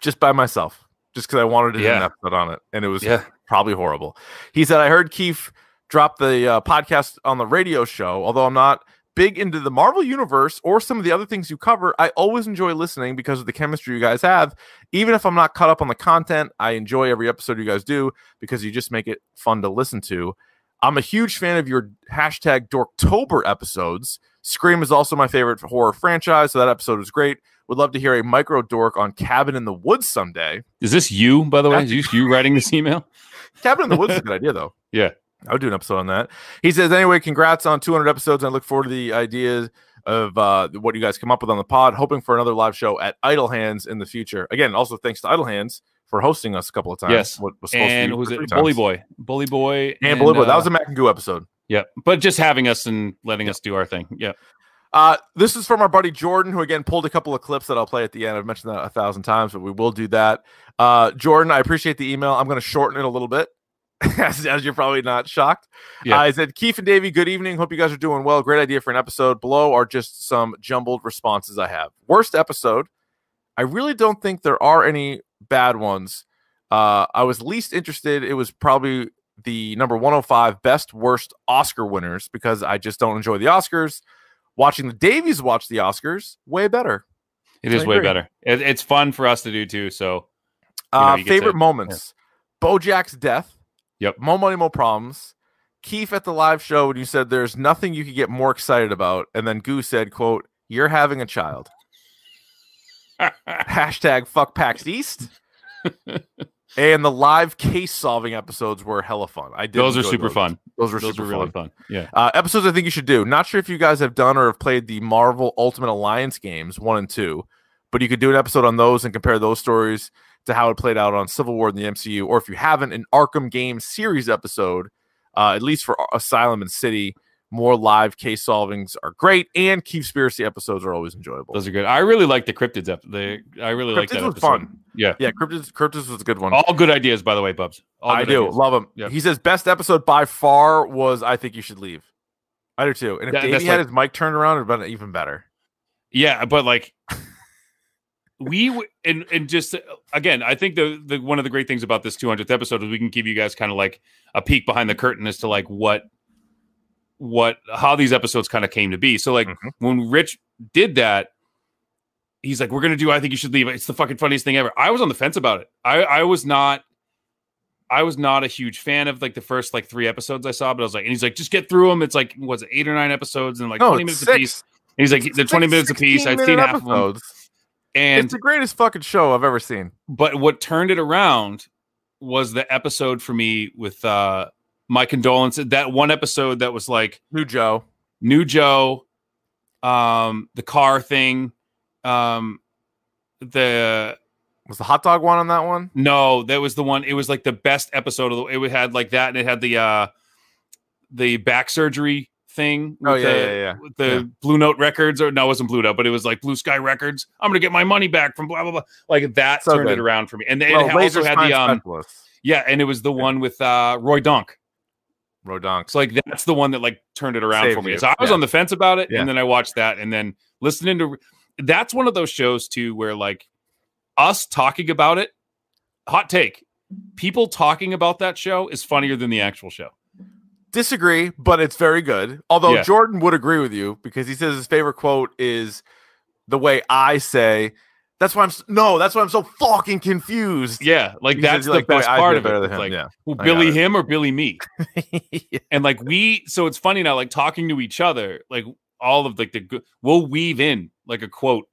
[SPEAKER 2] just by myself, just because I wanted to do an
[SPEAKER 3] Yeah.
[SPEAKER 2] episode on it, and it was
[SPEAKER 3] Yeah.
[SPEAKER 2] probably horrible. He said, "I heard Keith drop the uh, podcast on the radio show. Although I'm not big into the Marvel universe or some of the other things you cover, I always enjoy listening because of the chemistry you guys have. Even if I'm not caught up on the content, I enjoy every episode you guys do because you just make it fun to listen to." I'm a huge fan of your hashtag Dorktober episodes. Scream is also my favorite horror franchise, so that episode was great. Would love to hear a micro dork on Cabin in the Woods someday.
[SPEAKER 3] Is this you, by the way? Is this you writing this email?
[SPEAKER 2] Cabin in the Woods is a good idea, though.
[SPEAKER 3] Yeah.
[SPEAKER 2] I would do an episode on that. He says, anyway, congrats on 200 episodes. I look forward to the ideas of uh, what you guys come up with on the pod. Hoping for another live show at Idle Hands in the future. Again, also thanks to Idle Hands for hosting us a couple of times.
[SPEAKER 3] Yes.
[SPEAKER 2] What was supposed
[SPEAKER 3] And
[SPEAKER 2] to be
[SPEAKER 3] was
[SPEAKER 2] three
[SPEAKER 3] it Bully
[SPEAKER 2] times.
[SPEAKER 3] Boy? Bully Boy.
[SPEAKER 2] And, Bully Boy. That
[SPEAKER 3] uh,
[SPEAKER 2] was a Mac and Goo episode.
[SPEAKER 3] yeah. But just having us and letting us do our thing. Yeah.
[SPEAKER 2] Uh, this is from our buddy Jordan, who again pulled a couple of clips that I'll play at the end. I've mentioned that a thousand times, but we will do that. Uh, Jordan, I appreciate the email. I'm going to shorten it a little bit, as, as you're probably not shocked.
[SPEAKER 3] Yeah.
[SPEAKER 2] Uh, I said, Keith and Davey, good evening. Hope you guys are doing well. Great idea for an episode. Below are just some jumbled responses I have. Worst episode. I really don't think there are any bad ones. Uh, I was least interested. It was probably the number 105 best worst Oscar winners because I just don't enjoy the Oscars. Watching the Davies watch the Oscars, way better.
[SPEAKER 3] It is
[SPEAKER 2] I
[SPEAKER 3] way
[SPEAKER 2] agree.
[SPEAKER 3] better. It, it's fun for us to do too. So you know,
[SPEAKER 2] Uh,
[SPEAKER 3] you get to-
[SPEAKER 2] favorite moments: Bojack's death.
[SPEAKER 3] Yep.
[SPEAKER 2] Mo money, mo problems. Keith at the live show when you said there's nothing you could get more excited about, and then Goo said, "quote You're having a child." Hashtag fuck PAX East. and the live case solving episodes were hella fun. I did.
[SPEAKER 3] those are
[SPEAKER 2] enjoy
[SPEAKER 3] super
[SPEAKER 2] those.
[SPEAKER 3] fun.
[SPEAKER 2] Those were
[SPEAKER 3] Those
[SPEAKER 2] super
[SPEAKER 3] are really
[SPEAKER 2] fun.
[SPEAKER 3] fun. Yeah.
[SPEAKER 2] Uh, episodes I think you should do. Not sure if you guys have done or have played the Marvel Ultimate Alliance games one and two, but you could do an episode on those and compare those stories to how it played out on Civil War in the MCU. Or if you haven't, an Arkham game series episode, uh, at least for Asylum and City. More live case solvings are great, and conspiracy episodes are always enjoyable.
[SPEAKER 3] Those are good. I really like the cryptids. Ep- the, I really like
[SPEAKER 2] Cryptids
[SPEAKER 3] that.
[SPEAKER 2] was
[SPEAKER 3] episode.
[SPEAKER 2] fun.
[SPEAKER 3] Yeah.
[SPEAKER 2] yeah, Cryptids, Cryptids was a good one.
[SPEAKER 3] All good ideas, by the way, Bubs. All
[SPEAKER 2] I
[SPEAKER 3] good
[SPEAKER 2] do
[SPEAKER 3] ideas.
[SPEAKER 2] love him.
[SPEAKER 3] Yep.
[SPEAKER 2] He says best episode by far was I think you should leave. I do too. And if
[SPEAKER 3] That-
[SPEAKER 2] Davey
[SPEAKER 3] that's
[SPEAKER 2] had
[SPEAKER 3] like-
[SPEAKER 2] his mic turned around, it'd been even better.
[SPEAKER 3] Yeah, but like we w- and and just uh, again, I think the the one of the great things about this 200th episode is we can give you guys kind of like a peek behind the curtain as to like what what how these episodes kind of came to be. So like
[SPEAKER 2] Mhm.
[SPEAKER 3] when Rich did that, he's like, "We're gonna do. I think you should leave. It's the fucking funniest thing ever." I was on the fence about it. I I was not. I was not a huge fan of like the first like three episodes I saw, but I was like, and he's like, just get through them. It's like, was it eight or nine episodes and like
[SPEAKER 2] no,
[SPEAKER 3] twenty
[SPEAKER 2] it's
[SPEAKER 3] minutes
[SPEAKER 2] six.
[SPEAKER 3] a piece. And he's like, they're twenty
[SPEAKER 2] Six-
[SPEAKER 3] minutes a piece. I've
[SPEAKER 2] 16
[SPEAKER 3] seen half of them.
[SPEAKER 2] episodes.
[SPEAKER 3] And
[SPEAKER 2] it's the greatest fucking show I've ever seen.
[SPEAKER 3] but what turned it around was the episode for me with uh my condolences that one episode that was like
[SPEAKER 2] New Joe.
[SPEAKER 3] new joe um the car thing um the
[SPEAKER 2] Was the hot dog one on that one?
[SPEAKER 3] no that was the one it was like the best episode of the it had like that and it had the uh the back surgery thing
[SPEAKER 2] Oh,
[SPEAKER 3] with
[SPEAKER 2] yeah,
[SPEAKER 3] the,
[SPEAKER 2] yeah, yeah.
[SPEAKER 3] with the
[SPEAKER 2] Yeah.
[SPEAKER 3] blue note records or no it wasn't blue note but it was like blue sky records i'm gonna get my money back from blah blah blah like that
[SPEAKER 2] So
[SPEAKER 3] turned
[SPEAKER 2] good.
[SPEAKER 3] it around for me and, then
[SPEAKER 2] Well,
[SPEAKER 3] it also had
[SPEAKER 2] Spine
[SPEAKER 3] the um
[SPEAKER 2] Specialist.
[SPEAKER 3] yeah, and it was the one with uh, Roy Dunk.
[SPEAKER 2] Rodonk.
[SPEAKER 3] So like that's the one that like turned it around
[SPEAKER 2] Saved
[SPEAKER 3] for me.
[SPEAKER 2] you.
[SPEAKER 3] So I was
[SPEAKER 2] Yeah.
[SPEAKER 3] on the fence about it,
[SPEAKER 2] Yeah.
[SPEAKER 3] and then I watched that, and then listening to that's one of those shows too where like us talking about it, hot take, people talking about that show is funnier than the actual show.
[SPEAKER 2] disagree, but it's very good. Although
[SPEAKER 3] Yeah.
[SPEAKER 2] Jordan would agree with you because he says his favorite quote is the way I say. That's why I'm s- no. That's why I'm so fucking confused.
[SPEAKER 3] Yeah, like
[SPEAKER 2] He
[SPEAKER 3] that's
[SPEAKER 2] says,
[SPEAKER 3] the
[SPEAKER 2] "Wait,
[SPEAKER 3] best
[SPEAKER 2] I
[SPEAKER 3] part
[SPEAKER 2] feel
[SPEAKER 3] of
[SPEAKER 2] better
[SPEAKER 3] it.
[SPEAKER 2] than
[SPEAKER 3] It's
[SPEAKER 2] him."
[SPEAKER 3] like,
[SPEAKER 2] yeah.
[SPEAKER 3] well,
[SPEAKER 2] I got
[SPEAKER 3] Billy
[SPEAKER 2] it.
[SPEAKER 3] him or Billy me,
[SPEAKER 2] Yeah.
[SPEAKER 3] and like we. So it's funny now, like talking to each other, like all of like the good. We'll weave in like a quote,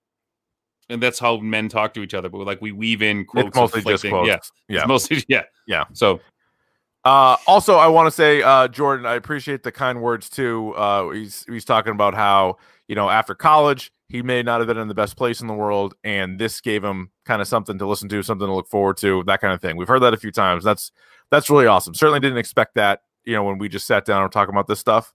[SPEAKER 3] and that's how men talk to each other. But like we weave in quotes,
[SPEAKER 2] it's mostly just
[SPEAKER 3] conflicting-
[SPEAKER 2] quotes.
[SPEAKER 3] Yeah,
[SPEAKER 2] yeah.
[SPEAKER 3] It's mostly yeah,
[SPEAKER 2] Yeah.
[SPEAKER 3] So
[SPEAKER 2] Uh, also, I want to say, uh, Jordan, I appreciate the kind words too. Uh, he's he's talking about how you know after college he may not have been in the best place in the world, and this gave him kind of something to listen to, something to look forward to, that kind of thing. We've heard that a few times. That's that's really awesome. Certainly didn't expect that. You know, when we just sat down and were talking about this stuff,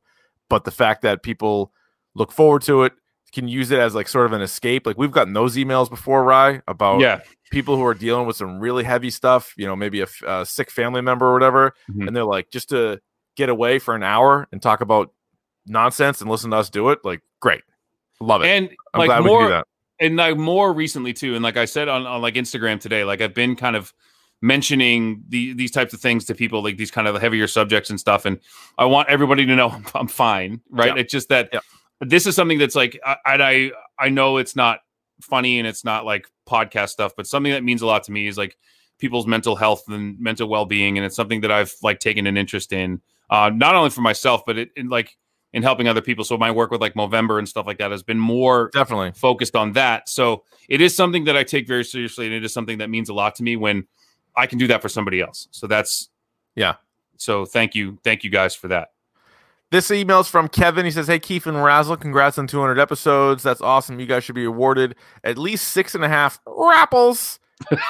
[SPEAKER 2] but the fact that people look forward to it can use it as like sort of an escape. Like we've gotten those emails before, Rye, about
[SPEAKER 3] yeah,
[SPEAKER 2] people who are dealing with some really heavy stuff, you know, maybe a, f- a sick family member or whatever,
[SPEAKER 3] Mhm.
[SPEAKER 2] and they're like, just to get away for an hour and talk about nonsense and listen to us do it, like, great, love it.
[SPEAKER 3] and
[SPEAKER 2] I'm
[SPEAKER 3] like
[SPEAKER 2] glad we
[SPEAKER 3] more
[SPEAKER 2] can do that.
[SPEAKER 3] and like more recently too and like i said on, on like instagram today like i've been kind of mentioning the, these types of things to people like these kind of heavier subjects and stuff and i want everybody to know i'm, I'm fine right
[SPEAKER 2] Yeah.
[SPEAKER 3] it's just that
[SPEAKER 2] Yeah.
[SPEAKER 3] this is something that's like I, and i i know it's not funny and it's not like podcast stuff but something that means a lot to me is like people's mental health and mental well-being and it's something that i've like taken an interest in uh not only for myself but it, in like in helping other people so my work with like movember and stuff like that has been more
[SPEAKER 2] Definitely.
[SPEAKER 3] focused on that. So it is something that I take very seriously, and it is something that means a lot to me when I can do that for somebody else. So that's
[SPEAKER 2] Yeah.
[SPEAKER 3] So thank you, thank you guys for that.
[SPEAKER 2] This email's from Kevin. He says, Hey, Keith and Razzle, congrats on 200 episodes. That's awesome. You guys should be awarded at least six and a half rapples.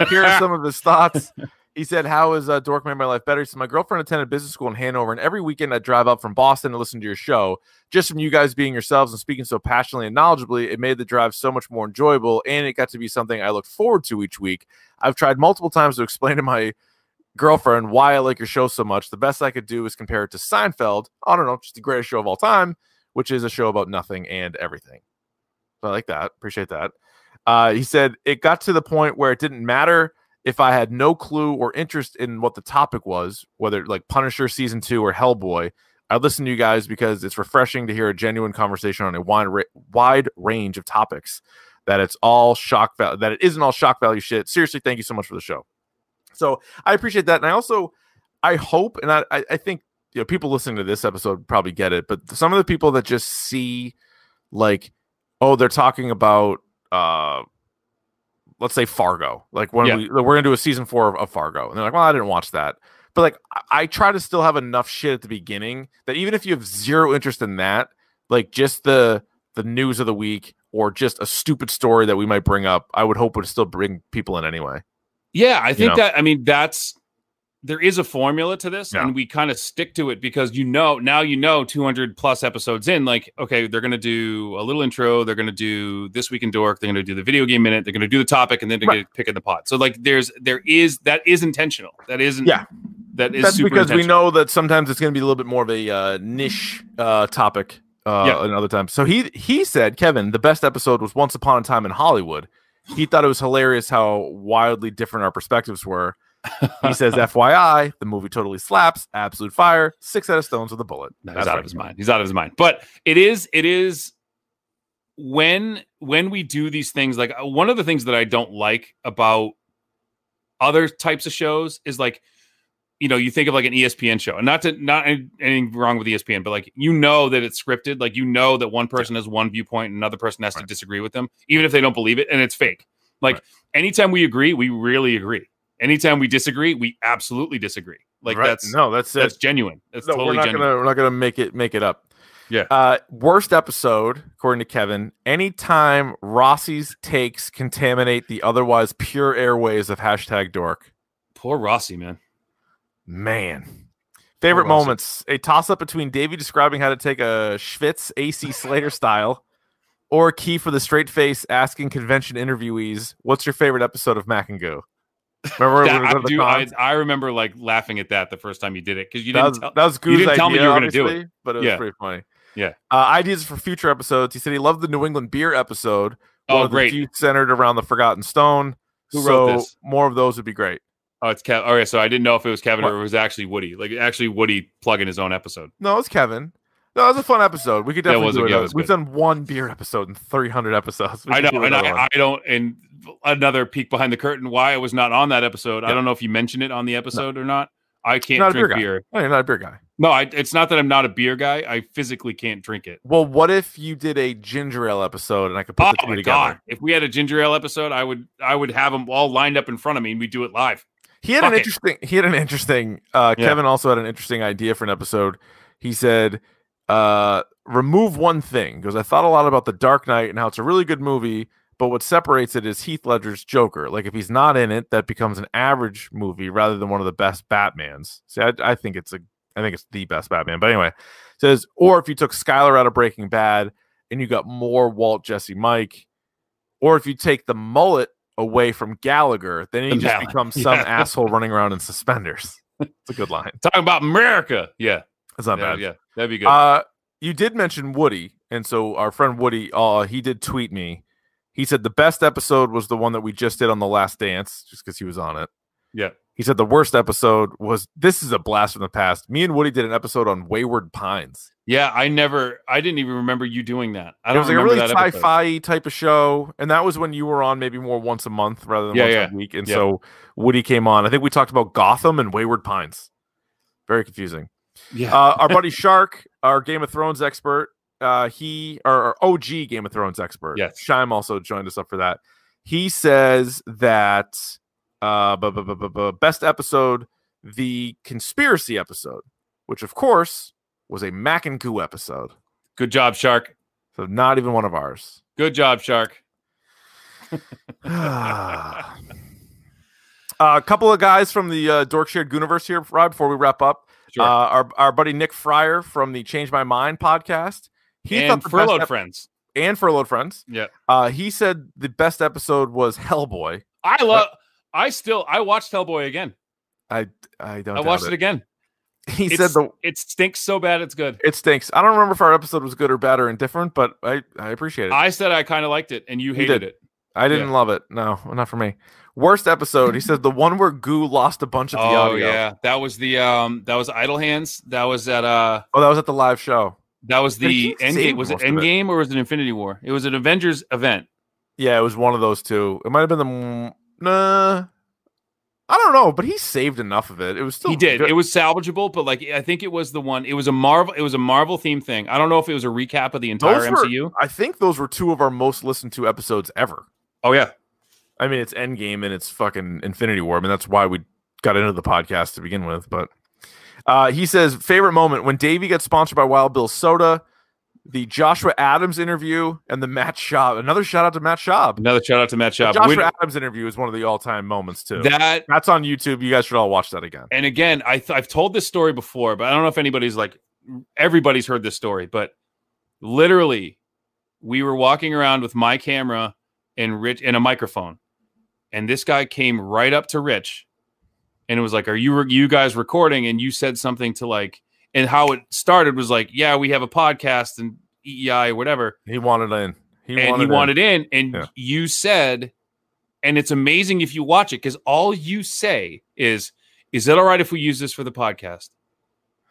[SPEAKER 2] Here are some of his thoughts. He said, How has uh, Dork made my life better? He said, My girlfriend attended business school in Hanover, and every weekend I drive up from Boston to listen to your show. Just from you guys being yourselves and speaking so passionately and knowledgeably, it made the drive so much more enjoyable, and it got to be something I look forward to each week. I've tried multiple times to explain to my girlfriend why I like your show so much. The best I could do is compare it to Seinfeld. I don't know, just the greatest show of all time, which is a show about nothing and everything. So I like that. Appreciate that. Uh, he said it got to the point where it didn't matter if I had no clue or interest in what the topic was, whether like Punisher season two or Hellboy. I listen to you guys because it's refreshing to hear a genuine conversation on a wide, ra- wide range of topics. That it's all shock value. That it isn't all shock value shit. Seriously, thank you so much for the show. So I appreciate that. And I also I hope and I I I think you know people listening to this episode probably get it, but some of the people that just see like, oh, they're talking about uh let's say Fargo. Like when
[SPEAKER 3] Yeah.
[SPEAKER 2] we we're gonna do a season four of, of Fargo. And they're like, well, I didn't watch that. But like I, I try to still have enough shit at the beginning that even if you have zero interest in that, like just the the news of the week or just a stupid story that we might bring up, I would hope would still bring people in anyway.
[SPEAKER 3] Yeah, I think
[SPEAKER 2] know.
[SPEAKER 3] that I mean that's there is a formula to this,
[SPEAKER 2] Yeah.
[SPEAKER 3] and we kind of stick to it because you know now you know 200 plus episodes in, like okay, they're gonna do a little intro, they're gonna do this week in dork, they're gonna do the video game minute, they're gonna do the topic, and then they're
[SPEAKER 2] Right.
[SPEAKER 3] gonna pick in the pot. So like there's there is that is intentional. That isn't
[SPEAKER 2] Yeah.
[SPEAKER 3] That is
[SPEAKER 2] that's
[SPEAKER 3] super
[SPEAKER 2] because we
[SPEAKER 3] intentional.
[SPEAKER 2] know that sometimes it's going to be a little bit more of a uh, niche uh, topic uh,
[SPEAKER 3] Yeah.
[SPEAKER 2] another time. So he he said, Kevin, the best episode was Once Upon a Time in Hollywood. He thought it was hilarious how wildly different our perspectives were. He says, FYI, the movie totally slaps. Absolute fire. Six out of stones with a bullet.
[SPEAKER 3] No, he's
[SPEAKER 2] That's
[SPEAKER 3] out
[SPEAKER 2] right.
[SPEAKER 3] of his mind. He's out of his mind. But it is, it is when when we do these things, like uh, one of the things that I don't like about other types of shows is like, you know, you think of like an E ESPN show, and not to not any- anything wrong with E ESPN, but like you know that it's scripted, like you know that one person has one viewpoint and another person has to
[SPEAKER 2] Right.
[SPEAKER 3] disagree with them, even if they don't believe it, and it's fake. Like
[SPEAKER 2] Right.
[SPEAKER 3] anytime we agree, we really agree. Anytime we disagree, we absolutely disagree. Like
[SPEAKER 2] Right.
[SPEAKER 3] that's
[SPEAKER 2] no, that's it.
[SPEAKER 3] that's genuine. That's
[SPEAKER 2] no,
[SPEAKER 3] totally
[SPEAKER 2] we're not
[SPEAKER 3] genuine.
[SPEAKER 2] gonna we're not gonna make it make it up.
[SPEAKER 3] Yeah.
[SPEAKER 2] Uh, worst episode, according to Kevin, anytime Rossi's takes contaminate the otherwise pure airways of hashtag dork.
[SPEAKER 3] Poor Rossi, man.
[SPEAKER 2] Man. Favorite
[SPEAKER 3] Rossi.
[SPEAKER 2] moments: a toss-up between Davey describing how to take a Schwitz AC Slater style, or Key for the straight face asking convention interviewees, "What's your favorite episode of Mac and Go?" Remember,
[SPEAKER 3] That-
[SPEAKER 2] when we
[SPEAKER 3] I,
[SPEAKER 2] went to the
[SPEAKER 3] do- I,
[SPEAKER 2] cons?
[SPEAKER 3] I remember like laughing at that the first time you did it because you
[SPEAKER 2] that
[SPEAKER 3] didn't
[SPEAKER 2] was,
[SPEAKER 3] tell.
[SPEAKER 2] that was Goo's
[SPEAKER 3] didn't tell me
[SPEAKER 2] idea,
[SPEAKER 3] you were gonna do it.
[SPEAKER 2] obviously, but it was
[SPEAKER 3] Yeah.
[SPEAKER 2] pretty funny.
[SPEAKER 3] Yeah.
[SPEAKER 2] Uh, ideas for future episodes. He said he loved the New England beer episode.
[SPEAKER 3] Oh,
[SPEAKER 2] one of the
[SPEAKER 3] great.
[SPEAKER 2] few centered around the Forgotten Stone.
[SPEAKER 3] Who
[SPEAKER 2] so
[SPEAKER 3] wrote this?
[SPEAKER 2] more of those would be great.
[SPEAKER 3] oh, it's Kevin. All right, so I didn't know if it was Kevin
[SPEAKER 2] What?
[SPEAKER 3] or it was actually Woody. Like actually Woody plugging his own episode.
[SPEAKER 2] No, it's Kevin. No, it was a fun episode. We could
[SPEAKER 3] That
[SPEAKER 2] definitely
[SPEAKER 3] was
[SPEAKER 2] do
[SPEAKER 3] a- yeah, it
[SPEAKER 2] another-
[SPEAKER 3] was
[SPEAKER 2] We've
[SPEAKER 3] good.
[SPEAKER 2] done one beer episode in 300 episodes. We
[SPEAKER 3] I
[SPEAKER 2] could do
[SPEAKER 3] know, and
[SPEAKER 2] another one.
[SPEAKER 3] I, I don't. And another peek behind the curtain. Why I was not on that episode? I
[SPEAKER 2] Yeah.
[SPEAKER 3] don't know if you mentioned it on the episode or not. I can't
[SPEAKER 2] Not a beer
[SPEAKER 3] drink
[SPEAKER 2] guy.
[SPEAKER 3] beer.
[SPEAKER 2] No, you're not a beer guy.
[SPEAKER 3] No, I, it's not that I'm not a beer guy. I physically can't drink it.
[SPEAKER 2] Well, what if you did a ginger ale episode and I could put
[SPEAKER 3] Oh
[SPEAKER 2] the two
[SPEAKER 3] my
[SPEAKER 2] together?
[SPEAKER 3] god! If we had a ginger ale episode, I would I would have them all lined up in front of me, and we do it live.
[SPEAKER 2] He had
[SPEAKER 3] Fuck
[SPEAKER 2] an
[SPEAKER 3] it.
[SPEAKER 2] interesting. He had an interesting. Uh,
[SPEAKER 3] Yeah.
[SPEAKER 2] Kevin also had an interesting idea for an episode. He said, uh, "Remove one thing," because I thought a lot about the Dark Knight and how it's a really good movie, but what separates it is Heath Ledger's Joker. Like if he's not in it, that becomes an average movie rather than one of the best Batman's. See, I, I think it's a. I think it's the best Batman. But anyway, says, or if you took Skylar out of Breaking Bad and you got more Walt, Jesse, Mike, or if you take the mullet away from Gallagher, then he
[SPEAKER 3] The
[SPEAKER 2] just
[SPEAKER 3] mallet,
[SPEAKER 2] becomes some
[SPEAKER 3] yeah.
[SPEAKER 2] asshole running around in suspenders. It's a good line.
[SPEAKER 3] Talking about America, yeah,
[SPEAKER 2] It's not
[SPEAKER 3] yeah,
[SPEAKER 2] bad.
[SPEAKER 3] yeah, that'd be good.
[SPEAKER 2] Uh, you did mention Woody, and so our friend Woody, uh, he did tweet me. He said the best episode was the one that we just did on the Last Dance, just because he was on it.
[SPEAKER 3] Yeah.
[SPEAKER 2] He said the worst episode was this is a blast from the past. Me and Woody did an episode on Wayward Pines.
[SPEAKER 3] Yeah, I never, I didn't even remember you doing that. I
[SPEAKER 2] it
[SPEAKER 3] don't
[SPEAKER 2] was like a
[SPEAKER 3] remember
[SPEAKER 2] really
[SPEAKER 3] that episode.
[SPEAKER 2] sci-fi type of show, and that was when you were on maybe more once a month rather than
[SPEAKER 3] Yeah,
[SPEAKER 2] once
[SPEAKER 3] yeah,
[SPEAKER 2] a week. And
[SPEAKER 3] yeah.
[SPEAKER 2] so Woody came on. I think we talked about Gotham and Wayward Pines. Very confusing.
[SPEAKER 3] Yeah,
[SPEAKER 2] Uh, our buddy Shark, our Game of Thrones expert, uh, he or, or OG Game of Thrones expert.
[SPEAKER 3] Yes.
[SPEAKER 2] Shime also joined us up for that. He says that uh, bu- bu- bu- bu- bu- best episode, the conspiracy episode, which of course was a Mac and Goo episode.
[SPEAKER 3] good job, Shark.
[SPEAKER 2] So not even one of ours.
[SPEAKER 3] Good job, Shark.
[SPEAKER 2] uh, a couple of guys from the uh, Dorkshire Gooniverse here, Rob, before we wrap up.
[SPEAKER 3] Sure.
[SPEAKER 2] Uh, our, our buddy Nick Fryer from the Change My Mind podcast. He
[SPEAKER 3] and
[SPEAKER 2] the best
[SPEAKER 3] furloughed
[SPEAKER 2] ep-
[SPEAKER 3] friends.
[SPEAKER 2] and furloughed friends.
[SPEAKER 3] Yeah.
[SPEAKER 2] Uh, he said the best episode was Hellboy.
[SPEAKER 3] I love. I still, I watched Hellboy again.
[SPEAKER 2] I don't.
[SPEAKER 3] I
[SPEAKER 2] doubt
[SPEAKER 3] watched it,
[SPEAKER 2] it.
[SPEAKER 3] again.
[SPEAKER 2] He
[SPEAKER 3] It's-
[SPEAKER 2] said the
[SPEAKER 3] It stinks so bad, it's good.
[SPEAKER 2] it stinks. I don't remember if our episode was good or bad or indifferent, but I I appreciate it. I,
[SPEAKER 3] I said I kind of liked it, and you
[SPEAKER 2] You
[SPEAKER 3] hated
[SPEAKER 2] did.
[SPEAKER 3] it.
[SPEAKER 2] didn't love it. No, not for me. Worst episode. He said the one where Goo lost a bunch of the
[SPEAKER 3] Oh
[SPEAKER 2] audio.
[SPEAKER 3] yeah, that was the um, that was Idle Hands. That was at uh,
[SPEAKER 2] Oh, that was at the live show.
[SPEAKER 3] that was
[SPEAKER 2] But he
[SPEAKER 3] the
[SPEAKER 2] saved
[SPEAKER 3] end game. Was it
[SPEAKER 2] most of it.
[SPEAKER 3] Endgame or was it Infinity War? It was an Avengers event.
[SPEAKER 2] Yeah, it was one of those two. It might have been the m- nah. I don't know, but he saved enough of it. It was still
[SPEAKER 3] he did.
[SPEAKER 2] good.
[SPEAKER 3] It was salvageable, but like I think it was the one. It was a Marvel. It was a Marvel theme thing. I don't know if it was a recap of the entire
[SPEAKER 2] Those were-
[SPEAKER 3] MCU.
[SPEAKER 2] I think those were two of our most listened to episodes ever.
[SPEAKER 3] oh yeah,
[SPEAKER 2] I mean, it's Endgame and it's fucking Infinity War. I mean, that's why we got into the podcast to begin with. But uh, he says favorite moment when Davey gets sponsored by Wild Bill Soda, the Joshua Adams interview, and the Matt Schaub. Another shout out to Matt Schaub.
[SPEAKER 3] another shout out to Matt
[SPEAKER 2] The
[SPEAKER 3] Schaub.
[SPEAKER 2] Joshua
[SPEAKER 3] Win-
[SPEAKER 2] Adams interview is one of the all time moments too.
[SPEAKER 3] that
[SPEAKER 2] that's on YouTube. You guys should all watch that again.
[SPEAKER 3] and again, I th- I've told this story before, but I don't know if anybody's like everybody's heard this story. But literally, we were walking around with my camera and Rich and a microphone, and this guy came right up to Rich, and it was like, "Are you re- you guys recording?" And you said something to like, and how it started was like, "Yeah, we have a podcast and EEI or whatever."
[SPEAKER 2] He wanted in. He
[SPEAKER 3] and
[SPEAKER 2] wanted
[SPEAKER 3] he
[SPEAKER 2] in.
[SPEAKER 3] wanted in, and
[SPEAKER 2] Yeah.
[SPEAKER 3] you said and it's amazing if you watch it because all you say is, "Is it all right if we use this for the podcast?"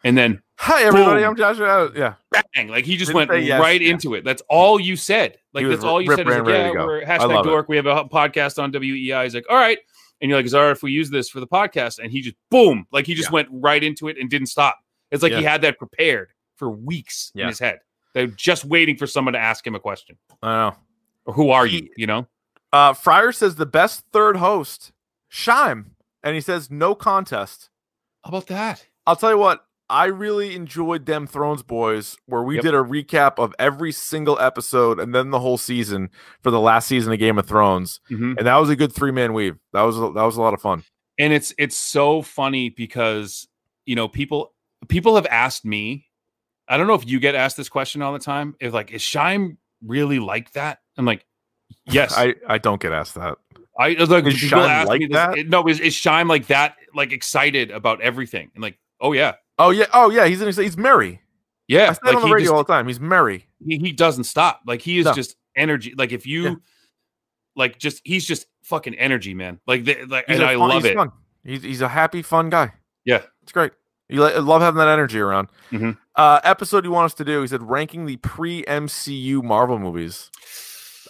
[SPEAKER 3] And then
[SPEAKER 2] Hi everybody,
[SPEAKER 3] Boom.
[SPEAKER 2] I'm Joshua. Uh, Yeah,
[SPEAKER 3] bang, like he just
[SPEAKER 2] Didn't
[SPEAKER 3] went
[SPEAKER 2] say yes.
[SPEAKER 3] right into it. That's all you said. Like
[SPEAKER 2] He was
[SPEAKER 3] that's all you
[SPEAKER 2] rip
[SPEAKER 3] said. Is
[SPEAKER 2] ran
[SPEAKER 3] like,
[SPEAKER 2] ready
[SPEAKER 3] yeah,
[SPEAKER 2] to go.
[SPEAKER 3] we're
[SPEAKER 2] I
[SPEAKER 3] hashtag
[SPEAKER 2] love it.
[SPEAKER 3] dork. We have a podcast on WEI. He's like, all right, and you're like, is it all right if we use this for the podcast? And he just boom, like he just
[SPEAKER 2] Yeah.
[SPEAKER 3] went right into it and didn't stop. It's like he
[SPEAKER 2] Yeah.
[SPEAKER 3] had that prepared for weeks
[SPEAKER 2] Yeah.
[SPEAKER 3] in his head. They're just waiting for someone to ask him a question.
[SPEAKER 2] I know.
[SPEAKER 3] Or who are you?
[SPEAKER 2] He-
[SPEAKER 3] You know.
[SPEAKER 2] Uh, Fryer says the best third host, Shime, and he says no contest.
[SPEAKER 3] How about that?
[SPEAKER 2] I'll tell you what, I really enjoyed Them Thrones Boys, where we
[SPEAKER 3] Yep.
[SPEAKER 2] did a recap of every single episode and then the whole season for the last season of Game of Thrones.
[SPEAKER 3] Mhm.
[SPEAKER 2] And that was a good three man weave. That was a, that was a lot of fun.
[SPEAKER 3] And it's it's so funny because you know people people have asked me. I don't know if you get asked this question all the time. If like is Shime really like that? I'm like, yes. I,
[SPEAKER 2] I, I don't get asked that.
[SPEAKER 3] I it's like
[SPEAKER 2] Is
[SPEAKER 3] people
[SPEAKER 2] Shyam
[SPEAKER 3] ask
[SPEAKER 2] like
[SPEAKER 3] me this.
[SPEAKER 2] that?
[SPEAKER 3] it- no, is, is Shime like that? Like excited about everything? And like, oh yeah,
[SPEAKER 2] Oh yeah, oh yeah, he's in, he's merry. I
[SPEAKER 3] yeah.
[SPEAKER 2] said it
[SPEAKER 3] Like
[SPEAKER 2] on the
[SPEAKER 3] he
[SPEAKER 2] radio
[SPEAKER 3] just
[SPEAKER 2] all the time. He's merry.
[SPEAKER 3] he, he doesn't stop. Like he is
[SPEAKER 2] No.
[SPEAKER 3] just energy. Like if you
[SPEAKER 2] Yeah.
[SPEAKER 3] like just he's just fucking energy, man. Like the, like
[SPEAKER 2] He's
[SPEAKER 3] and
[SPEAKER 2] a
[SPEAKER 3] I
[SPEAKER 2] fun-
[SPEAKER 3] love
[SPEAKER 2] he's
[SPEAKER 3] it.
[SPEAKER 2] Fun. He's he's a happy, fun guy.
[SPEAKER 3] Yeah.
[SPEAKER 2] it's great. You li- love having that energy around.
[SPEAKER 3] Mhm.
[SPEAKER 2] Uh, episode you want us to do? He said ranking the pre MCU Marvel movies.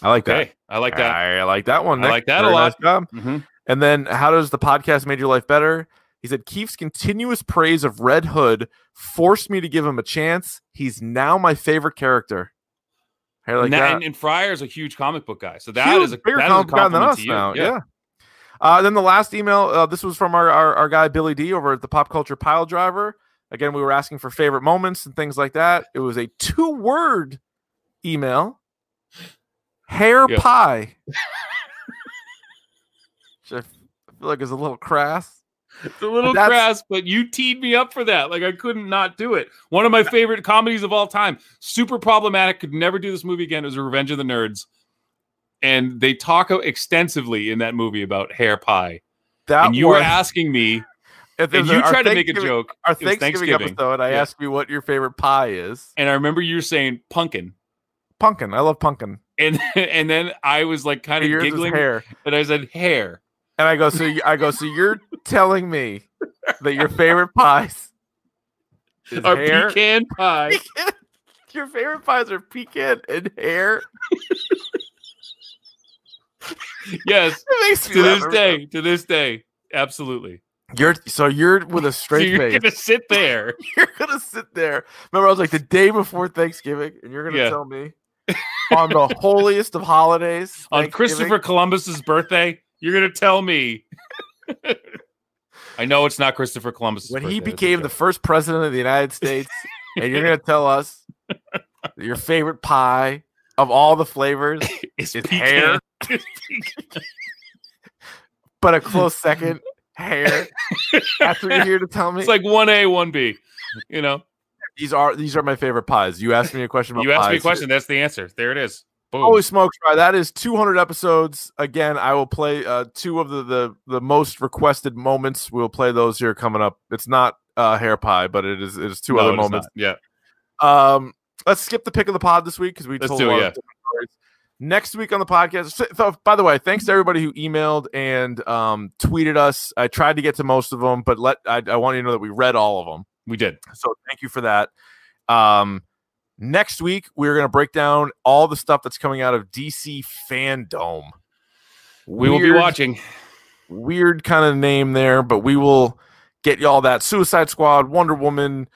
[SPEAKER 2] I like that.
[SPEAKER 3] Okay, I like that.
[SPEAKER 2] I like that one.
[SPEAKER 3] I
[SPEAKER 2] Nick.
[SPEAKER 3] like that a
[SPEAKER 2] Very
[SPEAKER 3] lot.
[SPEAKER 2] nice job.
[SPEAKER 3] Mhm.
[SPEAKER 2] And then, how does the podcast made your life better? He said, Keefe's continuous praise of Red Hood forced me to give him a chance. He's now my favorite character. I like
[SPEAKER 3] and, that,
[SPEAKER 2] that.
[SPEAKER 3] and, and Friar's a huge comic book guy, so that
[SPEAKER 2] Huge,
[SPEAKER 3] is a
[SPEAKER 2] bigger
[SPEAKER 3] that is a
[SPEAKER 2] comic book guy than
[SPEAKER 3] compliment
[SPEAKER 2] us
[SPEAKER 3] to you.
[SPEAKER 2] now. Yeah. Uh, then the last email. Uh, this was from our, our our guy Billy D over at the Pop Culture Pile Driver. Again, we were asking for favorite moments and things like that. It was a two word email. Hair
[SPEAKER 3] Yeah.
[SPEAKER 2] pie. Which I feel like is a little crass.
[SPEAKER 3] It's a little
[SPEAKER 2] That's-
[SPEAKER 3] crass, but you teed me up for that. Like I couldn't not do it. One of my favorite comedies of all time. Super problematic. Could never do this movie again. It was Revenge of the Nerds, and they talk extensively in that movie about hair pie.
[SPEAKER 2] That
[SPEAKER 3] and you
[SPEAKER 2] was,
[SPEAKER 3] were asking me,
[SPEAKER 2] if
[SPEAKER 3] and
[SPEAKER 2] there's a-
[SPEAKER 3] you
[SPEAKER 2] our
[SPEAKER 3] tried to make a
[SPEAKER 2] Thanksgiving-
[SPEAKER 3] joke,
[SPEAKER 2] Our
[SPEAKER 3] was
[SPEAKER 2] Thanksgiving,
[SPEAKER 3] Thanksgiving.
[SPEAKER 2] episode, I
[SPEAKER 3] Yeah.
[SPEAKER 2] asked you what your favorite pie is.
[SPEAKER 3] and I remember you were saying pumpkin,
[SPEAKER 2] Pumpkin. I love pumpkin.
[SPEAKER 3] and and then I was like kind of
[SPEAKER 2] Yours is
[SPEAKER 3] giggling,
[SPEAKER 2] hair.
[SPEAKER 3] and I said hair.
[SPEAKER 2] And I go, so you, I go, so you're telling me that your favorite pies is
[SPEAKER 3] Or
[SPEAKER 2] hair?
[SPEAKER 3] pecan pie.
[SPEAKER 2] Pecan. Your favorite pies are pecan and hair.
[SPEAKER 3] yes,
[SPEAKER 2] It makes me
[SPEAKER 3] to this
[SPEAKER 2] laugh.
[SPEAKER 3] day, to this day, absolutely.
[SPEAKER 2] You're so you're with a
[SPEAKER 3] So
[SPEAKER 2] straight
[SPEAKER 3] you're
[SPEAKER 2] face.
[SPEAKER 3] gonna sit there.
[SPEAKER 2] You're gonna sit there. Remember, I was like the day before Thanksgiving, and you're gonna
[SPEAKER 3] Yeah.
[SPEAKER 2] tell me on the holiest of holidays
[SPEAKER 3] on
[SPEAKER 2] Thanksgiving,
[SPEAKER 3] Christopher Columbus's birthday, you're gonna tell me. I know it's not Christopher Columbus.
[SPEAKER 2] when he became the first president of the United States, and you're gonna tell us that your favorite pie of all the flavors
[SPEAKER 3] it's
[SPEAKER 2] is
[SPEAKER 3] pecan.
[SPEAKER 2] hair. but a close second, hair. That's what you're here to tell me.
[SPEAKER 3] It's like one A, one B. You know,
[SPEAKER 2] these are these are my favorite pies. You asked me a question about
[SPEAKER 3] you asked me a
[SPEAKER 2] pies.
[SPEAKER 3] question. That's the answer. There it is. Boom.
[SPEAKER 2] Holy smokes, Rye, That is 200 episodes. Again, I will play uh, two of the, the the most requested moments. We'll play those here coming up. It's not uh, hair pie, but it is it is two
[SPEAKER 3] No,
[SPEAKER 2] other
[SPEAKER 3] it is
[SPEAKER 2] moments.
[SPEAKER 3] not. Yeah.
[SPEAKER 2] Um, let's skip the pick of the pod this week because we
[SPEAKER 3] Let's
[SPEAKER 2] told
[SPEAKER 3] do
[SPEAKER 2] a
[SPEAKER 3] it,
[SPEAKER 2] lot
[SPEAKER 3] yeah.
[SPEAKER 2] of different stories. Next week on the podcast. So, so, by the way, thanks to everybody who emailed and um, tweeted us. I tried to get to most of them, but let I, I want you to know that we read all of them.
[SPEAKER 3] We did.
[SPEAKER 2] So thank you for that. Um, next week we're going to break down all the stuff that's coming out of DC fandom.
[SPEAKER 3] We will be
[SPEAKER 2] Weird-
[SPEAKER 3] watching.
[SPEAKER 2] Weird kind of name there, but we will get you all that Suicide Squad, Wonder Woman,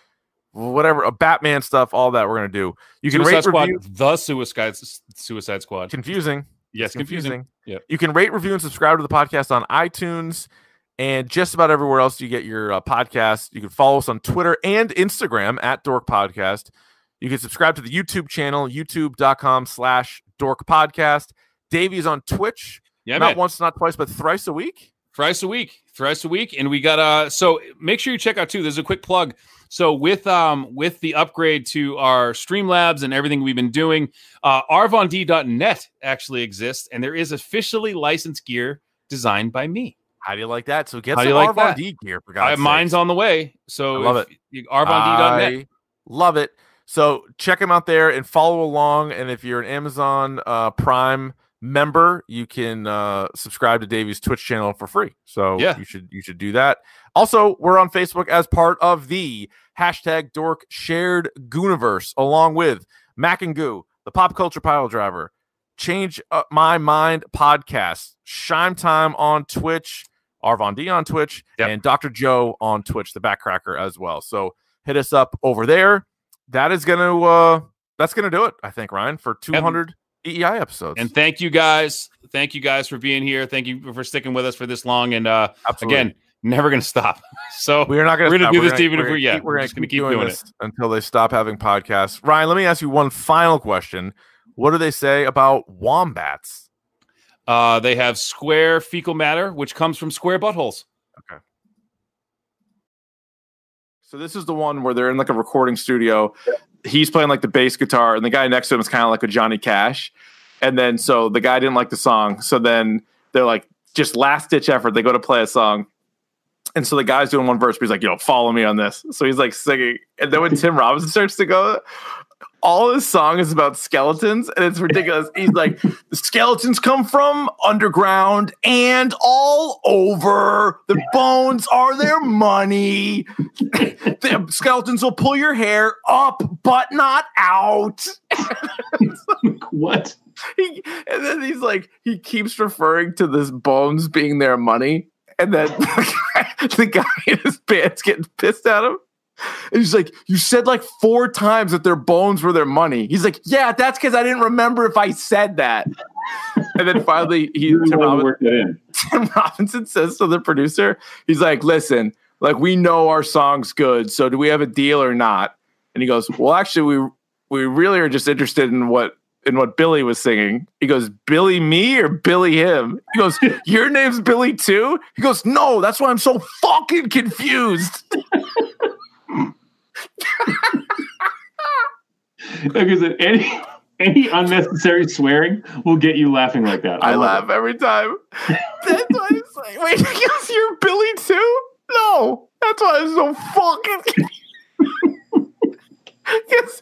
[SPEAKER 2] whatever, uh, Batman stuff, all that we're going to do. You can
[SPEAKER 3] Suicide
[SPEAKER 2] rate
[SPEAKER 3] Squad,
[SPEAKER 2] review.
[SPEAKER 3] the Suicide Suicide Squad.
[SPEAKER 2] Confusing.
[SPEAKER 3] yes, confusing. Yeah.
[SPEAKER 2] You can rate, review, and subscribe to the podcast on iTunes and just about everywhere else you get your uh, podcast. You can follow us on Twitter and Instagram at Dork Podcast. You can subscribe to the YouTube channel, youtube.com slash dork podcast. Davey's on Twitch,
[SPEAKER 3] Yeah,
[SPEAKER 2] not
[SPEAKER 3] man.
[SPEAKER 2] once, not twice, but thrice a week.
[SPEAKER 3] thrice a week thrice a week and we got uh so make sure you check out too there's a quick plug so with um with the upgrade to our streamlabs and everything we've been doing uh arvond.net actually exists and there is officially licensed gear designed by me
[SPEAKER 2] How do you like that? So get
[SPEAKER 3] How
[SPEAKER 2] some
[SPEAKER 3] do you like
[SPEAKER 2] Arvon
[SPEAKER 3] that?
[SPEAKER 2] D gear for
[SPEAKER 3] I,
[SPEAKER 2] God's
[SPEAKER 3] mine's
[SPEAKER 2] sakes.
[SPEAKER 3] on the way so
[SPEAKER 2] I love
[SPEAKER 3] if you- arvond.net
[SPEAKER 2] I love it. So check him out there and follow along. And if you're an Amazon uh, Prime member, you can uh, subscribe to Davey's Twitch channel for free. So
[SPEAKER 3] Yeah.
[SPEAKER 2] you should you should do that. Also, we're on Facebook as part of the hashtag Dork Shared Gooniverse, along with Mac and Goo, the Pop Culture Pile Driver, Change Up My Mind podcast, Shime Time on Twitch, Arvon D on Twitch,
[SPEAKER 3] Yep.
[SPEAKER 2] and Dr. Joe on Twitch, the Backcracker as well. So hit us up over there. That is gonna uh that's gonna do it, I think, Ryan, for 200 EEI E episodes.
[SPEAKER 3] And thank you guys. Thank you guys for being here. Thank you for sticking with us for this long. And uh,
[SPEAKER 2] Absolutely.
[SPEAKER 3] again, never going to stop. So
[SPEAKER 2] We are not going
[SPEAKER 3] We're
[SPEAKER 2] to
[SPEAKER 3] gonna do this even if we- yeah,
[SPEAKER 2] we're
[SPEAKER 3] we're
[SPEAKER 2] going
[SPEAKER 3] just
[SPEAKER 2] to
[SPEAKER 3] gonna
[SPEAKER 2] keep doing,
[SPEAKER 3] doing
[SPEAKER 2] this until they stop having podcasts. Ryan, let me ask you one final question. What do they say about wombats?
[SPEAKER 3] uh, they have square fecal matter, which comes from square buttholes.
[SPEAKER 2] So this is the one where they're in like a recording studio. He's playing like the bass guitar, and the guy next to him is kind of like a Johnny Cash. And then so the guy didn't like the song, so then they're like just last ditch effort. They go to play a song, and so the guy's doing one verse, but he's like, "Yo, follow me on this." So he's like singing, and then when Tim Robinson starts to go. All his song is about skeletons, and it's ridiculous. He's like, the skeletons come from underground and all over. The bones are their money the skeletons will pull your hair up but not out
[SPEAKER 6] what?
[SPEAKER 2] he, and then he's like he keeps referring to this bones being their money and then the guy, the guy in his pants getting pissed at him and he's like you said like four times that their bones were their money he's like yeah that's because i didn't remember if i said that and then finally he
[SPEAKER 6] You
[SPEAKER 2] Tim
[SPEAKER 6] really want
[SPEAKER 2] Robinson-
[SPEAKER 6] to work that in.
[SPEAKER 2] Tim Robinson says to the producer, he's like, listen, like we know our song's good, so do we have a deal or not? And he goes, well, actually, we we really are just interested in what in what Billy was singing. He goes, Billy me or Billy him? He goes, your name's Billy too? He goes, no, that's why I'm so fucking confused.
[SPEAKER 6] Because if any any unnecessary swearing will get you laughing like that.
[SPEAKER 2] I
[SPEAKER 6] love
[SPEAKER 2] laugh every time. That's why it's like, wait, he goes, you're Billy too? No, that's why I'm so fucking. because,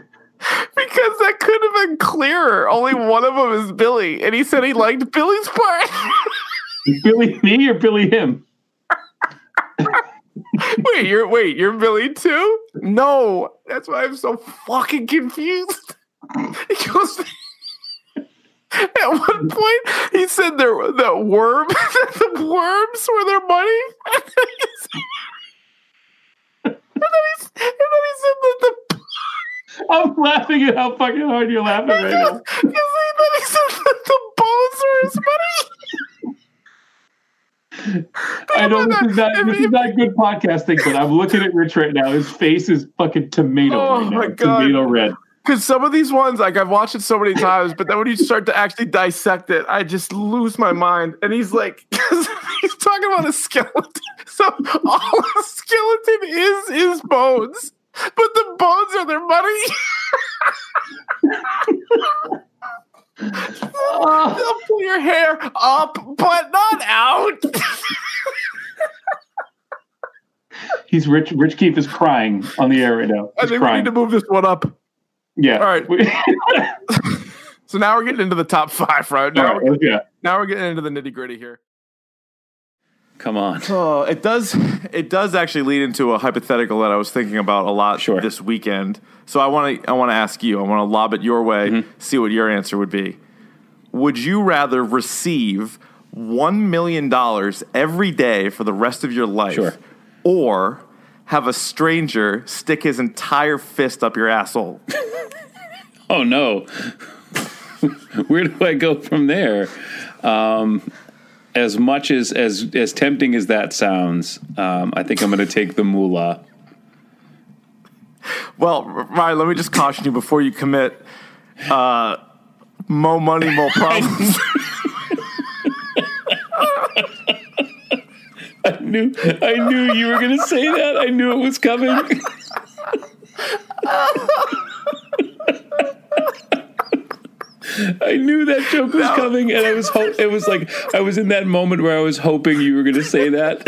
[SPEAKER 2] because that could have been clearer. Only one of them is Billy, and he said he liked Billy's part.
[SPEAKER 6] it. Billy me or Billy him?
[SPEAKER 2] wait, you're wait, you're Billy too? No, that's why I'm so fucking confused. He goes. At one point, he said there the worm, the worms were their money. And then he said, and then he, s- and then he said that the
[SPEAKER 6] I'm laughing at how fucking hard you're laughing right now.
[SPEAKER 2] because he, then he said that the bones were his money.
[SPEAKER 6] I know this is
[SPEAKER 2] I
[SPEAKER 6] not this
[SPEAKER 2] mean-
[SPEAKER 6] is not good podcasting, but I'm looking at Rich right now. His face is fucking tomato.
[SPEAKER 2] Oh
[SPEAKER 6] right now.
[SPEAKER 2] my
[SPEAKER 6] It's
[SPEAKER 2] God.
[SPEAKER 6] Tomato red.
[SPEAKER 2] Because some of these ones, like I've watched it so many times, but then when you start to actually dissect it, I just lose my mind. And he's like, 'cause he's talking about a skeleton. So all a skeleton is is bones, but the bones are their money.
[SPEAKER 6] Oh,
[SPEAKER 2] They'll pull your hair up, but not out.
[SPEAKER 6] he's Rich. Rich Keefe is crying on the air right now.
[SPEAKER 2] I think
[SPEAKER 6] He's
[SPEAKER 2] we
[SPEAKER 6] crying.
[SPEAKER 2] need to move this one up.
[SPEAKER 6] yeah.
[SPEAKER 2] all right.
[SPEAKER 6] We-
[SPEAKER 2] So now we're getting into the top five, right? Now,
[SPEAKER 6] All
[SPEAKER 2] we're,
[SPEAKER 6] right, yeah.
[SPEAKER 2] now we're getting into the nitty gritty here.
[SPEAKER 6] Come on.
[SPEAKER 2] Oh, it does. It does actually lead into a hypothetical that I was thinking about a lot
[SPEAKER 6] Sure.
[SPEAKER 2] this weekend. So I want to. I want to ask you. I want to lob it your way.
[SPEAKER 6] Mm-hmm.
[SPEAKER 2] See what your answer would be. Would you rather receive one million dollars every day for the rest of your life,
[SPEAKER 6] Sure.
[SPEAKER 2] or have a stranger stick his entire fist up your asshole?
[SPEAKER 6] oh no where do i go from there um, as much as as as tempting as that sounds um, i think i'm going to take the moolah
[SPEAKER 2] Well, Ryan, let me just caution you before you commit. Uh, more money, more problems.
[SPEAKER 6] i knew i knew you were going to say that i knew it was coming I knew that joke was coming, and I was ho- it was like I was in that moment where I was hoping you were going to say that.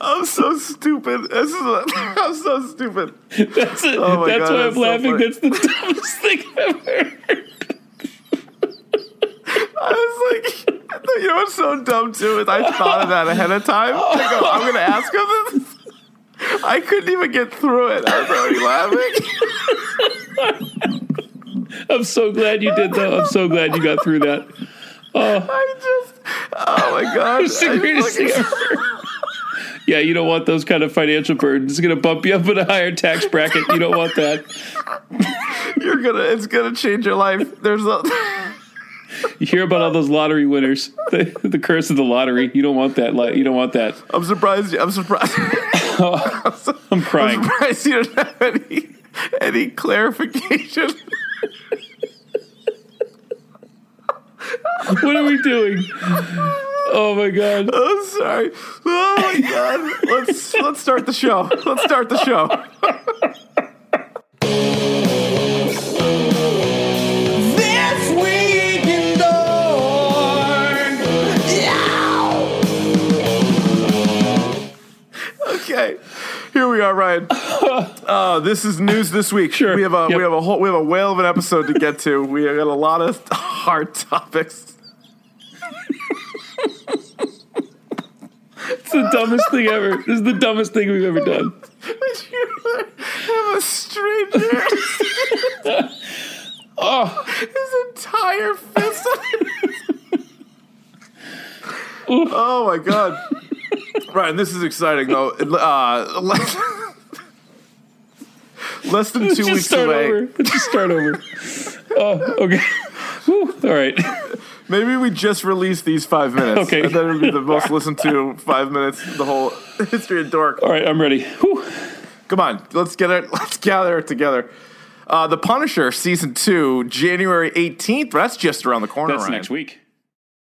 [SPEAKER 2] I'm so stupid. This is a, I'm so stupid.
[SPEAKER 7] That's it.
[SPEAKER 2] Oh my
[SPEAKER 7] that's
[SPEAKER 2] God,
[SPEAKER 7] why I'm
[SPEAKER 2] that's so funny.
[SPEAKER 7] laughing. that's the dumbest thing I've ever heard.
[SPEAKER 2] I was like, you know what's so dumb too is I thought of that ahead of time. I go, I'm gonna ask him this. I couldn't even get through it. I was already laughing.
[SPEAKER 7] I'm so glad you did though. I'm so glad you got through that.
[SPEAKER 2] I just, oh my gosh.
[SPEAKER 7] It's the
[SPEAKER 2] I just
[SPEAKER 7] greatest
[SPEAKER 2] look
[SPEAKER 7] thing
[SPEAKER 2] at-
[SPEAKER 7] ever. Yeah, you don't want those kind of financial burdens. It's going to bump you up in a higher tax bracket. You don't want that.
[SPEAKER 2] You're gonna, it's gonna change your life. There's a,
[SPEAKER 7] You hear about all those lottery winners, the, the curse of the lottery. You don't want that. li- You don't want that.
[SPEAKER 2] I'm surprised. you- I'm surprised.
[SPEAKER 7] I'm crying.
[SPEAKER 2] I'm surprised you don't have any, any clarification.
[SPEAKER 7] What are we doing? Oh my god.
[SPEAKER 2] I'm sorry. Oh my god. Let's let's start the show. Let's start the show.
[SPEAKER 8] This week in Dork. Yeah.
[SPEAKER 2] Okay, here we are, Ryan. Uh, this is news this week.
[SPEAKER 7] Sure.
[SPEAKER 2] we have a
[SPEAKER 7] Yep.
[SPEAKER 2] we have a whole we have a whale of an episode to get to. We have got a lot of hard topics.
[SPEAKER 7] It's the dumbest thing ever. This is the dumbest thing we've ever done.
[SPEAKER 2] Would you have a stranger?
[SPEAKER 7] Oh.
[SPEAKER 2] his entire fist. oh my god, Ryan, this is exciting though. Uh, less, less than two
[SPEAKER 7] Let's just
[SPEAKER 2] weeks
[SPEAKER 7] start
[SPEAKER 2] away.
[SPEAKER 7] over. Let's just start over. Oh, okay. Whew, all right.
[SPEAKER 2] Maybe we just release these five minutes.
[SPEAKER 7] Okay.
[SPEAKER 2] And then it'll be the most listened to five minutes in the whole history of Dork.
[SPEAKER 7] All right, I'm ready. Whew.
[SPEAKER 2] Come on, let's get it. Let's gather it together. Uh, the Punisher season two, January eighteenth. That's just around the corner.
[SPEAKER 7] That's
[SPEAKER 2] Ryan.
[SPEAKER 7] next week.